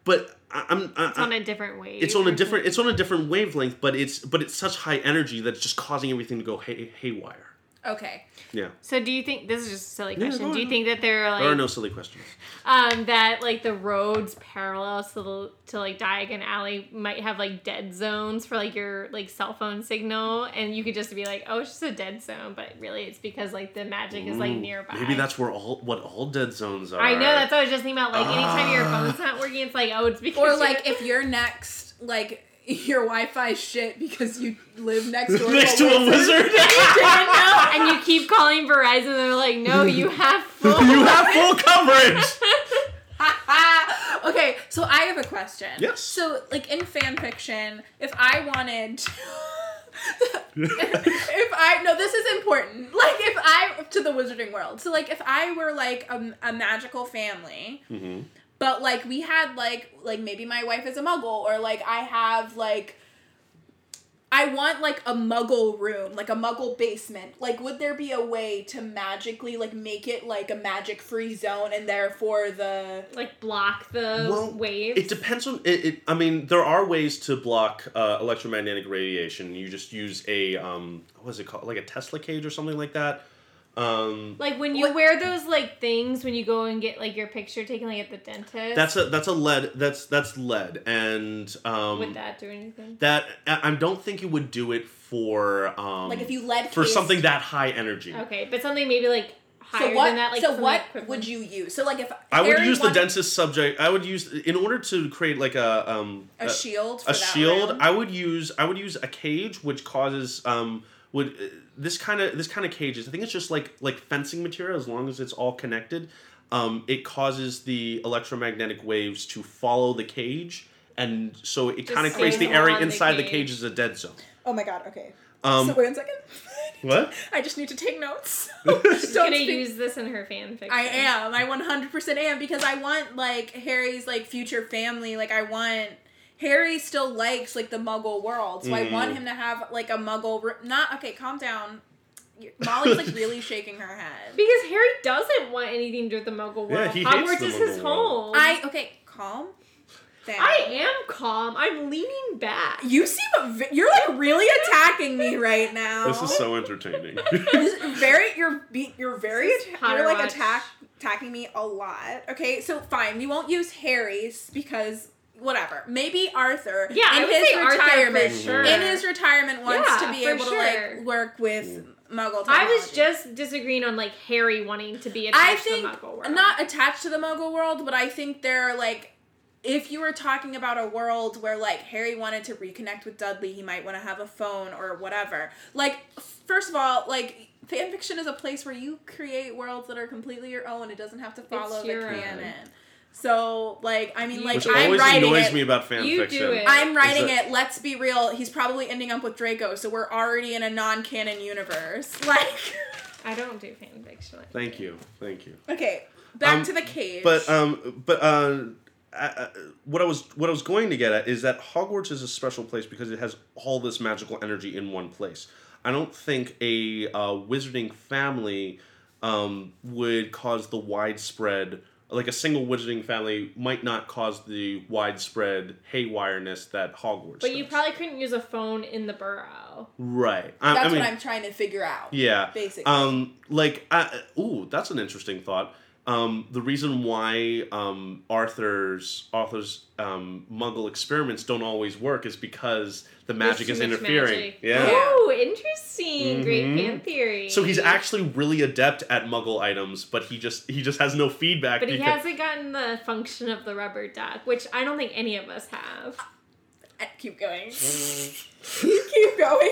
Speaker 4: But I, I'm I,
Speaker 3: it's on a different wave.
Speaker 4: it's on a
Speaker 3: or
Speaker 4: different it's on a different wavelength, but it's but it's such high energy that it's just causing everything to go hay, haywire.
Speaker 2: Okay,
Speaker 4: Yeah,
Speaker 3: So do you think this is just a silly
Speaker 4: Yeah,
Speaker 3: question?
Speaker 4: go
Speaker 3: do you
Speaker 4: on.
Speaker 3: think that there are like
Speaker 4: there are no silly questions.
Speaker 3: um that like the roads parallel to the, to like Diagon Alley might have like dead zones for like your like cell phone signal and you could just be like, "Oh, it's just a dead zone," but really it's because like the magic is like
Speaker 4: Ooh,
Speaker 3: nearby.
Speaker 4: Maybe that's where all what all dead zones are.
Speaker 3: I know that's what I was just thinking about like anytime
Speaker 4: Ah.
Speaker 3: your phone's not working, it's like, "Oh, it's because
Speaker 2: or
Speaker 3: you're- <laughs>
Speaker 2: like if you're next, like <laughs> your Wi-Fi shit because you live
Speaker 4: <laughs>
Speaker 2: next door
Speaker 4: next to a wizard.
Speaker 3: <laughs> didn't know and you keep calling Verizon and they're like, "No,
Speaker 4: <laughs>
Speaker 3: you have full
Speaker 4: you have full coverage.
Speaker 2: Ah, <laughs> okay, so I have a question.
Speaker 4: Yes.
Speaker 2: So, like in fan fiction, if I wanted to. if I no, this is important. Like if I to the wizarding world. So like if I were like a, a magical family,
Speaker 4: Mhm.
Speaker 2: but like we had like like maybe my wife is a muggle or like I have like I want like a muggle room, like a muggle basement. Like would there be a way to magically like make it like a magic free zone and therefore the
Speaker 3: like block the
Speaker 4: Well,
Speaker 3: waves."
Speaker 4: It depends on it, it. I mean, there are ways to block uh, electromagnetic radiation. You just use a um, what is it called, like a Tesla cage or something like that. Um,
Speaker 3: Like when you
Speaker 2: What-
Speaker 3: wear those like things when you go and get like your picture taken like at the dentist.
Speaker 4: that's a that's a lead. That's that's lead, and um,
Speaker 3: would that do anything?
Speaker 4: that I I don't think you would do it for um,
Speaker 2: Like if you lead
Speaker 4: for
Speaker 2: case-
Speaker 4: something that high energy.
Speaker 3: Okay, but something maybe like higher
Speaker 2: so what
Speaker 3: than that. Like
Speaker 2: so
Speaker 3: something
Speaker 2: what
Speaker 3: equivalent.
Speaker 2: would you use? So like if
Speaker 4: I would
Speaker 2: Harry
Speaker 4: use the
Speaker 2: wanted
Speaker 4: dentist subject. I would use in order to create like a um
Speaker 2: a shield for
Speaker 4: a
Speaker 2: that
Speaker 4: shield
Speaker 2: room?
Speaker 4: i would use i would use a cage which causes um would uh, this kind of this kind of cages i think it's just like like fencing material as long as it's all connected um it causes the electromagnetic waves to follow the cage and so it kind of
Speaker 3: stay
Speaker 4: creates the area
Speaker 3: on the
Speaker 4: inside the
Speaker 3: cage.
Speaker 4: cage as a dead zone
Speaker 2: Oh my god, okay.
Speaker 4: um
Speaker 2: so wait a second. <laughs>
Speaker 4: what
Speaker 2: I just need to take notes. <laughs>
Speaker 4: <laughs>
Speaker 2: Don't
Speaker 3: She's gonna
Speaker 2: speak-
Speaker 3: use this in her fan fiction.
Speaker 2: I am. I 100% am because I want like Harry's like future family. Like I want Harry still likes like the Muggle world, so I want
Speaker 4: Mm.
Speaker 2: him to have like a Muggle. r not okay. Calm down. You- Molly's like really shaking her <laughs> head.
Speaker 3: Because Harry doesn't want anything to do with the Muggle world.
Speaker 4: Yeah, he hates
Speaker 3: Hogwarts
Speaker 4: the
Speaker 3: is
Speaker 4: Muggle
Speaker 3: his home.
Speaker 4: world.
Speaker 2: I okay. Calm down.
Speaker 3: I am calm. I'm leaning back.
Speaker 2: You seem a ve- you're like really attacking me right now.
Speaker 4: this is so
Speaker 2: <laughs>
Speaker 4: entertaining
Speaker 2: This is very you're be, you're very
Speaker 3: This is
Speaker 2: atta-
Speaker 3: Potter
Speaker 2: you're like
Speaker 3: Watch.
Speaker 2: attack attacking me a lot. Okay, so fine, we won't use Harry's because whatever. Maybe Arthur.
Speaker 3: Yeah, I
Speaker 2: in
Speaker 3: would
Speaker 2: his
Speaker 3: say Arthur for
Speaker 2: retirement,
Speaker 3: sure.
Speaker 2: in his retirement, wants
Speaker 3: Yeah,
Speaker 2: to be
Speaker 3: for
Speaker 2: able to
Speaker 3: sure.
Speaker 2: like work with Muggle.
Speaker 3: I was
Speaker 2: technology.
Speaker 3: just disagreeing on like Harry wanting to be attached
Speaker 2: I
Speaker 3: to the Muggle
Speaker 2: think
Speaker 3: world.
Speaker 2: not attached to the Muggle world, but I think they're like. If you were talking about a world where like Harry wanted to reconnect with Dudley, he might want to have a phone or whatever. Like, first of all, like fanfiction is a place where you create worlds that are completely your own. It doesn't have to follow the
Speaker 3: your own.
Speaker 2: canon. So, like, I mean,
Speaker 3: You-
Speaker 2: like,
Speaker 4: which
Speaker 2: I'm
Speaker 4: always
Speaker 2: writing
Speaker 4: annoys
Speaker 2: it.
Speaker 4: me about fan
Speaker 3: You do
Speaker 4: fiction
Speaker 3: it.
Speaker 2: I'm writing
Speaker 4: Is it-
Speaker 2: it. Let's be real. He's probably ending up with Draco, so we're already in a non-canon universe. <laughs> Like,
Speaker 3: I don't do fan fiction. like
Speaker 4: thank you thank you
Speaker 2: okay, back
Speaker 4: Um,
Speaker 2: to the cage.
Speaker 4: But um, but uh, I, I, what I was what I was going to get at is that Hogwarts is a special place because it has all this magical energy in one place. I don't think a uh, wizarding family um, would cause the widespread like a single wizarding family might not cause the widespread haywireness that Hogwarts.
Speaker 3: But you
Speaker 4: does.
Speaker 3: probably couldn't use a phone in the borough.
Speaker 4: right. I,
Speaker 2: That's
Speaker 4: I mean,
Speaker 2: what I'm trying to figure out.
Speaker 4: yeah.
Speaker 2: Basically.
Speaker 4: Um, like, I, ooh, that's an interesting thought. Um, the reason why um, Arthur's Arthur's um, Muggle experiments don't always work is because the magic
Speaker 3: There's
Speaker 4: is
Speaker 3: too much
Speaker 4: interfering.
Speaker 3: magic.
Speaker 4: Yeah.
Speaker 3: Ooh, interesting. Great
Speaker 4: Mhm.
Speaker 3: fan theory.
Speaker 4: So he's actually really adept at Muggle items, but he just he just has no feedback.
Speaker 3: But he
Speaker 4: because-
Speaker 3: hasn't gotten the function of the rubber duck, which I don't think any of us have.
Speaker 2: Uh, Keep going. Keep
Speaker 4: <laughs>
Speaker 2: going.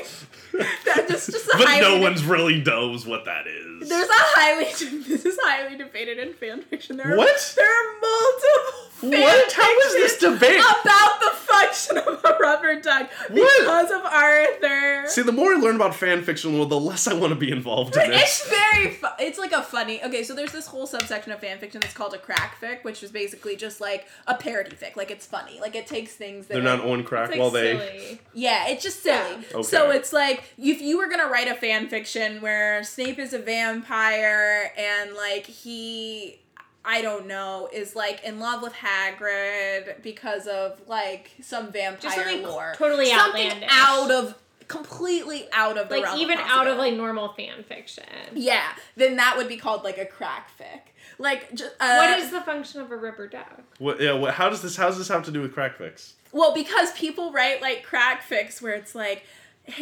Speaker 2: That just just a
Speaker 4: <laughs> But
Speaker 2: highly
Speaker 4: no one's really knows what that is.
Speaker 2: There's a highly this is highly debated in fan fiction. There
Speaker 4: What?
Speaker 2: Are, there are multiple fan Um,
Speaker 4: What? How is this
Speaker 2: fictions
Speaker 4: debate?
Speaker 2: about the function of a rubber duck
Speaker 4: What?
Speaker 2: because of Arthur?
Speaker 4: See, the more I learn about fan fiction, well, the less I want to be involved in
Speaker 2: It's
Speaker 4: it.
Speaker 2: very fu- it's like a funny okay so there's this whole subsection of fanfiction that's called a crack fic which is basically just like a parody fic like it's funny like it takes things that
Speaker 4: They're not on crack
Speaker 3: It's like
Speaker 4: while they.
Speaker 3: silly.
Speaker 2: Yeah, it's just silly.
Speaker 4: Okay.
Speaker 2: So it's like if you were gonna write a fan fiction where Snape is a vampire and like he I don't know, is like in love with Hagrid because of like some vampire
Speaker 3: Just something
Speaker 2: lore.
Speaker 3: totally
Speaker 2: something
Speaker 3: outlandish.
Speaker 2: out of completely out of the
Speaker 3: Like
Speaker 2: realm of
Speaker 3: even out of
Speaker 2: possibility.
Speaker 3: like normal fan fiction.
Speaker 2: Yeah, then that would be called like a crack fic. Like just uh,
Speaker 3: what is the function of a rubber duck?
Speaker 4: What, yeah, what, how does this? How does this have to do with crack fix?
Speaker 2: Well, because people write like crack fics where it's like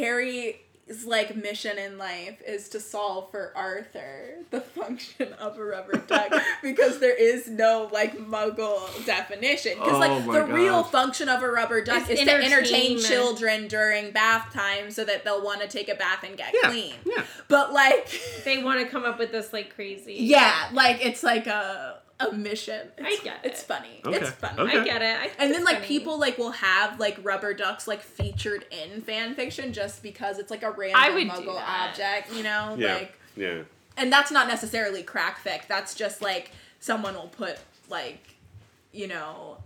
Speaker 2: Harry's like mission in life is to solve for Arthur the function of a rubber
Speaker 4: <laughs>
Speaker 2: duck because there is no like muggle definition because like
Speaker 4: Oh my
Speaker 2: the real
Speaker 4: gosh.
Speaker 2: function of a rubber duck is
Speaker 3: It's
Speaker 2: to entertain
Speaker 3: entertainment.
Speaker 2: children during bath time so that they'll want to take a bath and get
Speaker 4: Yeah,
Speaker 2: clean.
Speaker 4: yeah.
Speaker 2: But like <laughs>
Speaker 3: They want to come up with this like crazy.
Speaker 2: yeah, like it's like a a mission.
Speaker 3: I
Speaker 2: It's-
Speaker 3: get
Speaker 2: It's
Speaker 3: it.
Speaker 2: funny.
Speaker 4: Okay,
Speaker 2: It's funny.
Speaker 4: okay.
Speaker 3: I get it. I think
Speaker 2: And
Speaker 3: it's
Speaker 2: then like
Speaker 3: funny.
Speaker 2: people like will have like rubber ducks like featured in fan fiction just because it's like a random
Speaker 3: would do
Speaker 2: muggle
Speaker 3: that.
Speaker 2: object, you know?
Speaker 4: Yeah,
Speaker 2: Like
Speaker 4: yeah.
Speaker 2: and that's not necessarily crack fic. That's just like someone will put like you know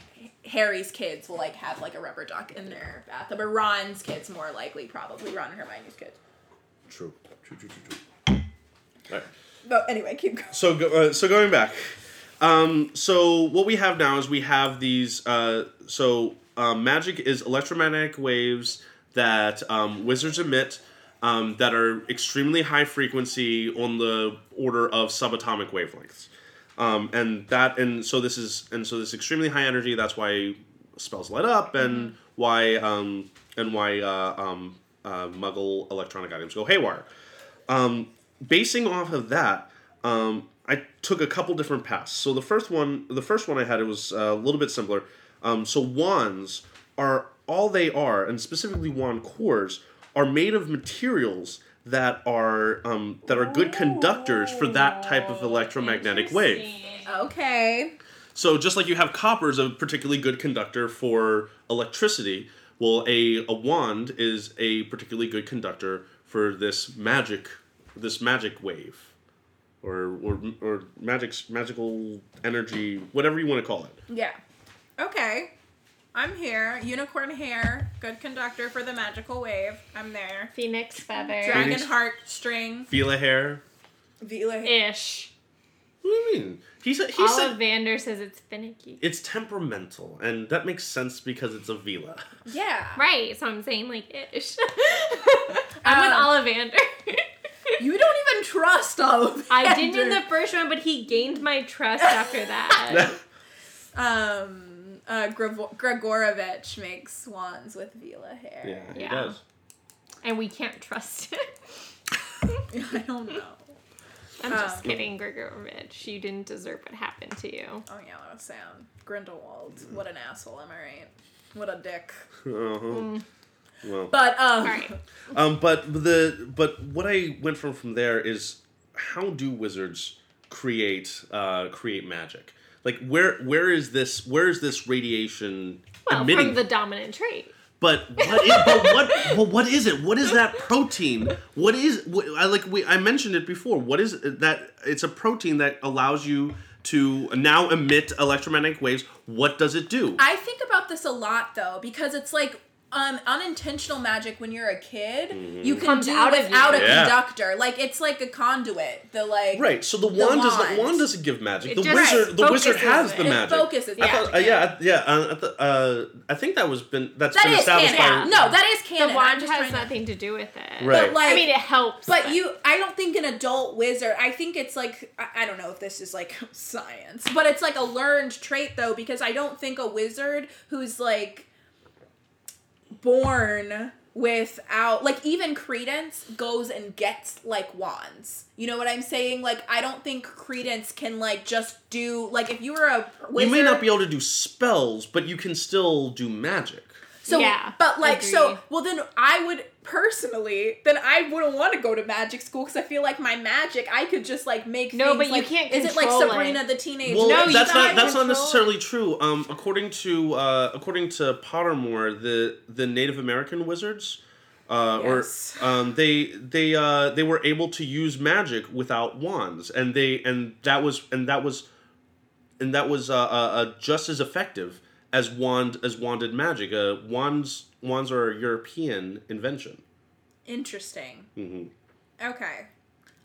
Speaker 2: Harry's kids will like have like a rubber duck in their bathtub. Or Ron's kids more likely probably Ron and Hermione's kids.
Speaker 4: True. True. True. True. True. All right.
Speaker 2: But anyway, keep going.
Speaker 4: So, go- uh, so going back. Um, so what we have now is we have these. Uh, so um, magic is electromagnetic waves that um, wizards emit um, that are extremely high frequency on the order of subatomic wavelengths, um, and that and so this is and so this extremely high energy. That's why spells light up and why um, and why uh, um, uh, Muggle electronic items go haywire basing off of that, um, I took a couple different paths. So the first one, the first one I had, it was uh, a little bit simpler. Um, so wands are all they are, and specifically wand cores are made of materials that are um, that are good conductors for that type of electromagnetic wave.
Speaker 3: Interesting.
Speaker 2: Okay.
Speaker 4: So just like you have copper is a particularly good conductor for electricity, well, a, a wand is a particularly good conductor for this magic, this magic wave, or or or magic magical energy, whatever you want to call it.
Speaker 2: Yeah. Okay. I'm here. Unicorn hair, good conductor for the magical wave. I'm there.
Speaker 3: Phoenix feather.
Speaker 2: Dragon
Speaker 4: Phoenix-
Speaker 2: heart string.
Speaker 4: Feel a hair.
Speaker 2: Vila
Speaker 3: Ish.
Speaker 4: What do you mean? He said he said
Speaker 3: Ollivander says it's finicky.
Speaker 4: it's temperamental, and that makes sense because it's a vela.
Speaker 2: Yeah.
Speaker 3: Right, so I'm saying like ish. <laughs>
Speaker 2: Um,
Speaker 3: I'm with
Speaker 2: <laughs>
Speaker 3: Ollivander.
Speaker 2: You don't even trust Ollivander.
Speaker 3: I didn't in the first one, but he gained my trust after
Speaker 4: <laughs>
Speaker 3: that.
Speaker 2: um uh Grevo- Gregorovich makes swans with Vila
Speaker 4: yeah,
Speaker 2: hair.
Speaker 4: he
Speaker 3: Yeah.
Speaker 4: does.
Speaker 3: and we can't trust him.
Speaker 2: Yeah. <laughs> I don't know.
Speaker 3: I'm just
Speaker 2: Um.
Speaker 3: kidding, Grigorovich. You didn't deserve what happened to
Speaker 4: <laughs>
Speaker 3: you.
Speaker 2: Oh yeah, what a sound. Grindelwald. What an asshole, am I right? What a dick.
Speaker 4: <laughs> Uh-huh. Well.
Speaker 2: But um
Speaker 3: Mm. All right.
Speaker 4: Um, but the but what I went from from there is how do wizards create uh, create magic? Like where where is this where is this radiation
Speaker 3: Well,
Speaker 4: emitting?
Speaker 3: from the dominant trait.
Speaker 4: but what is, but what but what is it? What is that protein? What is what, I like? We I mentioned it before. What is it that? It's a protein that allows you to now emit electromagnetic waves. What does it do?
Speaker 2: I think about this a lot though, because it's like um unintentional magic when you're a kid you can
Speaker 3: Comes
Speaker 2: do
Speaker 3: out of
Speaker 2: without
Speaker 3: you.
Speaker 2: a
Speaker 4: Mm-hmm. Yeah.
Speaker 2: conductor. Like it's like a conduit. The like
Speaker 4: Right. So the,
Speaker 2: The
Speaker 4: wand does not
Speaker 2: wand.
Speaker 4: wand doesn't give magic.
Speaker 3: It
Speaker 4: the
Speaker 3: just
Speaker 4: wizard the wizard
Speaker 3: focuses
Speaker 4: has
Speaker 3: it.
Speaker 4: the
Speaker 3: It
Speaker 4: magic.
Speaker 2: focuses
Speaker 4: I thought, uh,
Speaker 2: magic.
Speaker 4: yeah, I- yeah. Uh, I th- uh, I think that was been that's
Speaker 2: That
Speaker 4: been
Speaker 2: is
Speaker 4: established
Speaker 2: canon.
Speaker 4: by
Speaker 2: No, that is canon.
Speaker 3: The
Speaker 2: I'm
Speaker 3: wand
Speaker 2: just
Speaker 3: has
Speaker 2: trying to-
Speaker 3: nothing to do with it.
Speaker 4: Right.
Speaker 2: But like,
Speaker 3: I mean, it helps.
Speaker 2: But you, I don't think an adult wizard. I think it's like I, I don't know if this is like <laughs> science, but it's like a learned trait though because I don't think a wizard who's like born without like even credence goes and gets like wands you know what i'm saying like i don't think credence can like just do like if you were a
Speaker 4: You
Speaker 2: wizard
Speaker 4: may not be able to do spells, but you can still do magic.
Speaker 2: So,
Speaker 3: Yeah,
Speaker 2: but like, so
Speaker 3: agree.
Speaker 2: well, then I would personally, then I wouldn't want to go to magic school because I feel like my magic, I could just like make.
Speaker 3: No,
Speaker 2: things,
Speaker 3: but you
Speaker 2: like-
Speaker 3: can't
Speaker 2: Is it like
Speaker 3: control
Speaker 2: Sabrina
Speaker 3: it.
Speaker 2: the Teenage?
Speaker 4: Well,
Speaker 3: No,
Speaker 2: Witch?
Speaker 3: you
Speaker 4: that's not
Speaker 3: can't
Speaker 4: that's not
Speaker 3: control-
Speaker 4: necessarily true. Um, according to uh, according to Pottermore, the the Native American wizards, uh,
Speaker 3: <laughs>
Speaker 2: Yes.
Speaker 4: or um, they they uh, they were able to use magic without wands, and they and that was and that was and that was uh, uh, uh, just as effective as wand as wanded magic. Uh, wands wands are a European invention.
Speaker 2: Interesting.
Speaker 4: Mhm.
Speaker 2: Okay.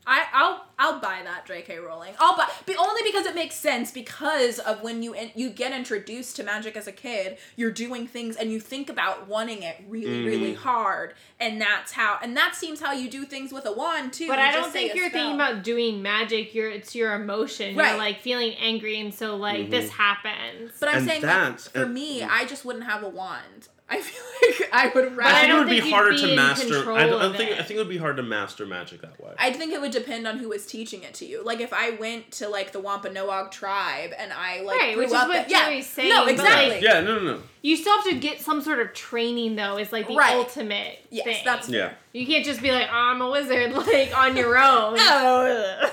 Speaker 2: I, I'll I'll buy that J.K. Rowling. I'll buy, but only because it makes sense. Because of when you in, you get introduced to magic as a kid, you're doing things and you think about wanting it really,
Speaker 4: Mm-hmm.
Speaker 2: really hard, and that's how. And that seems how you do things with a wand too.
Speaker 3: But
Speaker 2: You
Speaker 3: I
Speaker 2: just
Speaker 3: don't
Speaker 2: say
Speaker 3: think
Speaker 2: a
Speaker 3: you're
Speaker 2: spell.
Speaker 3: thinking about doing magic. You're it's your emotion.
Speaker 2: Right.
Speaker 3: You're like feeling angry, and so like this
Speaker 4: Mm-hmm.
Speaker 3: happens.
Speaker 2: But I'm
Speaker 4: And
Speaker 2: saying like,
Speaker 4: that's-
Speaker 2: for
Speaker 4: and-
Speaker 2: me, I just wouldn't have a wand. <laughs> I feel like I would
Speaker 3: I
Speaker 4: I think
Speaker 2: rather.
Speaker 4: it
Speaker 3: don't
Speaker 4: would be
Speaker 3: think you'd
Speaker 4: harder
Speaker 3: be
Speaker 4: to
Speaker 3: in
Speaker 4: master. I,
Speaker 3: control
Speaker 4: don't- I
Speaker 3: of
Speaker 4: think
Speaker 3: it.
Speaker 4: I think it would be hard to master magic that way.
Speaker 2: I think it would depend on who was teaching it to you. Like if I went to like the Wampanoag tribe and I like
Speaker 3: Right,
Speaker 2: grew
Speaker 3: which is
Speaker 2: up,
Speaker 3: what
Speaker 2: yeah,
Speaker 3: Jerry's saying,
Speaker 2: no,
Speaker 3: but,
Speaker 2: exactly.
Speaker 3: like-
Speaker 4: yeah, no, no, no.
Speaker 3: you still have to get some sort of training, though. Is like the
Speaker 2: Right.
Speaker 3: ultimate.
Speaker 2: Yes,
Speaker 3: thing.
Speaker 2: that's-
Speaker 4: Yeah.
Speaker 3: you can't just be like, oh, I'm a wizard, <laughs> like
Speaker 2: <laughs>
Speaker 3: on your own.
Speaker 2: Oh.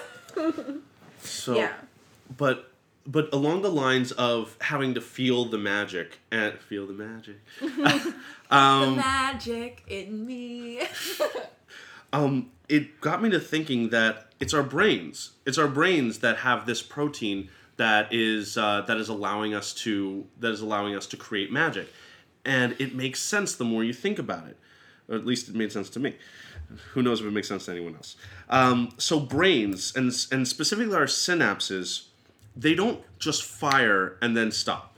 Speaker 4: So
Speaker 2: yeah.
Speaker 4: but but along the lines of having to feel the magic and feel the magic um,
Speaker 2: Magic in me. <laughs>
Speaker 4: um, it got me to thinking that it's our brains it's our brains that have this protein that is uh, that is allowing us to that is allowing us to create magic and it makes sense the more you think about it or at least it made sense to me who knows if it makes sense to anyone else um, so brains and and specifically our synapses they don't just fire and then stop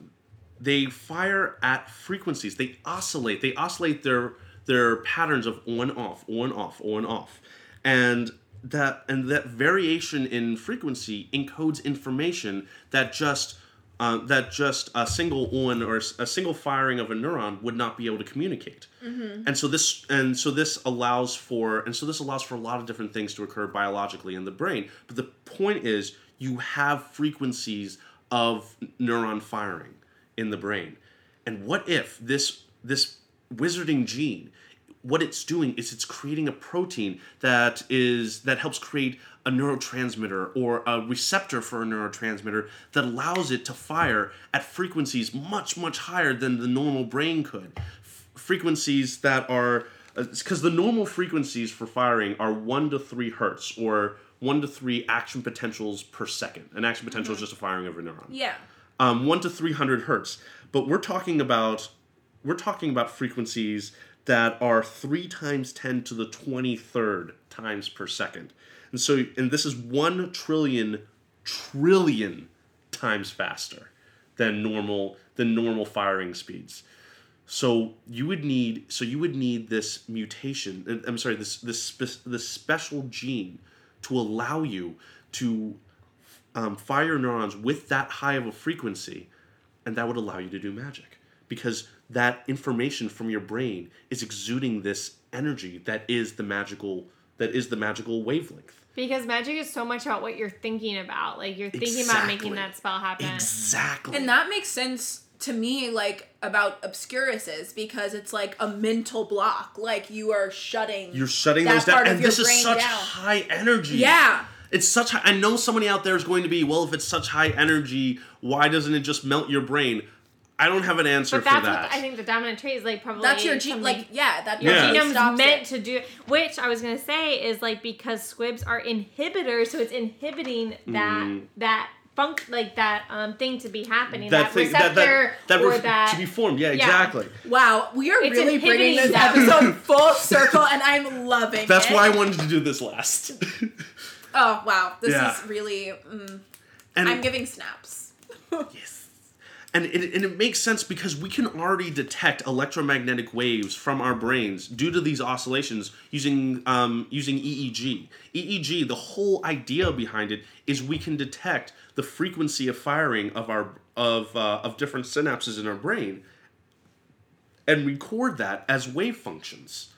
Speaker 4: they fire at frequencies. They oscillate. They oscillate their their patterns of on off, on off, on off, and that and that variation in frequency encodes information that just uh, that just a single on or a single firing of a neuron would not be able to communicate. And so this and so this allows for and so this allows for a lot of different things to occur biologically in the brain. But the point is, you have frequencies of neuron firing in the brain. And what if this this wizarding gene, what it's doing is it's creating a protein that is that helps create a neurotransmitter or a receptor for a neurotransmitter that allows it to fire at frequencies much much higher than the normal brain could. F- frequencies that are because the normal frequencies for firing are 1 to 3 hertz or 1 to 3 action potentials per second. An action potential is just a firing of a neuron
Speaker 2: yeah.
Speaker 4: um, one to three hundred hertz. But we're talking about we're talking about frequencies that are three times ten to the twenty third times per second. And so and this is one trillion trillion times faster than normal than normal firing speeds. So you would need so you would need this mutation. I'm sorry, this this spe- this special gene to allow you to um, fire neurons with that high of a frequency, and that would allow you to do magic because that information from your brain is exuding this energy that is the magical that is the magical wavelength.
Speaker 3: Because magic is so much about what you're thinking about. Like you're thinking about
Speaker 4: Exactly.
Speaker 3: making that spell happen.
Speaker 4: Exactly.
Speaker 2: And that makes sense to me, like about obscuruses, because it's like a mental block. Like you are shutting.
Speaker 4: You're shutting
Speaker 2: that
Speaker 4: those down,
Speaker 2: part of
Speaker 4: and
Speaker 2: your
Speaker 4: this is
Speaker 2: brain
Speaker 4: such
Speaker 2: down.
Speaker 4: high energy.
Speaker 2: Yeah.
Speaker 4: It's such high. I know somebody out there is going to be, well, if it's such high energy, why doesn't it just melt your brain? I don't have an answer
Speaker 3: But
Speaker 4: for
Speaker 3: that's
Speaker 4: that.
Speaker 3: what I think the dominant trait is like probably
Speaker 2: That's your gene.
Speaker 3: something-
Speaker 2: Like yeah, that
Speaker 4: Your
Speaker 2: that
Speaker 4: genome's
Speaker 2: stops
Speaker 3: genome's meant
Speaker 2: it.
Speaker 3: to do which i was going to say is like because squibs are inhibitors so it's inhibiting that that func like that um thing to be happening
Speaker 4: Mm. that
Speaker 3: that,
Speaker 4: thing that
Speaker 3: receptor
Speaker 4: that, that,
Speaker 3: or
Speaker 4: ref-
Speaker 3: that
Speaker 4: to be formed. Yeah,
Speaker 3: yeah.
Speaker 4: exactly.
Speaker 2: Wow, we are
Speaker 3: It's
Speaker 2: really bringing this
Speaker 3: inhibiting that.
Speaker 4: <laughs>
Speaker 2: episode full circle, and I'm loving
Speaker 4: That's
Speaker 2: it.
Speaker 4: why I wanted to do this last.
Speaker 2: Oh wow, this
Speaker 4: Yeah.
Speaker 2: is really. Mm,
Speaker 4: <laughs> and
Speaker 2: I'm giving snaps.
Speaker 4: Yes. And it, and it makes sense because we can already detect electromagnetic waves from our brains due to these oscillations using um, using EEG. EEG, E the whole idea behind it is we can detect the frequency of firing of our of uh, of different synapses in our brain and record that as wave functions.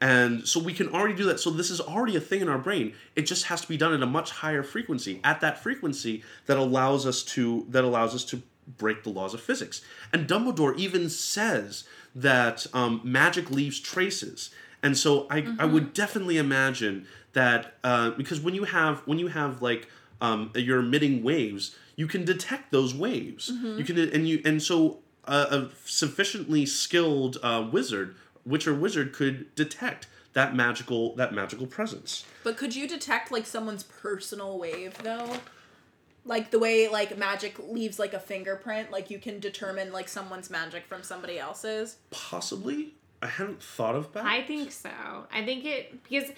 Speaker 4: And so we can already do that. So this is already a thing in our brain. It just has to be done at a much higher frequency, at that frequency that allows us to that allows us to break the laws of physics. And Dumbledore even says that um, magic leaves traces. And so I, I would definitely imagine that uh, because when you have when you have like um, you're emitting waves, you can detect those waves. You can and you and so a, a sufficiently skilled uh, wizard, witcher wizard, could detect that magical that magical presence.
Speaker 2: But could you detect like someone's personal wave though? Like the way like magic leaves like a fingerprint, like you can determine like someone's magic from somebody else's.
Speaker 4: Possibly, I hadn't thought of that.
Speaker 3: I think so. I think it because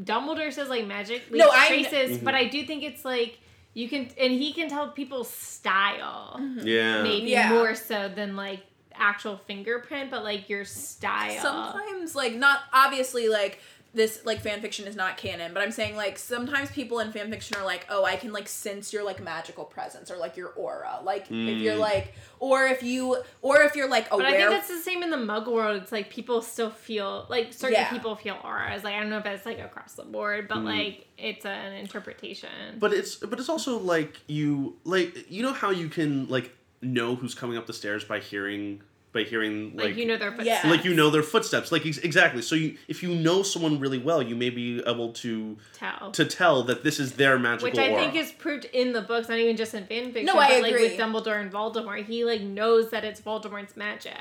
Speaker 3: Dumbledore says like magic leaves
Speaker 2: No, I-
Speaker 3: traces, but
Speaker 4: Mm-hmm.
Speaker 3: I do think it's like you can and he can tell people's style
Speaker 4: yeah,
Speaker 3: maybe
Speaker 2: Mm-hmm. Yeah.
Speaker 3: more so than like actual fingerprint, but like your style.
Speaker 2: Sometimes like not obviously like this like fan fiction is not canon, but I'm saying like sometimes people in fan fiction are like, "Oh, I can like sense your like magical presence or like your aura." Like if you're
Speaker 4: Mm.
Speaker 2: like or if you or if you're like
Speaker 3: But
Speaker 2: aware
Speaker 3: I think that's the same in the mug world. It's like people still feel like certain
Speaker 2: Yeah.
Speaker 3: people feel auras. Like I don't know if that's like across the board, but like it's an interpretation.
Speaker 4: but it's but it's also like you like you know how you can like know who's coming up the stairs by hearing by hearing
Speaker 3: like,
Speaker 4: like
Speaker 3: you know their
Speaker 2: yeah.
Speaker 3: footsteps.
Speaker 4: like you know their footsteps like ex- exactly so you if you know someone really well you may be able to
Speaker 3: tell.
Speaker 4: to tell that this is their magical
Speaker 3: Which I
Speaker 4: aura.
Speaker 3: think is proved in the books, not even just in fan fiction.
Speaker 2: No, I
Speaker 3: but
Speaker 2: agree.
Speaker 3: like with Dumbledore and Voldemort, he like knows that it's Voldemort's magic.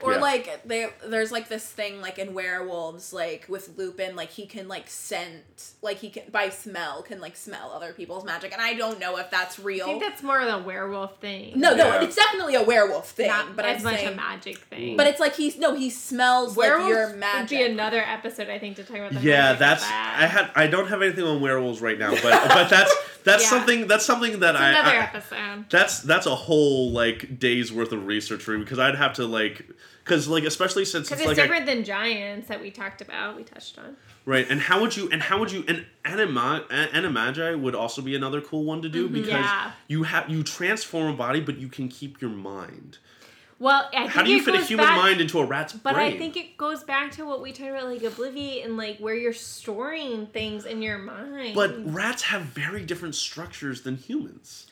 Speaker 2: Or
Speaker 4: Yeah.
Speaker 2: like they, there's like this thing like in werewolves, like with Lupin, like he can like scent, like he can by smell can like smell other people's magic, and I don't know if that's
Speaker 3: I
Speaker 2: real.
Speaker 3: think that's more of a werewolf thing.
Speaker 2: no, no,
Speaker 4: Yeah.
Speaker 2: it's definitely a werewolf thing,
Speaker 3: not
Speaker 2: but
Speaker 3: as
Speaker 2: I'm
Speaker 3: much
Speaker 2: saying,
Speaker 3: a magic thing.
Speaker 2: but it's like he's no, he smells like your
Speaker 3: would
Speaker 2: magic.
Speaker 3: be another episode I think to talk about. The
Speaker 4: yeah,
Speaker 3: magic of
Speaker 4: that's
Speaker 3: that.
Speaker 4: I had I don't have anything on werewolves right now, but but
Speaker 3: <laughs>
Speaker 4: that's that's
Speaker 3: Yeah.
Speaker 4: something that's something that
Speaker 3: It's
Speaker 4: I,
Speaker 3: another
Speaker 4: I-
Speaker 3: episode.
Speaker 4: that's that's a whole like day's worth of research for me because I'd have to like because like especially since
Speaker 3: Because
Speaker 4: it's,
Speaker 3: it's
Speaker 4: like a-
Speaker 3: different than giants that we talked about, we touched on.
Speaker 4: right and how would you and how would you and anima a- animagi would also be another cool one to do because
Speaker 3: Mm-hmm, Yeah.
Speaker 4: you have you transform a body but you can keep your mind.
Speaker 3: Well, I think
Speaker 4: How do you
Speaker 3: it
Speaker 4: fit a
Speaker 3: goes
Speaker 4: human
Speaker 3: back-
Speaker 4: mind into a rat's
Speaker 3: But
Speaker 4: brain?
Speaker 3: I think it goes back to what we talked about, like Oblivion, and like where you're storing things in your mind.
Speaker 4: but rats have very different structures than humans.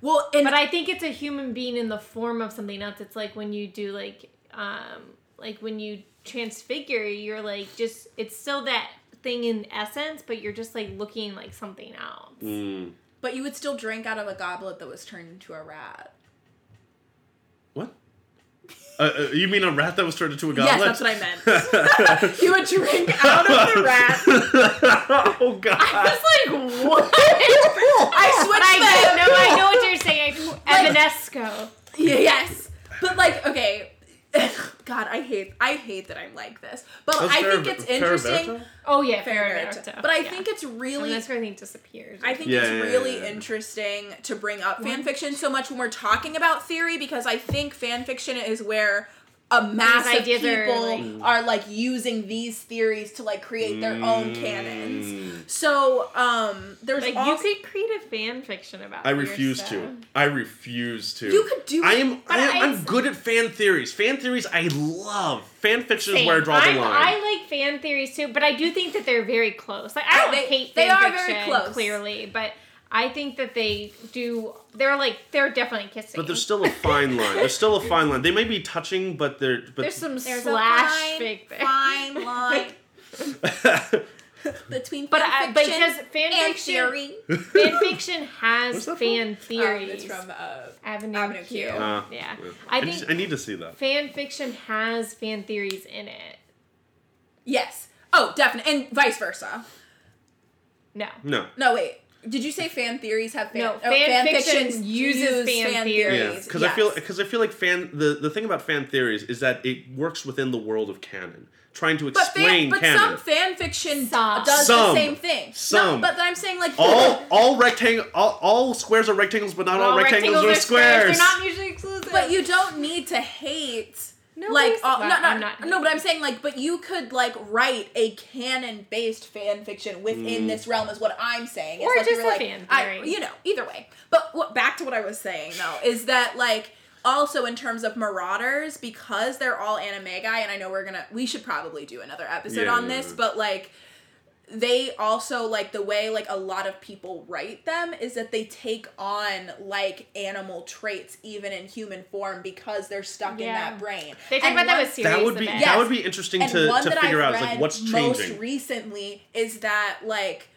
Speaker 2: well, and
Speaker 3: but I think it's a human being in the form of something else. It's like when you do like um like when you transfigure, you're like just it's still that thing in essence, but you're just like looking like something else.
Speaker 4: Mm.
Speaker 2: but you would still drink out of a goblet that was turned into a rat.
Speaker 4: What? Uh, uh, you mean a rat that was turned into a
Speaker 2: Yes,
Speaker 4: goblet?
Speaker 2: that's what I meant. you would drink out of the <laughs> rat.
Speaker 4: rat. <laughs> oh
Speaker 3: I
Speaker 4: god.
Speaker 3: was
Speaker 2: <laughs>
Speaker 3: like, what? I
Speaker 2: I switched them.
Speaker 3: but I know, I know what
Speaker 2: <laughs>
Speaker 3: you're saying. Evanesco.
Speaker 2: Yes. But like, okay. <sighs> God, I hate I hate that I'm like this. But
Speaker 4: Was
Speaker 2: I think
Speaker 4: Farab-
Speaker 2: it's interesting.
Speaker 4: Faraberto?
Speaker 3: Oh yeah,
Speaker 2: Farabetta.
Speaker 3: Faraberto,
Speaker 2: But I
Speaker 3: yeah.
Speaker 2: think it's really
Speaker 3: Evanesco I think disappears.
Speaker 2: I think
Speaker 4: Yeah,
Speaker 2: it's
Speaker 4: yeah, yeah,
Speaker 2: really
Speaker 4: yeah, yeah.
Speaker 2: interesting to bring up fan fiction so much when we're talking about theory because I think fan fiction is where a mass of
Speaker 3: ideas
Speaker 2: people
Speaker 3: are,
Speaker 2: are like,
Speaker 4: Mm.
Speaker 3: like-
Speaker 2: using these theories to like create their own canons.
Speaker 4: Mm.
Speaker 2: So um there's
Speaker 3: like
Speaker 2: also
Speaker 3: you could create a fan fiction about.
Speaker 4: I
Speaker 3: your
Speaker 4: refuse
Speaker 3: stuff.
Speaker 4: to. I refuse to.
Speaker 2: You could do
Speaker 4: I
Speaker 2: it,
Speaker 4: am.
Speaker 3: but
Speaker 4: I am
Speaker 3: I-
Speaker 4: I'm good at fan theories. Fan theories, I love. Fan fiction is
Speaker 3: Same.
Speaker 4: where I draw
Speaker 3: I'm-
Speaker 4: the line.
Speaker 3: I like fan theories too, but I do think that they're very close. Like I
Speaker 2: Oh,
Speaker 3: don't
Speaker 2: they-
Speaker 3: hate
Speaker 2: they
Speaker 3: fan
Speaker 2: are very
Speaker 3: fiction,
Speaker 2: close.
Speaker 3: clearly, but I think that they do. They're like they're definitely kissing.
Speaker 4: but there's still a fine line. There's still a fine line. They may be touching, but they're. But
Speaker 3: there's
Speaker 4: <laughs>
Speaker 3: some
Speaker 2: there's
Speaker 3: slash
Speaker 2: a fine,
Speaker 3: fic there.
Speaker 2: fine
Speaker 3: <laughs>
Speaker 2: line between
Speaker 3: But
Speaker 2: fan fiction
Speaker 3: I, but because fan
Speaker 2: and
Speaker 3: fiction,
Speaker 2: theory.
Speaker 3: <laughs> fan fiction has
Speaker 4: What's that
Speaker 3: fan
Speaker 2: Um,
Speaker 3: <laughs> theories.
Speaker 2: it's from uh,
Speaker 3: Avenue,
Speaker 2: Avenue Q.
Speaker 3: Q.
Speaker 4: Uh,
Speaker 3: yeah, I think
Speaker 4: just- I need to see that.
Speaker 3: fan fiction has fan theories in it.
Speaker 2: Yes. Oh, definitely. And vice versa.
Speaker 3: No,
Speaker 4: No.
Speaker 2: No, wait. Did you say fan theories have fan?
Speaker 3: No,
Speaker 2: oh,
Speaker 3: fan fiction
Speaker 2: fictions
Speaker 3: uses fan theories.
Speaker 4: Yeah,
Speaker 3: Theories,
Speaker 4: because I feel because I feel like fan the, the thing about fan theories is that it works within the world of canon, trying to
Speaker 2: but
Speaker 4: explain
Speaker 2: fan, but
Speaker 4: canon.
Speaker 2: some fan fiction
Speaker 3: Some.
Speaker 2: does the
Speaker 4: Some.
Speaker 2: same thing.
Speaker 4: Some.
Speaker 2: No, but I'm saying like <laughs>
Speaker 4: all <laughs> all rectangle all, all squares are rectangles, but not all, rectangles, are squares.
Speaker 3: They're not mutually exclusive.
Speaker 2: But you don't need to hate.
Speaker 3: No,
Speaker 2: like
Speaker 3: please-
Speaker 2: all,
Speaker 3: well,
Speaker 2: no, no,
Speaker 3: I'm not-
Speaker 2: no, but I'm saying like, but you could like write a canon-based fan fiction
Speaker 4: Mm.
Speaker 2: within this realm is what I'm saying. It's
Speaker 3: Or
Speaker 2: like
Speaker 3: just
Speaker 2: you're
Speaker 3: a
Speaker 2: like,
Speaker 3: fan
Speaker 2: I-
Speaker 3: theory.
Speaker 2: you know, either way. But what back to what I was saying though is that like also in terms of Marauders because they're all anime guy, and I know we're gonna we should probably do another episode
Speaker 4: Yeah,
Speaker 2: on
Speaker 4: yeah,
Speaker 2: this,
Speaker 4: yeah.
Speaker 2: but like they also like the way like a lot of people write them is that they take on like animal traits even in human form because they're stuck in
Speaker 3: Yeah.
Speaker 2: that brain.
Speaker 3: they talk
Speaker 2: And
Speaker 3: about that
Speaker 2: one-
Speaker 3: with series.
Speaker 4: that would be
Speaker 3: events.
Speaker 2: Yes.
Speaker 4: that would be interesting
Speaker 2: and
Speaker 4: to,
Speaker 2: one
Speaker 4: to
Speaker 2: that
Speaker 4: figure
Speaker 2: I've
Speaker 4: out is like
Speaker 2: read
Speaker 4: what's changing.
Speaker 2: most recently is that like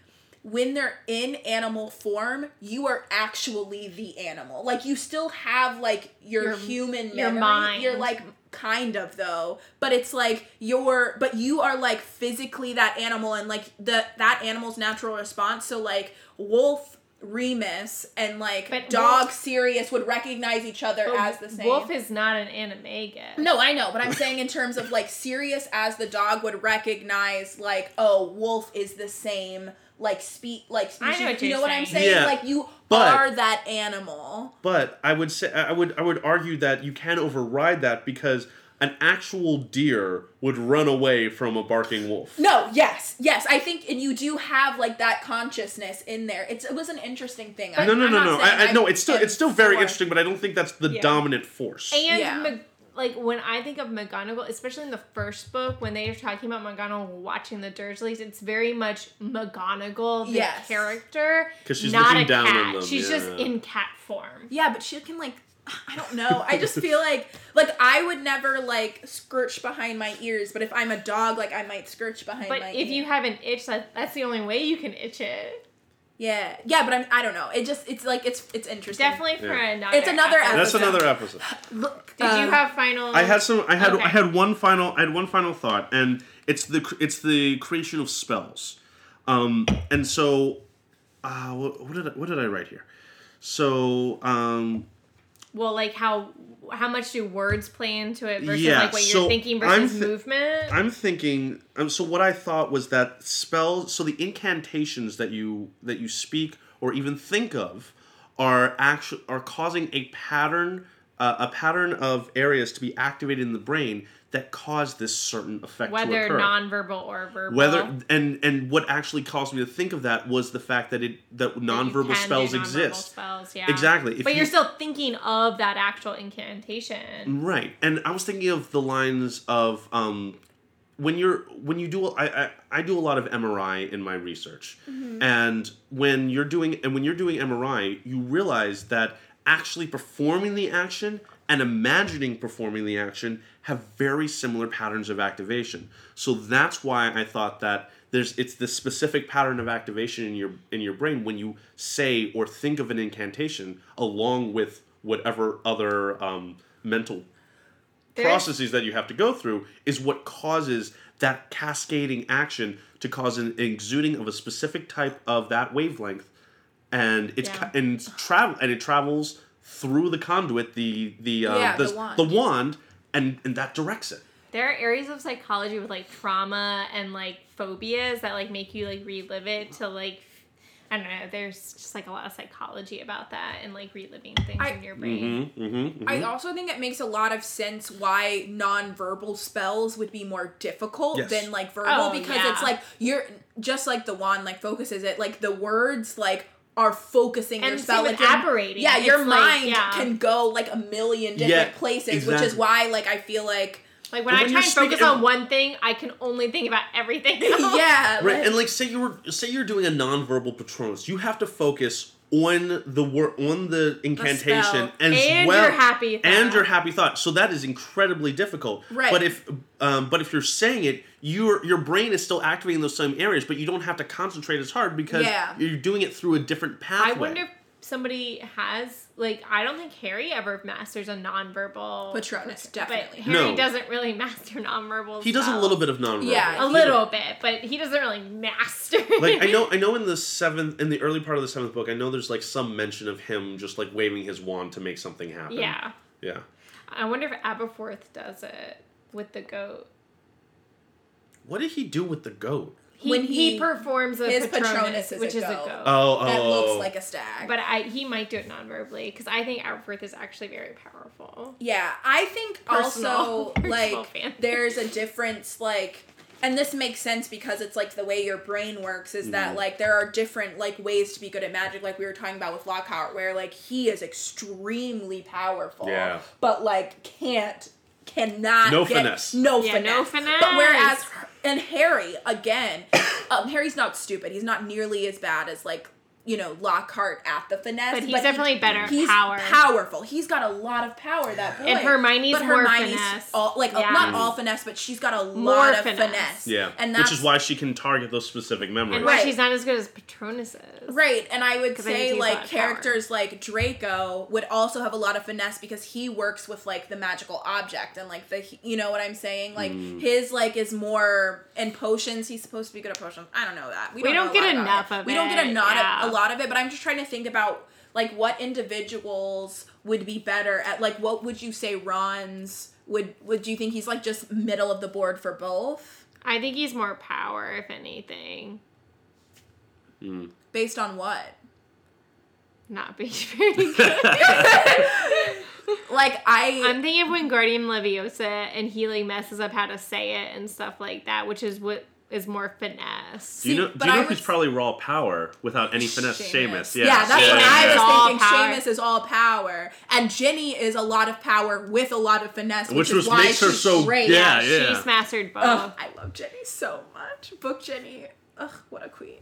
Speaker 2: when they're in animal form, you are actually the animal. Like you still have like your,
Speaker 3: Your-
Speaker 2: human memory.
Speaker 3: your mind.
Speaker 2: You're like kind of though, but it's like you're but you are like physically that animal and like the that animal's natural response. So like wolf Remus and like
Speaker 3: But
Speaker 2: dog
Speaker 3: wolf-
Speaker 2: Sirius would recognize each other
Speaker 3: But
Speaker 2: as the same.
Speaker 3: Wolf is not an anime guy.
Speaker 2: No, I know, but I'm saying in terms of like serious as the dog would recognize like oh, wolf is the same like spe like
Speaker 3: I know
Speaker 2: species.
Speaker 3: what
Speaker 2: you
Speaker 3: you're
Speaker 2: know what I'm
Speaker 3: saying.
Speaker 2: saying?
Speaker 4: Yeah,
Speaker 2: Like you
Speaker 4: but-
Speaker 2: are that animal.
Speaker 4: But I would say I would I would argue that you can override that because an actual deer would run away from a barking wolf.
Speaker 2: No, yes. Yes, I think and you do have like that consciousness in there. It's it was an interesting thing. I,
Speaker 4: no, no,
Speaker 2: I'm
Speaker 4: no,
Speaker 2: not
Speaker 4: no.
Speaker 2: saying
Speaker 4: I, I, no, it's still
Speaker 2: am
Speaker 4: it's still very
Speaker 2: for-
Speaker 4: interesting, but I don't think that's the
Speaker 3: Yeah.
Speaker 4: dominant force.
Speaker 3: And
Speaker 2: Yeah.
Speaker 3: Mag- like when I think of McGonagall, especially in the first book, when they are talking about McGonagall watching the Dursleys, it's very much McGonagall the
Speaker 2: Yes.
Speaker 3: character,
Speaker 4: 'Cause she's
Speaker 3: not
Speaker 4: looking
Speaker 3: a
Speaker 4: down
Speaker 3: cat.
Speaker 4: on them,
Speaker 3: She's just
Speaker 4: yeah.
Speaker 3: in cat form.
Speaker 2: Yeah, but she can like I don't know. I
Speaker 4: <laughs>
Speaker 2: just feel like like I would never like scritch behind my ears, but if I'm a dog, like I might scritch behind
Speaker 3: But
Speaker 2: my
Speaker 3: if
Speaker 2: ear.
Speaker 3: you have an itch, that, that's the only way you can itch it.
Speaker 2: Yeah, yeah, but I'm, I don't know. It just it's like it's it's interesting.
Speaker 3: Definitely for
Speaker 4: Yeah.
Speaker 3: another.
Speaker 2: It's another
Speaker 3: episode.
Speaker 4: that's
Speaker 2: episode.
Speaker 4: another episode.
Speaker 2: Look, um,
Speaker 3: Did you have final?
Speaker 4: I had some. I had.
Speaker 3: Okay.
Speaker 4: I had one final. I had one final thought, and it's the cr- it's the creation of spells. Um, and so, uh, what, what did I, what did I write here? So, um,
Speaker 3: well, like how how much do words play into it versus
Speaker 4: Yeah,
Speaker 3: like what
Speaker 4: so
Speaker 3: you're thinking
Speaker 4: I'm
Speaker 3: versus
Speaker 4: thi-
Speaker 3: movement?
Speaker 4: I'm thinking. Um, so what I thought was that spells. So the incantations that you that you speak or even think of are actually are causing a pattern uh, a pattern of areas to be activated in the brain that cause this certain effect to
Speaker 3: whether
Speaker 4: occur.
Speaker 3: nonverbal or verbal.
Speaker 4: whether and and what actually caused me to think of that was the fact that it that
Speaker 3: You
Speaker 4: nonverbal
Speaker 3: can do
Speaker 4: spells
Speaker 3: nonverbal
Speaker 4: exist
Speaker 3: spells, yeah.
Speaker 4: Exactly. If
Speaker 3: but
Speaker 4: you- Mm.
Speaker 3: you're still thinking of that actual incantation.
Speaker 4: right and i was thinking of the lines of um when you're when you do i i, I do a lot of mri in my research and when you're doing and when you're doing mri you realize that actually performing the action and imagining performing the action have very similar patterns of activation so that's why i thought that there's it's this specific pattern of activation in your in your brain when you say or think of an incantation along with whatever other um, mental
Speaker 3: There's-
Speaker 4: processes that you have to go through is what causes that cascading action to cause an exuding of a specific type of that wavelength and it's
Speaker 3: Yeah.
Speaker 4: ca- and it's travel and it travels through the conduit the the uh,
Speaker 2: Yeah,
Speaker 4: the,
Speaker 2: the wand.
Speaker 4: the wand and and that directs it
Speaker 3: There are areas of psychology with like trauma and like phobias that like make you like relive it to like I don't know. There's just like a lot of psychology about that and like reliving things
Speaker 2: I-
Speaker 3: in your brain.
Speaker 4: mm-hmm, mm-hmm,
Speaker 2: I also think it makes a lot of sense why nonverbal spells would be more difficult
Speaker 4: Yes.
Speaker 2: than like verbal
Speaker 3: Oh,
Speaker 2: because
Speaker 3: yeah.
Speaker 2: it's like you're just like the wand like focuses it like the words like are focusing
Speaker 3: And
Speaker 2: your
Speaker 3: same
Speaker 2: spell like
Speaker 3: with
Speaker 2: your-
Speaker 3: apparating.
Speaker 2: Yeah, your
Speaker 3: It's like,
Speaker 2: mind
Speaker 3: yeah.
Speaker 2: can go like a million different
Speaker 4: Yeah,
Speaker 2: places, which is
Speaker 4: exactly.
Speaker 2: why like I feel like
Speaker 3: <laughs> Like when
Speaker 4: But
Speaker 3: I
Speaker 4: when
Speaker 3: try
Speaker 4: you're
Speaker 3: and focus
Speaker 4: speaking-
Speaker 3: on one thing, I can only think about
Speaker 4: <laughs>
Speaker 3: everything. else.
Speaker 2: yeah,
Speaker 4: right
Speaker 2: like-
Speaker 4: and like say you were say you're doing a nonverbal patronus you have to focus on the word on the incantation
Speaker 2: spell.
Speaker 4: as
Speaker 3: And
Speaker 4: well
Speaker 3: your happy
Speaker 4: and
Speaker 3: thought.
Speaker 4: your happy thought so that is incredibly difficult
Speaker 2: Right.
Speaker 4: but if um, but if you're saying it your your brain is still activating those same areas but you don't have to concentrate as hard because
Speaker 2: Yeah.
Speaker 4: you're doing it through a different pathway
Speaker 3: I wonder if somebody has like I don't think Harry ever masters a nonverbal.
Speaker 2: Patronus,
Speaker 3: but
Speaker 2: definitely.
Speaker 3: Harry
Speaker 4: No.
Speaker 3: doesn't really <laughs> master nonverbal.
Speaker 4: He does a
Speaker 3: stuff.
Speaker 4: little bit of non.
Speaker 2: Yeah,
Speaker 3: a little bit, but he doesn't really master.
Speaker 4: like
Speaker 3: <laughs>
Speaker 4: I know I know in the seventh in the early part of the seventh book I know there's like some mention of him just like waving his wand to make something
Speaker 3: <laughs>
Speaker 4: happen.
Speaker 3: Yeah,
Speaker 4: Yeah.
Speaker 3: I wonder if Aberforth does it with the goat.
Speaker 4: What did he do with the goat?
Speaker 3: He,
Speaker 2: When
Speaker 3: he,
Speaker 2: he-
Speaker 3: performs a
Speaker 2: his
Speaker 3: Patronus,
Speaker 2: Patronus is a
Speaker 3: which is
Speaker 2: goat.
Speaker 3: a goat.
Speaker 4: Oh, oh.
Speaker 2: That
Speaker 4: oh.
Speaker 2: looks like a stag.
Speaker 3: But I he might do it non-verbally because I think Aberforth is actually very powerful.
Speaker 2: Yeah, I think
Speaker 3: Personal-
Speaker 2: also
Speaker 3: personal <laughs>
Speaker 2: like
Speaker 3: fan.
Speaker 2: there's a difference like and this makes sense because it's like the way your brain works is
Speaker 4: Mm-hmm.
Speaker 2: that like there are different like ways to be good at magic like we were talking about with Lockhart where like he is extremely powerful
Speaker 4: Yeah.
Speaker 2: but like can't cannot
Speaker 4: No
Speaker 2: get-
Speaker 4: finesse.
Speaker 2: no
Speaker 3: Yeah,
Speaker 2: finesse
Speaker 3: no
Speaker 2: but
Speaker 3: finesse.
Speaker 2: whereas her- and Harry again <coughs> um, Harry's not stupid he's not nearly as bad as like you know Lockhart at the finesse
Speaker 3: But he's
Speaker 2: he-
Speaker 3: definitely better at
Speaker 2: he's
Speaker 3: power.
Speaker 2: powerful he's got a lot of power that boy
Speaker 3: And Hermione's
Speaker 2: but
Speaker 3: more
Speaker 2: Hermione's
Speaker 3: finesse.
Speaker 2: all- like
Speaker 3: Yeah.
Speaker 2: not all finesse, but she's got a lot
Speaker 3: More
Speaker 2: of finesse.
Speaker 3: finesse.
Speaker 4: Yeah.
Speaker 2: and that's
Speaker 4: Which is why she can target those specific memories.
Speaker 3: And
Speaker 2: Right.
Speaker 3: why she's not as good as Patronus is.
Speaker 2: right. And I would
Speaker 3: 'Cause I think
Speaker 2: say
Speaker 3: he's
Speaker 2: like
Speaker 3: got power.
Speaker 2: characters like Draco would also have a lot of finesse because he works with like the magical object and like the you know what I'm saying. Like
Speaker 4: Hmm.
Speaker 2: his like is more and potions. He's supposed to be good at potions. I don't know that we
Speaker 3: We
Speaker 2: don't, know
Speaker 3: don't
Speaker 2: a
Speaker 3: get
Speaker 2: lot about
Speaker 3: enough of
Speaker 2: We don't get a
Speaker 3: it,
Speaker 2: lot
Speaker 3: yeah.
Speaker 2: of, a lot of it, but I'm just trying to think about like what individuals would be better at like what would you say Ron's would would you think he's like just middle of the board for both?
Speaker 3: I think he's more power, if anything.
Speaker 2: Based on what?
Speaker 3: Not being <laughs> very good.
Speaker 2: Like I
Speaker 3: I'm thinking of Wingardium Leviosa and Healy messes up how to say it and stuff like that, which is what is more finesse.
Speaker 4: do you know,
Speaker 2: See,
Speaker 4: do
Speaker 2: but
Speaker 4: you
Speaker 2: I
Speaker 4: know
Speaker 2: would
Speaker 4: who's
Speaker 2: s-
Speaker 4: probably raw power without any finesse? Seamus. Yeah,
Speaker 2: Yeah, that's
Speaker 3: Seamus
Speaker 2: what
Speaker 3: is
Speaker 2: I
Speaker 3: all
Speaker 2: was thinking.
Speaker 3: power.
Speaker 2: Seamus is all power, and Ginny is a lot of power with a lot of finesse, which,
Speaker 4: Which
Speaker 2: is
Speaker 4: was-
Speaker 2: why
Speaker 4: makes her
Speaker 2: she's
Speaker 4: so-
Speaker 2: great.
Speaker 4: yeah, yeah.
Speaker 3: She's mastered both.
Speaker 2: Ugh, I love Jenny so much. Book Jenny. Ugh, what a queen.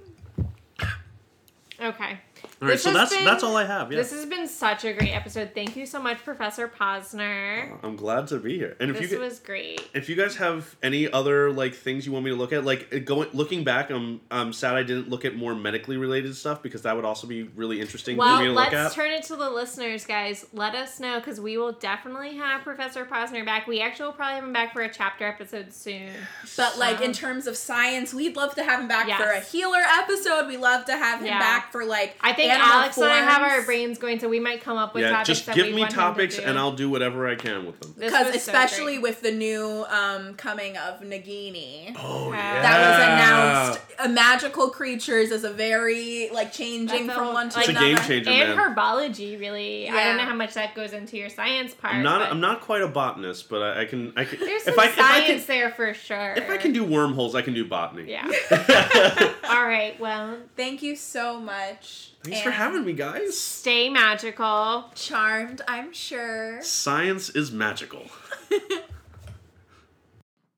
Speaker 3: Okay.
Speaker 4: All right,
Speaker 3: This
Speaker 4: so
Speaker 3: has
Speaker 4: that's
Speaker 3: been-
Speaker 4: that's all I have. Yeah.
Speaker 3: This has been such a great episode. Thank you so much, Professor Posner.
Speaker 4: I'm glad to be here. And Uh, if you
Speaker 3: This
Speaker 4: get,
Speaker 3: was great.
Speaker 4: if you guys have any other like things you want me to look at, like going looking back, I'm I'm sad I didn't look at more medically related stuff because that would also be really interesting for me
Speaker 3: Well,
Speaker 4: to look
Speaker 3: let's
Speaker 4: at.
Speaker 3: turn it to the listeners, guys. Let us know because we will definitely have Professor Posner back. We actually will probably have him back for a chapter episode soon.
Speaker 2: But like in terms of science, we'd love to have him back
Speaker 3: Yes.
Speaker 2: for a healer episode. We love to have him
Speaker 3: Yeah.
Speaker 2: back for like.
Speaker 3: I think
Speaker 2: animal
Speaker 3: Alex and I have
Speaker 2: forms.
Speaker 3: our brains going, so we might come up with
Speaker 4: yeah,
Speaker 3: topics.
Speaker 4: just
Speaker 3: that we
Speaker 4: give me
Speaker 3: want him to
Speaker 4: topics
Speaker 3: do.
Speaker 4: and I'll do whatever I can with them.
Speaker 3: This
Speaker 2: because
Speaker 3: was so
Speaker 2: especially
Speaker 3: great.
Speaker 2: with the new um, coming of Nagini.
Speaker 4: Oh
Speaker 3: yeah.
Speaker 2: that was announced. Uh, magical creatures is a very like changing
Speaker 3: That's
Speaker 2: from
Speaker 3: all-
Speaker 2: one to
Speaker 3: It's a
Speaker 2: another.
Speaker 4: game changer.
Speaker 3: and
Speaker 4: man.
Speaker 3: herbology, really. I
Speaker 2: Yeah.
Speaker 3: don't know how much that goes into your science part.
Speaker 4: I'm not
Speaker 3: but
Speaker 4: I'm not quite a botanist, but I, I can I can
Speaker 3: There's
Speaker 4: if
Speaker 3: some
Speaker 4: I, if I
Speaker 3: science
Speaker 4: can
Speaker 3: there for sure.
Speaker 4: if I can do wormholes, I can do botany.
Speaker 3: Yeah.
Speaker 4: Thanks
Speaker 3: <laughs> All right. Well,
Speaker 2: Thank you so much.
Speaker 4: for
Speaker 2: And
Speaker 4: having me, guys.
Speaker 3: stay magical.
Speaker 2: Charmed, I'm sure.
Speaker 4: Science is magical.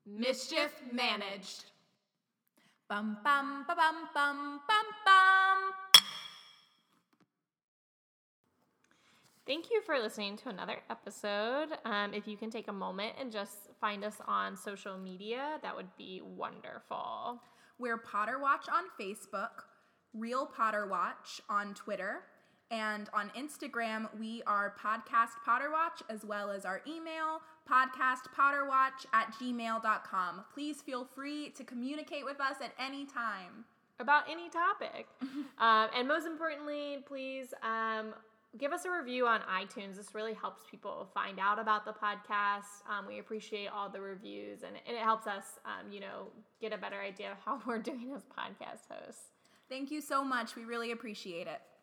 Speaker 1: Mischief managed. Bum bum ba bum bum bum bum.
Speaker 3: Thank you for listening to another episode. Um, if you can take a moment and just find us on social media, that would be wonderful.
Speaker 2: We're Potter Watch on Facebook, Real Potter Watch on Twitter, and on Instagram we are Podcast Potter Watch as well as our email podcastpotterwatch at gmail.com. Please feel free to communicate with us at any time.
Speaker 3: About any topic. um, and most importantly, please um, give us a review on iTunes. This really helps people find out about the podcast. Um, we appreciate all the reviews, and, and it helps us, um, you know, <laughs> get a better idea of how we're doing as podcast hosts.
Speaker 2: Thank you so much. We really appreciate it.